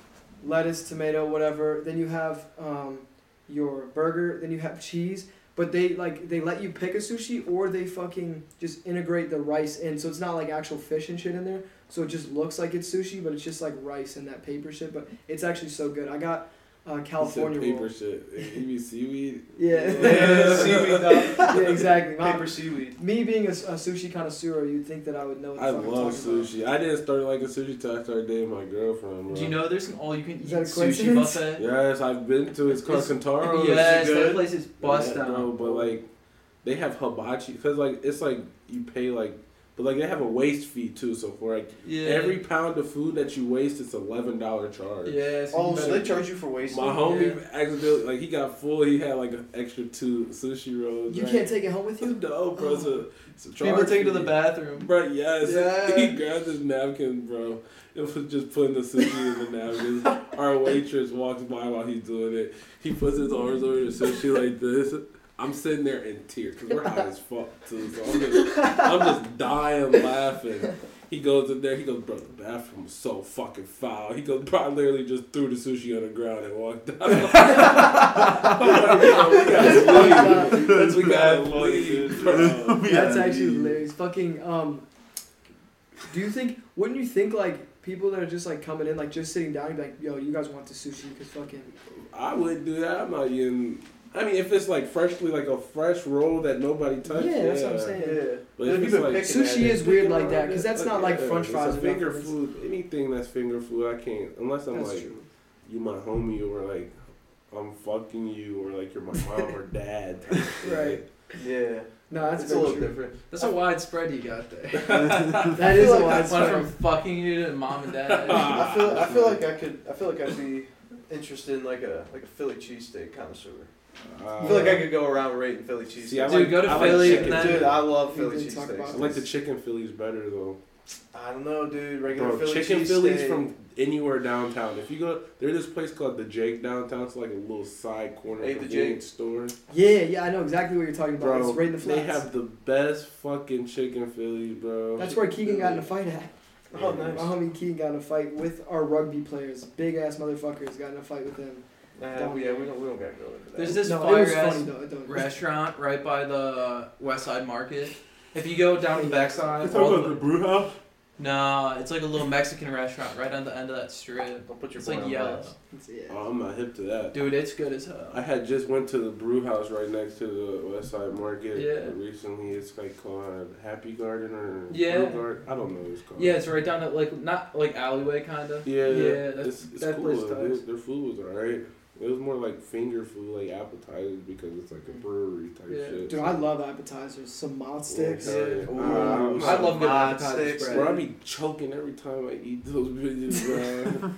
Speaker 1: lettuce, tomato, whatever. Then you have um, your burger. Then you have cheese. But they like they let you pick a sushi, or they fucking just integrate the rice in, so it's not like actual fish and shit in there. So it just looks like it's sushi, but it's just like rice and that paper shit. But it's actually so good. I got uh, California
Speaker 5: He said paper
Speaker 1: roll.
Speaker 5: shit. You mean seaweed?
Speaker 1: Yeah.
Speaker 4: Yeah, seaweed, dog.
Speaker 1: yeah, exactly. My-
Speaker 4: Paper seaweed.
Speaker 1: me being a, a sushi connoisseur, you'd think that I would know. What the
Speaker 5: I
Speaker 1: fuck I'm
Speaker 5: love
Speaker 1: talking about.
Speaker 5: sushi. I didn't start like a sushi till I started dating my girlfriend. Bro.
Speaker 2: Do you know there's an all you can eat
Speaker 1: Is that a
Speaker 2: sushi
Speaker 1: coincidence?
Speaker 2: buffet?
Speaker 5: Yes, I've been to it's called
Speaker 2: It's-
Speaker 5: Kentaro.
Speaker 2: yes,
Speaker 4: Is it
Speaker 2: that
Speaker 4: good?
Speaker 2: place is bust
Speaker 5: Yeah,
Speaker 2: down.
Speaker 5: bro, but like they have hibachi because like it's like you pay like but like they have a waste fee too. So for like
Speaker 2: yeah.
Speaker 5: every pound of food that you waste, it's eleven dollar charge.
Speaker 2: yeah. it's
Speaker 4: Oh, so
Speaker 2: better.
Speaker 4: they charge you for wasting.
Speaker 5: My homie accidentally like he got full. He had like an extra two sushi rolls.
Speaker 1: You
Speaker 5: right?
Speaker 1: can't take it home with
Speaker 5: It's
Speaker 1: you.
Speaker 5: dope, bro. It's a, it's a
Speaker 2: people
Speaker 5: charge
Speaker 2: take it to
Speaker 5: fee.
Speaker 2: the bathroom.
Speaker 5: Bro, yes.
Speaker 4: Yeah.
Speaker 5: He grabbed his napkin, bro. It was just putting the sushi in the napkins. Our waitress walks by while he's doing it. He puts his arms over the sushi like this. I'm sitting there in tears because we're high as fuck too. So I'm just, I'm just dying laughing. He goes in there. He goes, bro, the bathroom was so fucking foul. He goes, bro, I literally just threw the sushi on the ground and walked out. I'm like, "Bro, we gotta leave.
Speaker 3: That's
Speaker 5: we gotta
Speaker 4: bad luck, dude.
Speaker 5: leave, bro.
Speaker 1: That's
Speaker 3: Yeah,
Speaker 1: actually
Speaker 3: dude.
Speaker 1: hilarious. Fucking um, do you think? Wouldn't you think like people that are just like coming in, like just sitting down, you'd be like, yo, you guys want the sushi? Cause fucking
Speaker 5: I would do that. I'm not even. I mean, if it's like freshly, like a fresh roll that nobody touched.
Speaker 1: Yeah, that's what I'm saying.
Speaker 4: Yeah.
Speaker 5: But
Speaker 4: They've
Speaker 5: if
Speaker 4: been
Speaker 5: it's like-
Speaker 4: picking at
Speaker 1: sushi
Speaker 4: it.
Speaker 1: is weird like that, cause that's not like
Speaker 5: yeah,
Speaker 1: French fries.
Speaker 5: It's a
Speaker 1: or
Speaker 5: finger
Speaker 1: nothing.
Speaker 5: food. Anything that's finger food, I can't. Unless I'm
Speaker 1: That's
Speaker 5: like
Speaker 1: true.
Speaker 5: you, my homie, or like I'm fucking you, or like you're my mom or dad. type shit.
Speaker 1: Right.
Speaker 4: Yeah,
Speaker 1: No, that's
Speaker 4: it's a little
Speaker 1: very true.
Speaker 4: different.
Speaker 2: That's a wide spread you got there.
Speaker 1: That is a
Speaker 2: Went
Speaker 1: wide spread.
Speaker 2: from fucking you to mom and dad.
Speaker 4: I feel I feel like I could I feel like I'd be interested in like a like a Philly cheesesteak connoisseur. I feel like I could go around rating Philly cheesesteaks.
Speaker 5: See, I
Speaker 2: Dude,
Speaker 5: like,
Speaker 2: go to
Speaker 5: I like
Speaker 2: Philly
Speaker 5: chicken.
Speaker 2: and then-
Speaker 4: Dude, I love
Speaker 1: We
Speaker 4: Philly
Speaker 1: did talk
Speaker 5: Uh, I
Speaker 1: about
Speaker 5: like
Speaker 4: cheesesteaks.
Speaker 5: the chicken Phillies better though.
Speaker 4: I don't know, dude. Regular
Speaker 5: Bro,
Speaker 4: Philly
Speaker 5: chicken
Speaker 4: cheesesteak.
Speaker 5: Phillies from anywhere downtown. If you go, there's this place called the Jake downtown. It's like a little side corner
Speaker 4: Hey, the
Speaker 5: convenience store.
Speaker 1: Yeah, yeah, I know exactly what you're talking about.
Speaker 5: Bro,
Speaker 1: it's right in the
Speaker 5: they
Speaker 1: flats.
Speaker 5: have the best fucking chicken Phillies, bro.
Speaker 1: that's where Keegan got in a fight at.
Speaker 4: Oh,
Speaker 1: My
Speaker 4: nice.
Speaker 1: homie Keegan got in a fight with our rugby players. Big ass motherfuckers got in a fight with them.
Speaker 4: Nah, we- yeah, we don't we don't gotta go into that.
Speaker 2: There's this
Speaker 1: no, it
Speaker 2: fire
Speaker 1: was
Speaker 2: ass
Speaker 1: funny though. It don't-
Speaker 2: restaurant right uh, by the West Side Market. If you go down the backside,
Speaker 5: Talking
Speaker 2: all
Speaker 5: about the
Speaker 2: the,
Speaker 5: brew house.
Speaker 2: No, it's like a little Mexican restaurant right on the end of that strip.
Speaker 4: Don't put your
Speaker 2: It's
Speaker 4: boy
Speaker 2: like
Speaker 4: on
Speaker 2: yellow.
Speaker 4: blast.
Speaker 1: It's, yeah.
Speaker 5: Oh, I'm not hip to that.
Speaker 2: Dude, it's good as hell.
Speaker 5: I had just went to the brew house right next to the West Side Market
Speaker 2: Yeah.
Speaker 5: recently. It's like called Happy Garden or
Speaker 2: Yeah.
Speaker 5: Brew Garden. I don't know what it's called.
Speaker 2: Yeah, it's right down that like not like alleyway kinda.
Speaker 5: yeah,
Speaker 2: Yeah, that's
Speaker 5: it's, it's
Speaker 2: that
Speaker 5: cool.
Speaker 2: place
Speaker 5: though. They-
Speaker 2: ties.
Speaker 5: their food was alright. It was more like finger food, like appetizers, because it's like a brewery type
Speaker 2: Yeah.
Speaker 5: shit.
Speaker 1: Dude, I love appetizers. Some mod sticks.
Speaker 5: Yeah.
Speaker 1: Ooh.
Speaker 5: Uh,
Speaker 2: I love good
Speaker 4: Mod
Speaker 2: appetizer
Speaker 4: sticks,
Speaker 2: spread.
Speaker 5: Bro, I be choking every time I eat those bitches,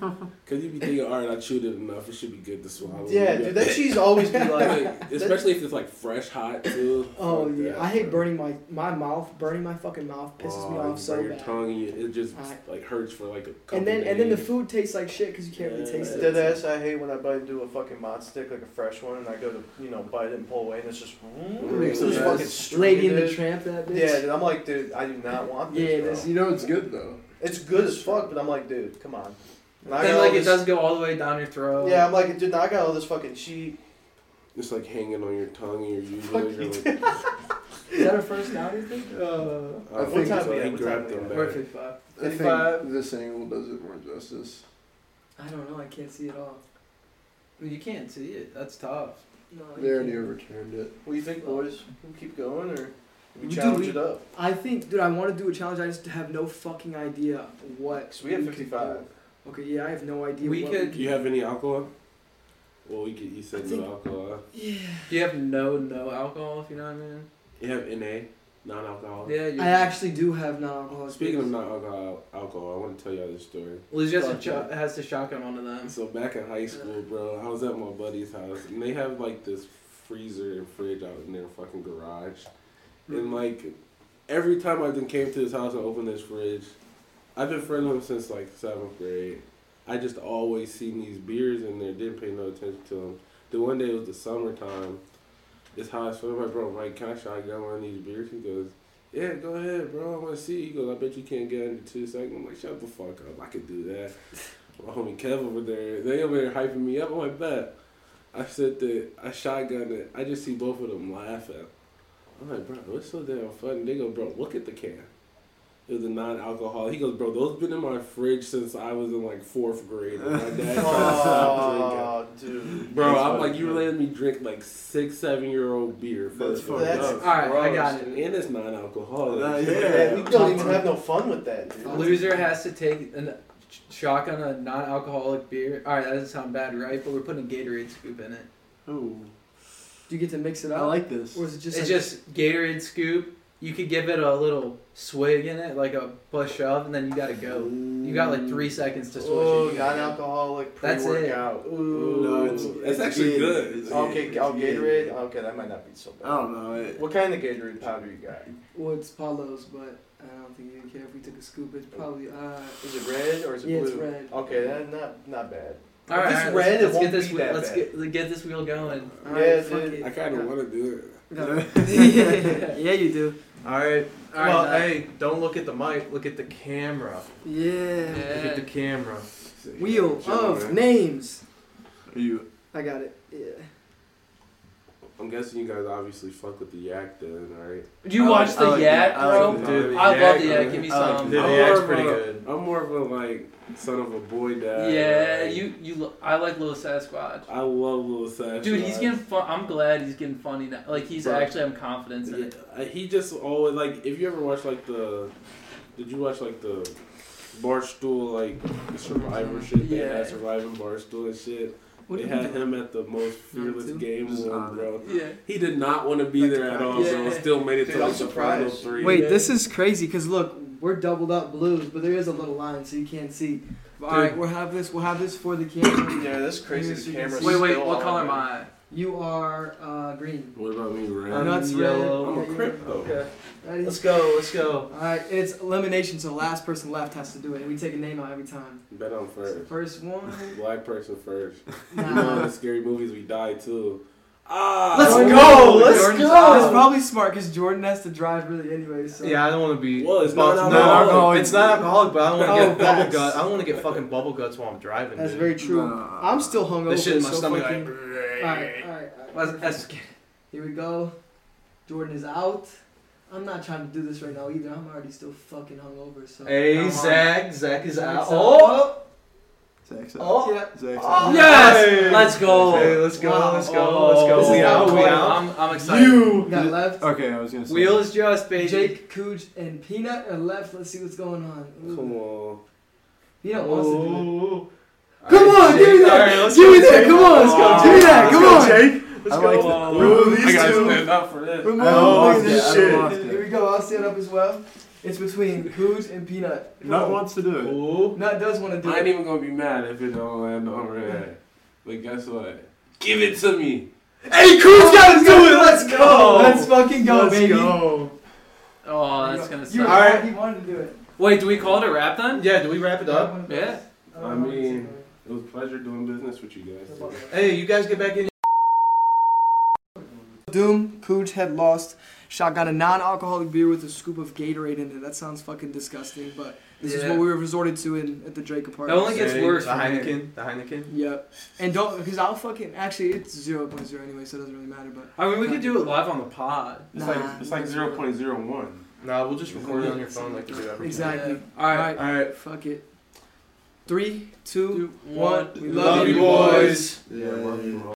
Speaker 5: bro. Cause you be thinking, all right, I chewed it enough. It should be good to swallow.
Speaker 4: Yeah, dude, that cheese always be like.
Speaker 5: Like, especially if it's like fresh hot too.
Speaker 1: Oh
Speaker 5: Fuck
Speaker 1: yeah,
Speaker 5: that,
Speaker 1: I hate
Speaker 5: bro.
Speaker 1: burning my my mouth. Burning my fucking mouth pisses me
Speaker 5: Oh, you
Speaker 1: off so
Speaker 5: burn your
Speaker 1: bad.
Speaker 5: tongue and you, it just
Speaker 1: I-
Speaker 5: like hurts for like a couple.
Speaker 1: And then and then the
Speaker 5: days.
Speaker 1: food tastes like shit because you can't really
Speaker 5: Yeah.
Speaker 1: taste it.
Speaker 4: Dead ass, I hate when I bite into a fucking mod stick, like a fresh one, and I go to, you know, bite it and pull away, and it's just.
Speaker 5: Makes
Speaker 4: it's
Speaker 5: those
Speaker 4: fucking
Speaker 5: fucking
Speaker 4: stringy,
Speaker 1: Lady in the
Speaker 4: dude.
Speaker 1: Tramp, that bitch.
Speaker 4: Yeah, dude, I'm like, dude, I do not want this.
Speaker 1: Yeah,
Speaker 4: bro.
Speaker 1: this-
Speaker 3: You know it's good though.
Speaker 4: It's good as fuck, but I'm like, dude, come on. And I
Speaker 2: And
Speaker 4: got all
Speaker 2: like it
Speaker 4: this-
Speaker 2: does go all the way down your throat.
Speaker 4: Yeah, I'm like, dude, I got all this fucking cheat.
Speaker 5: It's like hanging on your tongue and you're using
Speaker 4: Fuck
Speaker 5: it. You're
Speaker 4: you,
Speaker 5: like,
Speaker 1: Is that her first now? You think?
Speaker 2: Uh,
Speaker 5: I
Speaker 3: What
Speaker 5: think
Speaker 4: time
Speaker 5: so.
Speaker 4: we at?
Speaker 5: He
Speaker 4: What
Speaker 5: grabbed
Speaker 4: time we
Speaker 5: them
Speaker 4: at?
Speaker 2: we're
Speaker 5: back.
Speaker 2: 55.
Speaker 3: I think
Speaker 2: 55.
Speaker 3: this angle does it more justice.
Speaker 1: I don't know. I can't see it all.
Speaker 2: You can't see it. That's tough.
Speaker 1: No, I
Speaker 3: They already
Speaker 1: can't.
Speaker 3: overturned it.
Speaker 4: What do you think, boys? We keep going or we
Speaker 1: Dude,
Speaker 4: challenge
Speaker 1: we-
Speaker 4: it up?
Speaker 1: I think, dude, I want to do a challenge. I just have no fucking idea what.
Speaker 4: Cause we have
Speaker 1: could
Speaker 4: 55.
Speaker 1: do. Okay, yeah, I have no idea.
Speaker 2: We
Speaker 1: what
Speaker 2: could-
Speaker 5: Do you have any alcohol? Well, we could, you
Speaker 1: I
Speaker 5: said
Speaker 1: think-
Speaker 5: no alcohol.
Speaker 1: Yeah.
Speaker 2: You have no no alcohol if you know what I mean.
Speaker 5: You have NA,
Speaker 4: Oh.
Speaker 5: non-alcohol.
Speaker 2: Yeah, you
Speaker 1: I actually do have non-alcoholic.
Speaker 5: Speaking of
Speaker 1: beers.
Speaker 5: non-alcohol, alcohol, I want to tell y'all this story.
Speaker 2: Liz has, to
Speaker 5: Fuck
Speaker 2: cho- has to shotgun one of them.
Speaker 5: So back in high school, bro, I was at my buddy's house, and they have like this freezer and fridge out in their fucking garage, and like every time I then came to his house and opened this fridge, I've been friends with him since like seventh grade. I just always seen these beers in there, didn't pay no attention to them. Then one day it was the summertime. It's hot, so I'm like, bro, Mike, can I shotgun one of these beers? He goes, yeah, go ahead, bro. I want to see. He goes, I bet you can't get under two seconds. I'm like, shut the fuck up. I could do that. My homie Kev over there, they over there hyping me up. I'm like, bet. I said that I shotgunned it. I just see both of them laughing. I'm like, bro, it's so damn funny. They go, bro, look at the can. It was a non-alcohol. He goes, bro, those been in my fridge since I was in like fourth grade. And My dad tried to stop drinking.
Speaker 4: Oh, dude.
Speaker 5: Bro,
Speaker 3: That's
Speaker 5: I'm
Speaker 3: fucked
Speaker 5: like, you
Speaker 3: up.
Speaker 5: letting me drink like six, seven year old beer.
Speaker 3: That's
Speaker 5: First
Speaker 3: fucked
Speaker 4: That's-
Speaker 3: up.
Speaker 2: All right, I got
Speaker 5: And it's non alcoholic.
Speaker 3: Nah,
Speaker 4: Yeah, we
Speaker 3: yeah.
Speaker 4: don't even have no fun with that, dude.
Speaker 2: Loser has to take a shotgun a non-alcoholic beer. All right, that doesn't sound bad, right? But we're putting a Gatorade scoop in it.
Speaker 3: Ooh,
Speaker 1: do you get to mix it up?
Speaker 3: I like this.
Speaker 1: Or is it just?
Speaker 2: it's
Speaker 1: like-
Speaker 2: just Gatorade scoop. You could give it a little swig in it, like a push shove, and then you gotta go. You got like three seconds to switch.
Speaker 4: Oh,
Speaker 2: it.
Speaker 4: non-alcoholic
Speaker 2: That's it.
Speaker 4: pre-workout. Ooh.
Speaker 5: No, it's- it's actually
Speaker 3: Gatorade.
Speaker 5: good.
Speaker 3: It's Oh.
Speaker 4: okay,
Speaker 3: Gatorade.
Speaker 4: oh,
Speaker 3: It's
Speaker 4: Gatorade. Okay, that might not be so
Speaker 3: I
Speaker 4: bad.
Speaker 3: don't know. It,
Speaker 4: What kind of Gatorade powder you got?
Speaker 1: Well, it's Palos, but I don't think you care if we took a scoop. It's probably uh.
Speaker 4: Is it red or is it
Speaker 1: Yeah,
Speaker 4: blue?
Speaker 1: it's red.
Speaker 4: Okay, that, not not bad.
Speaker 2: All right,
Speaker 4: If it's
Speaker 2: all right,
Speaker 4: red, it
Speaker 2: let's, let's
Speaker 4: won't
Speaker 2: get this.
Speaker 4: be
Speaker 2: wheel-
Speaker 4: that
Speaker 2: let's
Speaker 4: bad.
Speaker 2: get let's get this wheel going.
Speaker 1: All right,
Speaker 4: Yeah,
Speaker 1: fuck
Speaker 4: dude.
Speaker 1: it.
Speaker 5: I kind of
Speaker 1: Got-
Speaker 5: want to do it.
Speaker 1: got- yeah, you do.
Speaker 4: All right.
Speaker 2: All right,
Speaker 4: well,
Speaker 2: now-
Speaker 4: hey, don't look at the mic. Look at the camera.
Speaker 1: Yeah.
Speaker 4: Look at the camera.
Speaker 1: Wheel of
Speaker 5: Gentlemen,
Speaker 1: names.
Speaker 3: Are you?
Speaker 1: I got it. Yeah.
Speaker 5: I'm guessing you guys obviously fuck with the yak then, right?
Speaker 2: Did you
Speaker 3: I
Speaker 2: watch
Speaker 3: like- I
Speaker 2: the
Speaker 4: Oh,
Speaker 3: like
Speaker 2: yak,
Speaker 3: that. I like
Speaker 2: bro?
Speaker 3: that.
Speaker 5: Dude,
Speaker 2: I love the
Speaker 5: Yak,
Speaker 2: yak. Give me
Speaker 3: I like
Speaker 2: some.
Speaker 3: the
Speaker 5: I'm
Speaker 3: Yak.
Speaker 5: more
Speaker 4: Yak's
Speaker 5: of
Speaker 4: pretty
Speaker 5: a-
Speaker 4: good.
Speaker 5: I'm more of a like son of a boy dad.
Speaker 2: Yeah,
Speaker 5: like,
Speaker 2: you you. Lo- I like Little Sasquatch.
Speaker 5: I love little Sash.
Speaker 2: Dude, he's getting fun. I'm glad he's getting funny now. Like he's
Speaker 5: Bro.
Speaker 2: actually having confidence in
Speaker 5: Yeah,
Speaker 2: it.
Speaker 5: uh, he just always like. If you ever watch like the, did you watch like the, barstool like survivor shit? They
Speaker 2: Yeah.
Speaker 5: had surviving barstool and shit.
Speaker 1: What
Speaker 5: they
Speaker 1: did
Speaker 5: had
Speaker 1: we do?
Speaker 5: him at the most fearless
Speaker 1: Number two?
Speaker 5: game
Speaker 3: Just
Speaker 5: one,
Speaker 3: on it.
Speaker 5: bro.
Speaker 2: Yeah.
Speaker 5: He did not want to be
Speaker 1: Back to
Speaker 5: there at all,
Speaker 2: practice.
Speaker 5: so
Speaker 2: Yeah.
Speaker 5: still made it
Speaker 4: Dude,
Speaker 5: to
Speaker 4: I'm
Speaker 5: like the final
Speaker 4: surprised.
Speaker 5: three.
Speaker 1: Wait,
Speaker 5: Yeah.
Speaker 1: this is crazy. Cause look, we're doubled up blues, but there is a little line so you can't see. All right, we'll have this. We'll have this for the camera.
Speaker 4: Yeah, this crazy
Speaker 1: Here's-
Speaker 4: camera.
Speaker 1: here's-
Speaker 2: Wait, wait. What color am I?
Speaker 1: You are uh, green.
Speaker 5: What about me,
Speaker 1: I'm
Speaker 5: Ren? Oh,
Speaker 1: not
Speaker 5: I'm a crypto.
Speaker 1: That
Speaker 2: Let's
Speaker 1: is.
Speaker 2: go. Let's go.
Speaker 1: All right, it's elimination, so last person left has to do it, and we take a name out every time.
Speaker 5: Bet I'm
Speaker 1: So
Speaker 5: first.
Speaker 1: first one.
Speaker 5: Black person first. you know, in
Speaker 1: Nah.
Speaker 5: the scary movies, we die too. Ah,
Speaker 1: Let's
Speaker 2: Jordan-
Speaker 1: go, let's
Speaker 2: Jordan's
Speaker 1: It's
Speaker 2: out.
Speaker 1: probably smart because Jordan has to drive really anyway. So.
Speaker 4: Yeah, I don't want to be.
Speaker 5: Well, it's
Speaker 4: bub-
Speaker 5: not
Speaker 4: no,
Speaker 5: alcoholic.
Speaker 4: It's not alcoholic, but I don't want to
Speaker 1: Oh,
Speaker 4: get bubble
Speaker 1: facts.
Speaker 4: guts. I don't want to get fucking bubble guts while I'm driving.
Speaker 1: that's
Speaker 4: dude.
Speaker 1: very true.
Speaker 3: Nah.
Speaker 1: I'm still hungover.
Speaker 4: The shit in my
Speaker 1: so
Speaker 4: stomach.
Speaker 1: fucking-
Speaker 4: Like,
Speaker 1: All right, all right, all right.
Speaker 2: Let's- let's-
Speaker 1: Here we go. Jordan is out. I'm not trying to do this right now either. I'm already still fucking hungover. So.
Speaker 4: Hey,
Speaker 2: Come on.
Speaker 4: Zach. Zach is out.
Speaker 1: Zach's
Speaker 4: Oh,
Speaker 3: Zach's up.
Speaker 4: oh.
Speaker 1: Yeah.
Speaker 3: Zach's
Speaker 4: Oh,
Speaker 3: up.
Speaker 2: Yes!
Speaker 4: Hey.
Speaker 2: Let's go.
Speaker 4: Hey, let's go.
Speaker 1: Wow.
Speaker 4: Let's go. Let's go.
Speaker 2: This is
Speaker 4: we
Speaker 2: how
Speaker 4: out.
Speaker 2: it
Speaker 4: We
Speaker 2: went.
Speaker 4: out.
Speaker 2: I'm, I'm excited.
Speaker 1: We got left.
Speaker 3: Okay, I was gonna say.
Speaker 2: Wheel is just, baby.
Speaker 1: Jake, Cooge, and Peanut are left. Let's see what's going on. Ooh.
Speaker 5: Come on.
Speaker 1: Peanut wants to do it.
Speaker 5: All
Speaker 1: Come
Speaker 5: right,
Speaker 1: on,
Speaker 5: Jake.
Speaker 1: give me
Speaker 5: All right,
Speaker 1: that.
Speaker 5: let's
Speaker 1: give
Speaker 5: go,
Speaker 1: me that.
Speaker 5: Jake.
Speaker 1: Come on, let's go.
Speaker 5: Oh,
Speaker 1: Give me that.
Speaker 5: let's
Speaker 1: Come
Speaker 5: go,
Speaker 1: on.
Speaker 3: Jake.
Speaker 5: Let's
Speaker 3: I like
Speaker 5: go.
Speaker 3: that. Ooh, these
Speaker 5: I gotta
Speaker 3: two.
Speaker 5: stand up for this.
Speaker 3: Remove
Speaker 5: lost
Speaker 3: this
Speaker 5: it. I
Speaker 3: shit.
Speaker 5: lost
Speaker 1: Here we go. I'll stand up as well. It's between Cooge and Peanut. Come
Speaker 3: Nut
Speaker 1: on.
Speaker 3: wants to do it.
Speaker 5: Ooh.
Speaker 1: Nut does want to do
Speaker 5: I ain't
Speaker 1: it.
Speaker 5: even gonna be mad if it don't land on red. But guess what? Give it to me.
Speaker 4: Hey, Cruz got to do it. Let's go.
Speaker 1: Let's fucking go,
Speaker 4: Let's
Speaker 1: baby.
Speaker 4: go.
Speaker 2: Oh, that's gonna
Speaker 1: You,
Speaker 2: suck.
Speaker 1: all right. You wanted to do it.
Speaker 2: Wait, do we call it a wrap then?
Speaker 4: Yeah, do we wrap it up?
Speaker 2: Yeah.
Speaker 5: I mean- It was a pleasure doing business with you guys. today.
Speaker 4: Hey, you guys get back in.
Speaker 1: Doom Cooge had lost. Shot got a non-alcoholic beer with a scoop of Gatorade in it. That sounds fucking disgusting, but this is
Speaker 2: Yeah.
Speaker 1: what we were resorted to in at the Drake
Speaker 2: It
Speaker 1: apartment.
Speaker 2: only gets
Speaker 4: Hey,
Speaker 2: worse.
Speaker 4: The
Speaker 2: from here.
Speaker 4: Heineken. The Heineken.
Speaker 1: Yep. And don't, because I'll fucking, actually, it's 0.0 anyway, so it doesn't really matter, but.
Speaker 2: I mean, we could do it live on the pod.
Speaker 5: It's
Speaker 1: Nah.
Speaker 5: like it's like zero point zero one.
Speaker 4: Nah, we'll just record it on your phone like you do every time.
Speaker 1: Exactly.
Speaker 2: All right.
Speaker 1: Alright,
Speaker 4: All right.
Speaker 1: fuck it. Three, two,
Speaker 2: Two,
Speaker 1: one. We
Speaker 4: Love you, boys.
Speaker 3: Yeah,
Speaker 5: love you all.